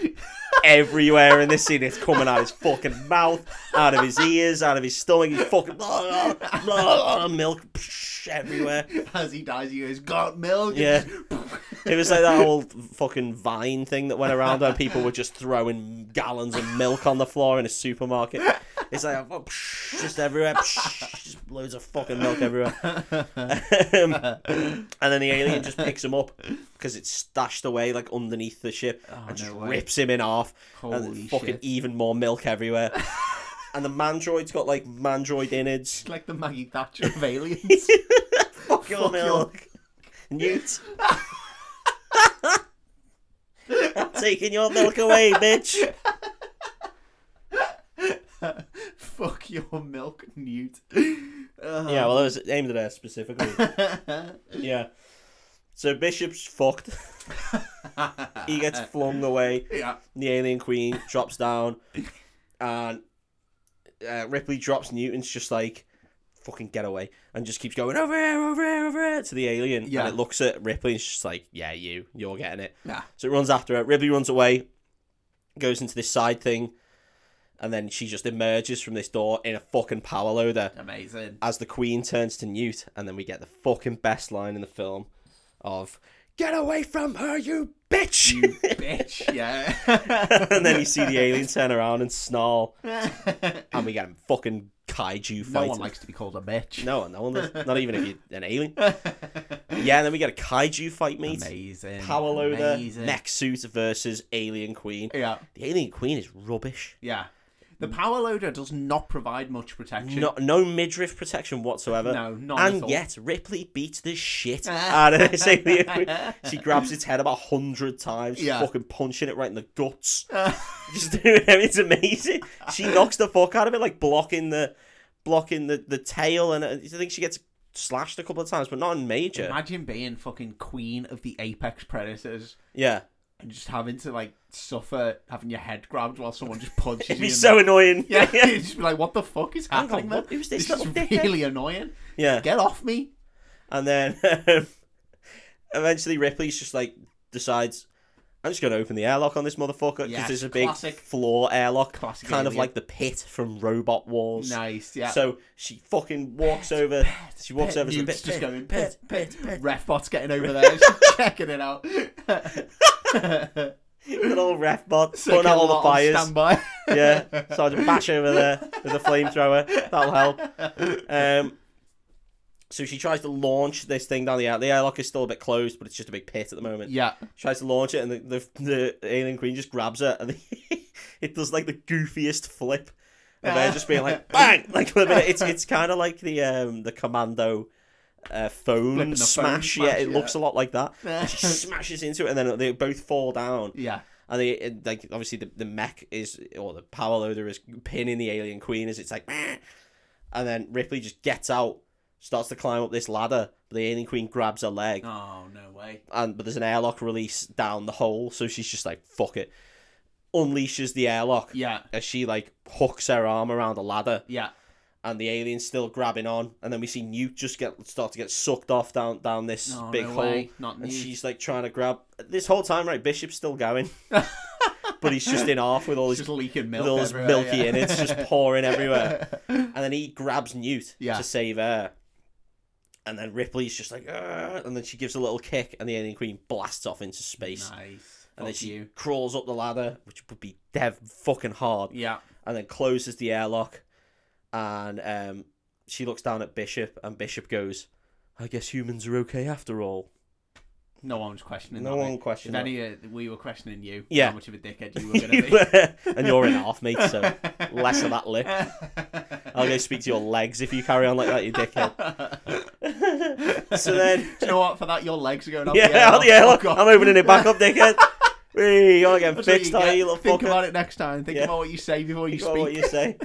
Speaker 1: everywhere in this scene. It's coming out of his fucking mouth, out of his ears, out of his stomach. He's fucking blah, blah, blah, milk psh, everywhere.
Speaker 2: As he dies, he goes, got milk. and
Speaker 1: Yeah.
Speaker 2: just-
Speaker 1: It was like that old fucking vine thing that went around where people were just throwing gallons of milk on the floor in a supermarket. It's like oh, psh, just everywhere, psh, just loads of fucking milk everywhere. Um, and then the alien just picks him up because it's stashed away like underneath the ship and just
Speaker 2: Oh, no way.
Speaker 1: rips him in half. and
Speaker 2: Holy
Speaker 1: there's fucking
Speaker 2: shit.
Speaker 1: even more milk everywhere. and the mandroid's got like mandroid innards.
Speaker 2: It's like the Maggie Thatcher of aliens.
Speaker 1: Fuck your
Speaker 2: Fuck your-
Speaker 1: milk. Newt. I'm taking your milk away, bitch.
Speaker 2: Fuck your milk, Newt.
Speaker 1: Yeah, well, that was aimed at her specifically. yeah. So Bishop's fucked. he gets flung away.
Speaker 2: yeah.
Speaker 1: The alien queen drops down. And uh, Ripley drops Newton's just like, fucking get away. And just keeps going, over here, over here, over here, to the alien.
Speaker 2: Yeah.
Speaker 1: And it looks at Ripley and it's just like, yeah, you. You're getting it.
Speaker 2: Yeah.
Speaker 1: So it runs after her. Ripley runs away, goes into this side thing, and then she just emerges from this door in a fucking power loader
Speaker 2: Amazing.
Speaker 1: as the queen turns to Newt, and then we get the fucking best line in the film of "Get away from her, you bitch!"
Speaker 2: You bitch, yeah.
Speaker 1: and then you see the alien turn around and snarl, and we get a fucking kaiju
Speaker 2: no
Speaker 1: fight.
Speaker 2: one likes to be called a bitch.
Speaker 1: no one, no one does. Not even if you're an alien. Yeah, and then we get a kaiju fight, mate.
Speaker 2: Amazing.
Speaker 1: Power loader,
Speaker 2: Amazing.
Speaker 1: mech suit versus alien queen.
Speaker 2: Yeah,
Speaker 1: The alien queen is rubbish.
Speaker 2: yeah. The power loader does not provide much protection.
Speaker 1: No, no midriff protection whatsoever.
Speaker 2: No, none
Speaker 1: And
Speaker 2: at all.
Speaker 1: yet, Ripley beats the shit out of this alien. queen. She grabs its head about a hundred times,
Speaker 2: Yeah.
Speaker 1: fucking punching it right in the guts. Just doing it. It's amazing. She knocks the fuck out of it, like blocking the blocking the, the tail, and uh, I think she gets slashed a couple of times, but not in major.
Speaker 2: Imagine being fucking queen of the apex predators
Speaker 1: yeah,
Speaker 2: and just having to like suffer having your head grabbed while someone just punches
Speaker 1: it'd
Speaker 2: you.
Speaker 1: be
Speaker 2: in
Speaker 1: so
Speaker 2: the...
Speaker 1: annoying.
Speaker 2: Yeah, you'd just be like, what the fuck is
Speaker 1: Hang on,
Speaker 2: happening, man?
Speaker 1: what- who's this
Speaker 2: is
Speaker 1: little dickhead?
Speaker 2: really annoying.
Speaker 1: yeah.
Speaker 2: Get off me.
Speaker 1: And then um, eventually Ripley's just like decides, I'm just going to open the airlock on this motherfucker because
Speaker 2: Yes,
Speaker 1: there's a big
Speaker 2: classic.
Speaker 1: floor airlock,
Speaker 2: Classic
Speaker 1: kind of
Speaker 2: alien.
Speaker 1: like the pit from Robot Wars.
Speaker 2: Nice, yeah.
Speaker 1: So she fucking walks over. she walks
Speaker 2: Pet
Speaker 1: over to the
Speaker 2: Newt's
Speaker 1: pit.
Speaker 2: just
Speaker 1: pit,
Speaker 2: going
Speaker 1: pit,
Speaker 2: pit,
Speaker 1: pit, pit.
Speaker 2: Refbot's getting over there, checking it out.
Speaker 1: Good old ref bot,
Speaker 2: Taking
Speaker 1: putting out
Speaker 2: a
Speaker 1: all
Speaker 2: lot
Speaker 1: the
Speaker 2: on
Speaker 1: fires.
Speaker 2: standby.
Speaker 1: Yeah, Sergeant Bash over there with a flamethrower. That'll help. Um, so she tries to launch this thing down the air. The airlock is still a bit closed, but it's just a big pit at the moment.
Speaker 2: yeah,
Speaker 1: She tries to launch it, and the, the, the alien queen just grabs her, and it does like the goofiest flip. And they're just being like bang, like with a- it's it's kind of like the um the commando uh,
Speaker 2: Flipping
Speaker 1: phone
Speaker 2: the phone
Speaker 1: smash.
Speaker 2: smash,
Speaker 1: Yeah, it
Speaker 2: yeah.
Speaker 1: looks a lot like that. And she smashes into it, and then they both fall down.
Speaker 2: yeah.
Speaker 1: And they it- like obviously the, the mech is or the power loader is pinning the alien queen as it's like, "Meh." and then Ripley just gets out, starts to climb up this ladder. But the alien queen grabs her leg,
Speaker 2: Oh no way.
Speaker 1: and but there's an airlock release down the hole, so she's just like fuck it, unleashes the airlock
Speaker 2: Yeah,
Speaker 1: as she like hooks her arm around a ladder,
Speaker 2: yeah.
Speaker 1: and the alien's still grabbing on, and then we see Newt just get start to get sucked off down down this
Speaker 2: No,
Speaker 1: big
Speaker 2: no
Speaker 1: hole.
Speaker 2: way. Not
Speaker 1: And
Speaker 2: news.
Speaker 1: she's like trying to grab this whole time, right? Bishop's still going, but he's just in half with all
Speaker 2: It's
Speaker 1: his
Speaker 2: just leaking milk.
Speaker 1: with all his
Speaker 2: everywhere,
Speaker 1: milky
Speaker 2: yeah.
Speaker 1: in it. It's just pouring everywhere. And then he grabs Newt
Speaker 2: Yeah.
Speaker 1: to save her, and then Ripley's just like, "Argh," and then she gives a little kick, and the alien queen blasts off into space.
Speaker 2: nice.
Speaker 1: And then
Speaker 2: Fuck
Speaker 1: she
Speaker 2: you.
Speaker 1: crawls up the ladder, which would be dev fucking hard,
Speaker 2: Yeah.
Speaker 1: and then closes the airlock. And um, she looks down at Bishop, and Bishop goes, "I guess humans are okay after all."
Speaker 2: No one's questioning.
Speaker 1: No
Speaker 2: that,
Speaker 1: one
Speaker 2: mate.
Speaker 1: questioned
Speaker 2: If
Speaker 1: that.
Speaker 2: any, uh, we were questioning you.
Speaker 1: Yeah.
Speaker 2: How much of a dickhead you were going to
Speaker 1: You
Speaker 2: be.
Speaker 1: were- and you're in half, mate, so less of that lip. I'll go speak to your legs if you carry on like that, you dickhead. so then,
Speaker 2: Do you know what? For that, your legs are going off.
Speaker 1: yeah,
Speaker 2: the airlock.
Speaker 1: out the airlock.
Speaker 2: Fuck off.
Speaker 1: I'm opening it back up, dickhead. Wee, you're not getting
Speaker 2: Oh, That's what
Speaker 1: fixed,
Speaker 2: you
Speaker 1: are
Speaker 2: get.
Speaker 1: you, little
Speaker 2: Think
Speaker 1: fucker?
Speaker 2: about it next time. Think
Speaker 1: Yeah.
Speaker 2: about what you say before you
Speaker 1: Think about what
Speaker 2: speak.
Speaker 1: you say.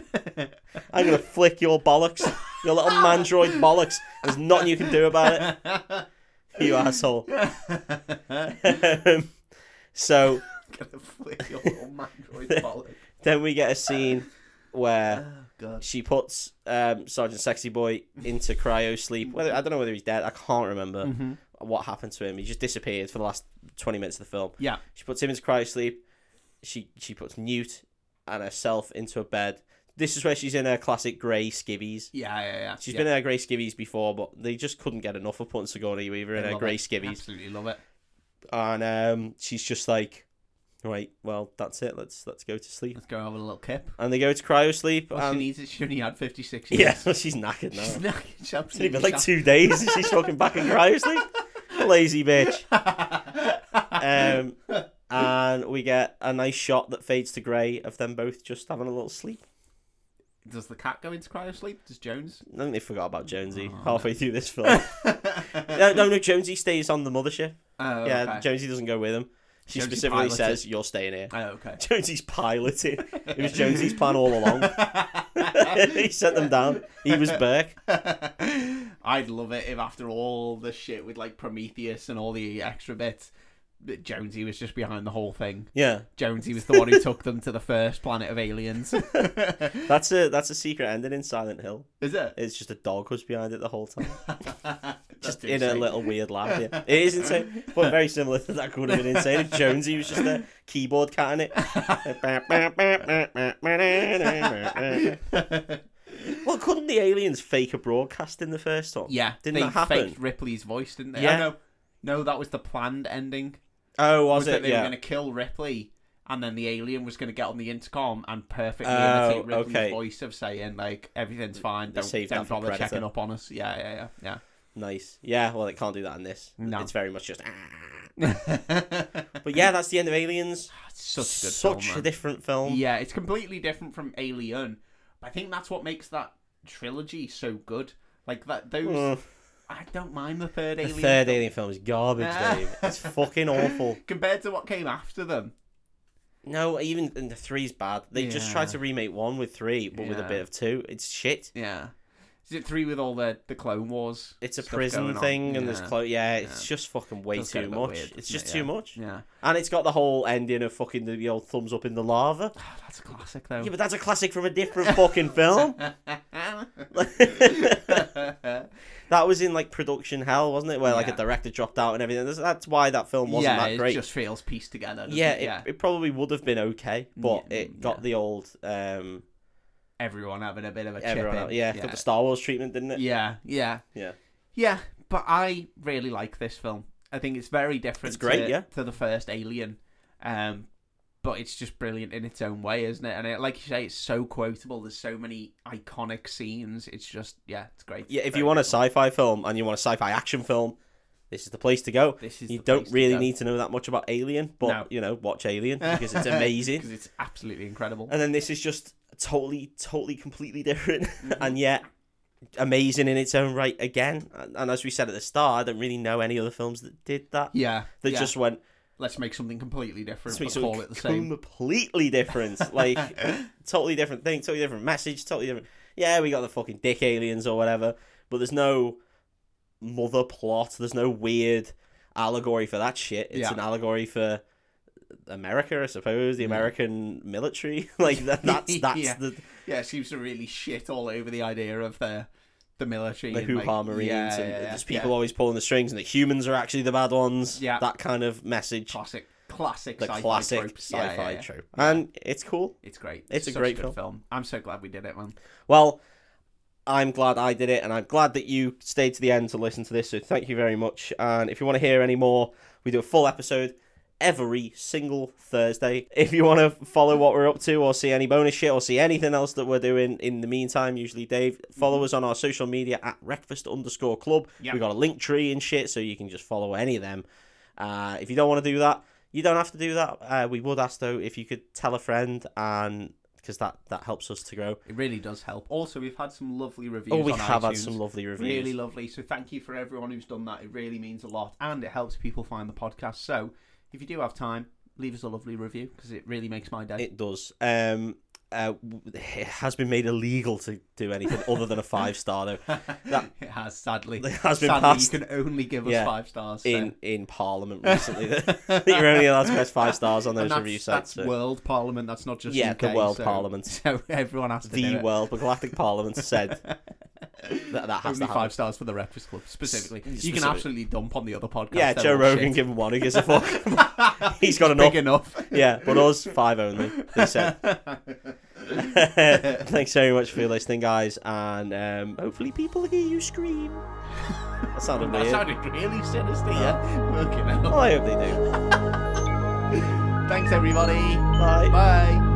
Speaker 1: I'm gonna flick your bollocks, your little mandroid bollocks. There's nothing you can do about it, you asshole. Um, so
Speaker 2: Gonna flip your little mandroid bollock.
Speaker 1: then we get a scene where
Speaker 2: Oh, God.
Speaker 1: she puts um, Sergeant Sexy Boy into cryo sleep. Whether I don't know whether he's dead. I can't remember
Speaker 2: Mm-hmm.
Speaker 1: what happened to him. He just disappeared for the last twenty minutes of the film.
Speaker 2: Yeah.
Speaker 1: She puts him into cryo sleep. She she puts Newt and herself into a bed. This is where she's in her classic grey skivvies.
Speaker 2: Yeah, yeah, yeah.
Speaker 1: She's
Speaker 2: yeah.
Speaker 1: been in her grey skivvies before, but they just couldn't get enough of putting Sigourney Weaver in
Speaker 2: I
Speaker 1: her
Speaker 2: love
Speaker 1: grey
Speaker 2: it.
Speaker 1: skivvies,
Speaker 2: Absolutely love it.
Speaker 1: and um, she's just like, right, well, that's it. Let's let's go to sleep.
Speaker 2: Let's go have a little kip.
Speaker 1: And they go to cryo sleep.
Speaker 2: All she
Speaker 1: and
Speaker 2: needs is she only had 56 years.
Speaker 1: yeah, she's knackered now.
Speaker 2: She's knackered.
Speaker 1: It's only
Speaker 2: She's absolutely
Speaker 1: been like
Speaker 2: knackered.
Speaker 1: two days and she's fucking back in cryo sleep. Lazy bitch. Um, and we get a nice shot that fades to grey of them both just having a little sleep.
Speaker 2: Does the cat go into cryo sleep? Does Jones?
Speaker 1: I think they forgot about Jonesy
Speaker 2: Oh,
Speaker 1: halfway through this film. no, no, no, Jonesy stays on the mothership.
Speaker 2: Oh,
Speaker 1: yeah,
Speaker 2: okay.
Speaker 1: Jonesy doesn't go with him. She
Speaker 2: Jonesy
Speaker 1: specifically
Speaker 2: piloted.
Speaker 1: says, You're staying here.
Speaker 2: Oh, okay.
Speaker 1: Jonesy's piloting. It was Jonesy's plan all along. he sent them down. He was Burke.
Speaker 2: I'd love it if after all the shit with like Prometheus and all the extra bits, that Jonesy was just behind the whole thing.
Speaker 1: Yeah.
Speaker 2: Jonesy was the one who took them to the first planet of aliens.
Speaker 1: That's a that's a secret ending in Silent Hill.
Speaker 2: Is it?
Speaker 1: It's just a dog was behind it the whole time. just
Speaker 2: That's
Speaker 1: in a
Speaker 2: insane.
Speaker 1: little weird lab. Yeah. It is insane, but very similar to that could have been insane if Jonesy was just there keyboard catting it. well, couldn't the aliens fake a broadcast in the first one?
Speaker 2: Yeah,
Speaker 1: Didn't
Speaker 2: they
Speaker 1: that happen?
Speaker 2: faked Ripley's voice, didn't they?
Speaker 1: Yeah.
Speaker 2: Oh, no, no, that was the planned ending.
Speaker 1: Oh, was,
Speaker 2: Was, that
Speaker 1: it?
Speaker 2: they were
Speaker 1: Yeah.
Speaker 2: going to kill Ripley, and then the alien was going to get on the intercom and perfectly
Speaker 1: Oh,
Speaker 2: imitate Ripley's
Speaker 1: okay.
Speaker 2: voice of saying like everything's fine, don't,
Speaker 1: saved that
Speaker 2: don't
Speaker 1: for
Speaker 2: bother
Speaker 1: Predator.
Speaker 2: checking up on us. Yeah, yeah, yeah,
Speaker 1: Nice. Yeah. Well, they can't do that in this.
Speaker 2: No.
Speaker 1: It's very much just. "Ah."
Speaker 2: yeah. Ah,
Speaker 1: But yeah, that's the end of Aliens.
Speaker 2: It's such a good
Speaker 1: Such
Speaker 2: film,
Speaker 1: a
Speaker 2: man.
Speaker 1: different film.
Speaker 2: Yeah, it's completely different from Alien. But I think that's what makes that trilogy so good. Like that, those.
Speaker 1: Mm.
Speaker 2: I don't mind the third
Speaker 1: The
Speaker 2: Alien.
Speaker 1: third
Speaker 2: film.
Speaker 1: Alien film is garbage,
Speaker 2: Ah.
Speaker 1: Dave. It's fucking awful.
Speaker 2: Compared to what came after them,
Speaker 1: No, even and the three's bad. They just tried
Speaker 2: Yeah.
Speaker 1: to remake one with three, but with a
Speaker 2: Yeah.
Speaker 1: bit of two. It's shit.
Speaker 2: yeah. Is it three with all the the Clone Wars?
Speaker 1: It's a
Speaker 2: stuff
Speaker 1: prison
Speaker 2: going on?
Speaker 1: thing, and
Speaker 2: yeah.
Speaker 1: there's clo- yeah, it's just fucking way
Speaker 2: Does get a
Speaker 1: too
Speaker 2: bit
Speaker 1: much.
Speaker 2: weird,
Speaker 1: it's
Speaker 2: doesn't
Speaker 1: just
Speaker 2: it?
Speaker 1: too
Speaker 2: Yeah.
Speaker 1: much,
Speaker 2: Yeah,
Speaker 1: and it's got the whole ending of fucking the, the old thumbs up in the lava.
Speaker 2: oh, that's a classic though.
Speaker 1: Yeah, but that's a classic from a different fucking film.
Speaker 2: that
Speaker 1: that was in like production hell, wasn't it? Where like a
Speaker 2: Yeah.
Speaker 1: director dropped out and everything. That's- That's why that film wasn't
Speaker 2: yeah,
Speaker 1: that
Speaker 2: it
Speaker 1: great.
Speaker 2: just feels pieced together. doesn't
Speaker 1: yeah,
Speaker 2: it?
Speaker 1: it,
Speaker 2: yeah.
Speaker 1: it probably would have been okay, but
Speaker 2: Yeah,
Speaker 1: it got
Speaker 2: yeah.
Speaker 1: the old um
Speaker 2: Everyone having a bit of a chip
Speaker 1: everyone
Speaker 2: in.
Speaker 1: else- yeah, got the Star Wars treatment, didn't it?
Speaker 2: yeah, yeah,
Speaker 1: Yeah.
Speaker 2: yeah. But I really like this film. I think it's very different.
Speaker 1: It's great,
Speaker 2: to,
Speaker 1: yeah.
Speaker 2: to the first Alien, um, but it's just brilliant in its own way, isn't it? And it, like you say, it's so quotable. There's so many iconic scenes. It's just yeah, it's great.
Speaker 1: Yeah, if
Speaker 2: Very
Speaker 1: you want a
Speaker 2: good film.
Speaker 1: sci-fi film and you want a sci-fi action film, this is the place to go.
Speaker 2: this is
Speaker 1: You
Speaker 2: the
Speaker 1: don't
Speaker 2: place to
Speaker 1: really
Speaker 2: go.
Speaker 1: need to know that much about Alien, but
Speaker 2: No.
Speaker 1: you know, watch Alien because it's amazing.
Speaker 2: 'Cause it's absolutely incredible.
Speaker 1: and then this is just totally, totally, completely different,
Speaker 2: Mm-hmm.
Speaker 1: and yet amazing in its own right again. And, and as we said at the start, I don't really know any other films that did that.
Speaker 2: yeah,
Speaker 1: They
Speaker 2: yeah.
Speaker 1: just went
Speaker 2: let's make something completely different.
Speaker 1: let's make
Speaker 2: but call
Speaker 1: something
Speaker 2: it the same.
Speaker 1: completely different, like totally different thing, totally different message, totally different. Yeah, we got the fucking dick aliens or whatever, but there's no mother plot. There's no weird allegory for that shit. It's
Speaker 2: Yeah.
Speaker 1: an allegory for America, I suppose, the American military. like that, that's that's
Speaker 2: Yeah.
Speaker 1: the
Speaker 2: Yeah, it seems to really shit all over the idea of the the military.
Speaker 1: the
Speaker 2: and,
Speaker 1: hoo ha
Speaker 2: like,
Speaker 1: marines
Speaker 2: yeah,
Speaker 1: and
Speaker 2: yeah, yeah,
Speaker 1: there's people
Speaker 2: yeah.
Speaker 1: always pulling the strings and the humans are actually the bad ones.
Speaker 2: Yeah.
Speaker 1: That kind of message.
Speaker 2: classic, classic,
Speaker 1: The
Speaker 2: sci-fi
Speaker 1: classic
Speaker 2: tropes.
Speaker 1: sci-fi
Speaker 2: Yeah, yeah, yeah.
Speaker 1: trope. And it's cool.
Speaker 2: It's great.
Speaker 1: It's a
Speaker 2: Such
Speaker 1: great
Speaker 2: good
Speaker 1: film.
Speaker 2: I'm so glad we did it, man.
Speaker 1: Well, I'm glad I did it, and I'm glad that you stayed to the end to listen to this. So thank you very much. And if you want to hear any more, we do a full episode every single Thursday. If you want to follow what we're up to, or see any bonus shit, or see anything else that we're doing in the meantime, usually Dave, follow us on our social media at breakfast underscore club.
Speaker 2: Yeah.
Speaker 1: We've got a link tree and shit, so you can just follow any of them. Uh, if you don't want to do that, you don't have to do that. Uh, we would ask though if you could tell a friend, and because that that helps us to grow.
Speaker 2: It really does help. Also, we've had some lovely reviews.
Speaker 1: Oh, we
Speaker 2: on
Speaker 1: have had
Speaker 2: iTunes.
Speaker 1: some lovely reviews.
Speaker 2: Really lovely. So thank you for everyone who's done that. It really means a lot, and it helps people find the podcast. So if you do have time, leave us a lovely review because it really makes my day.
Speaker 1: It does. Um, uh, w- it has been made illegal to do anything other than a five star though that-
Speaker 2: it has sadly.
Speaker 1: It has been
Speaker 2: sadly,
Speaker 1: passed.
Speaker 2: you can only give us
Speaker 1: Yeah.
Speaker 2: five stars. so-
Speaker 1: in in Parliament recently. that you're only allowed to press five stars on
Speaker 2: And
Speaker 1: those
Speaker 2: that's,
Speaker 1: review
Speaker 2: that's
Speaker 1: sites. uh, so-
Speaker 2: world parliament. That's not just
Speaker 1: Yeah,
Speaker 2: UK,
Speaker 1: the world
Speaker 2: so-
Speaker 1: parliament.
Speaker 2: So everyone has to do
Speaker 1: The
Speaker 2: it.
Speaker 1: world, but Galactic Parliament said that that has
Speaker 2: Only
Speaker 1: to happen.
Speaker 2: five stars for the Breakfast Club specifically.
Speaker 1: S-
Speaker 2: You can
Speaker 1: specific-
Speaker 2: absolutely dump on the other podcast.
Speaker 1: Yeah,
Speaker 2: they're
Speaker 1: Joe
Speaker 2: all
Speaker 1: Rogan,
Speaker 2: shit.
Speaker 1: give him one. Who gives a fuck? He's got enough.
Speaker 2: big enough.
Speaker 1: Yeah, but us five only. They said. Thanks very much for listening, guys, and um, hopefully people hear you scream. That sounded
Speaker 2: That
Speaker 1: weird.
Speaker 2: sounded really sinister. Yeah, Fucking hell.
Speaker 1: Well, I hope they do.
Speaker 2: Thanks everybody.
Speaker 1: Bye.
Speaker 2: Bye.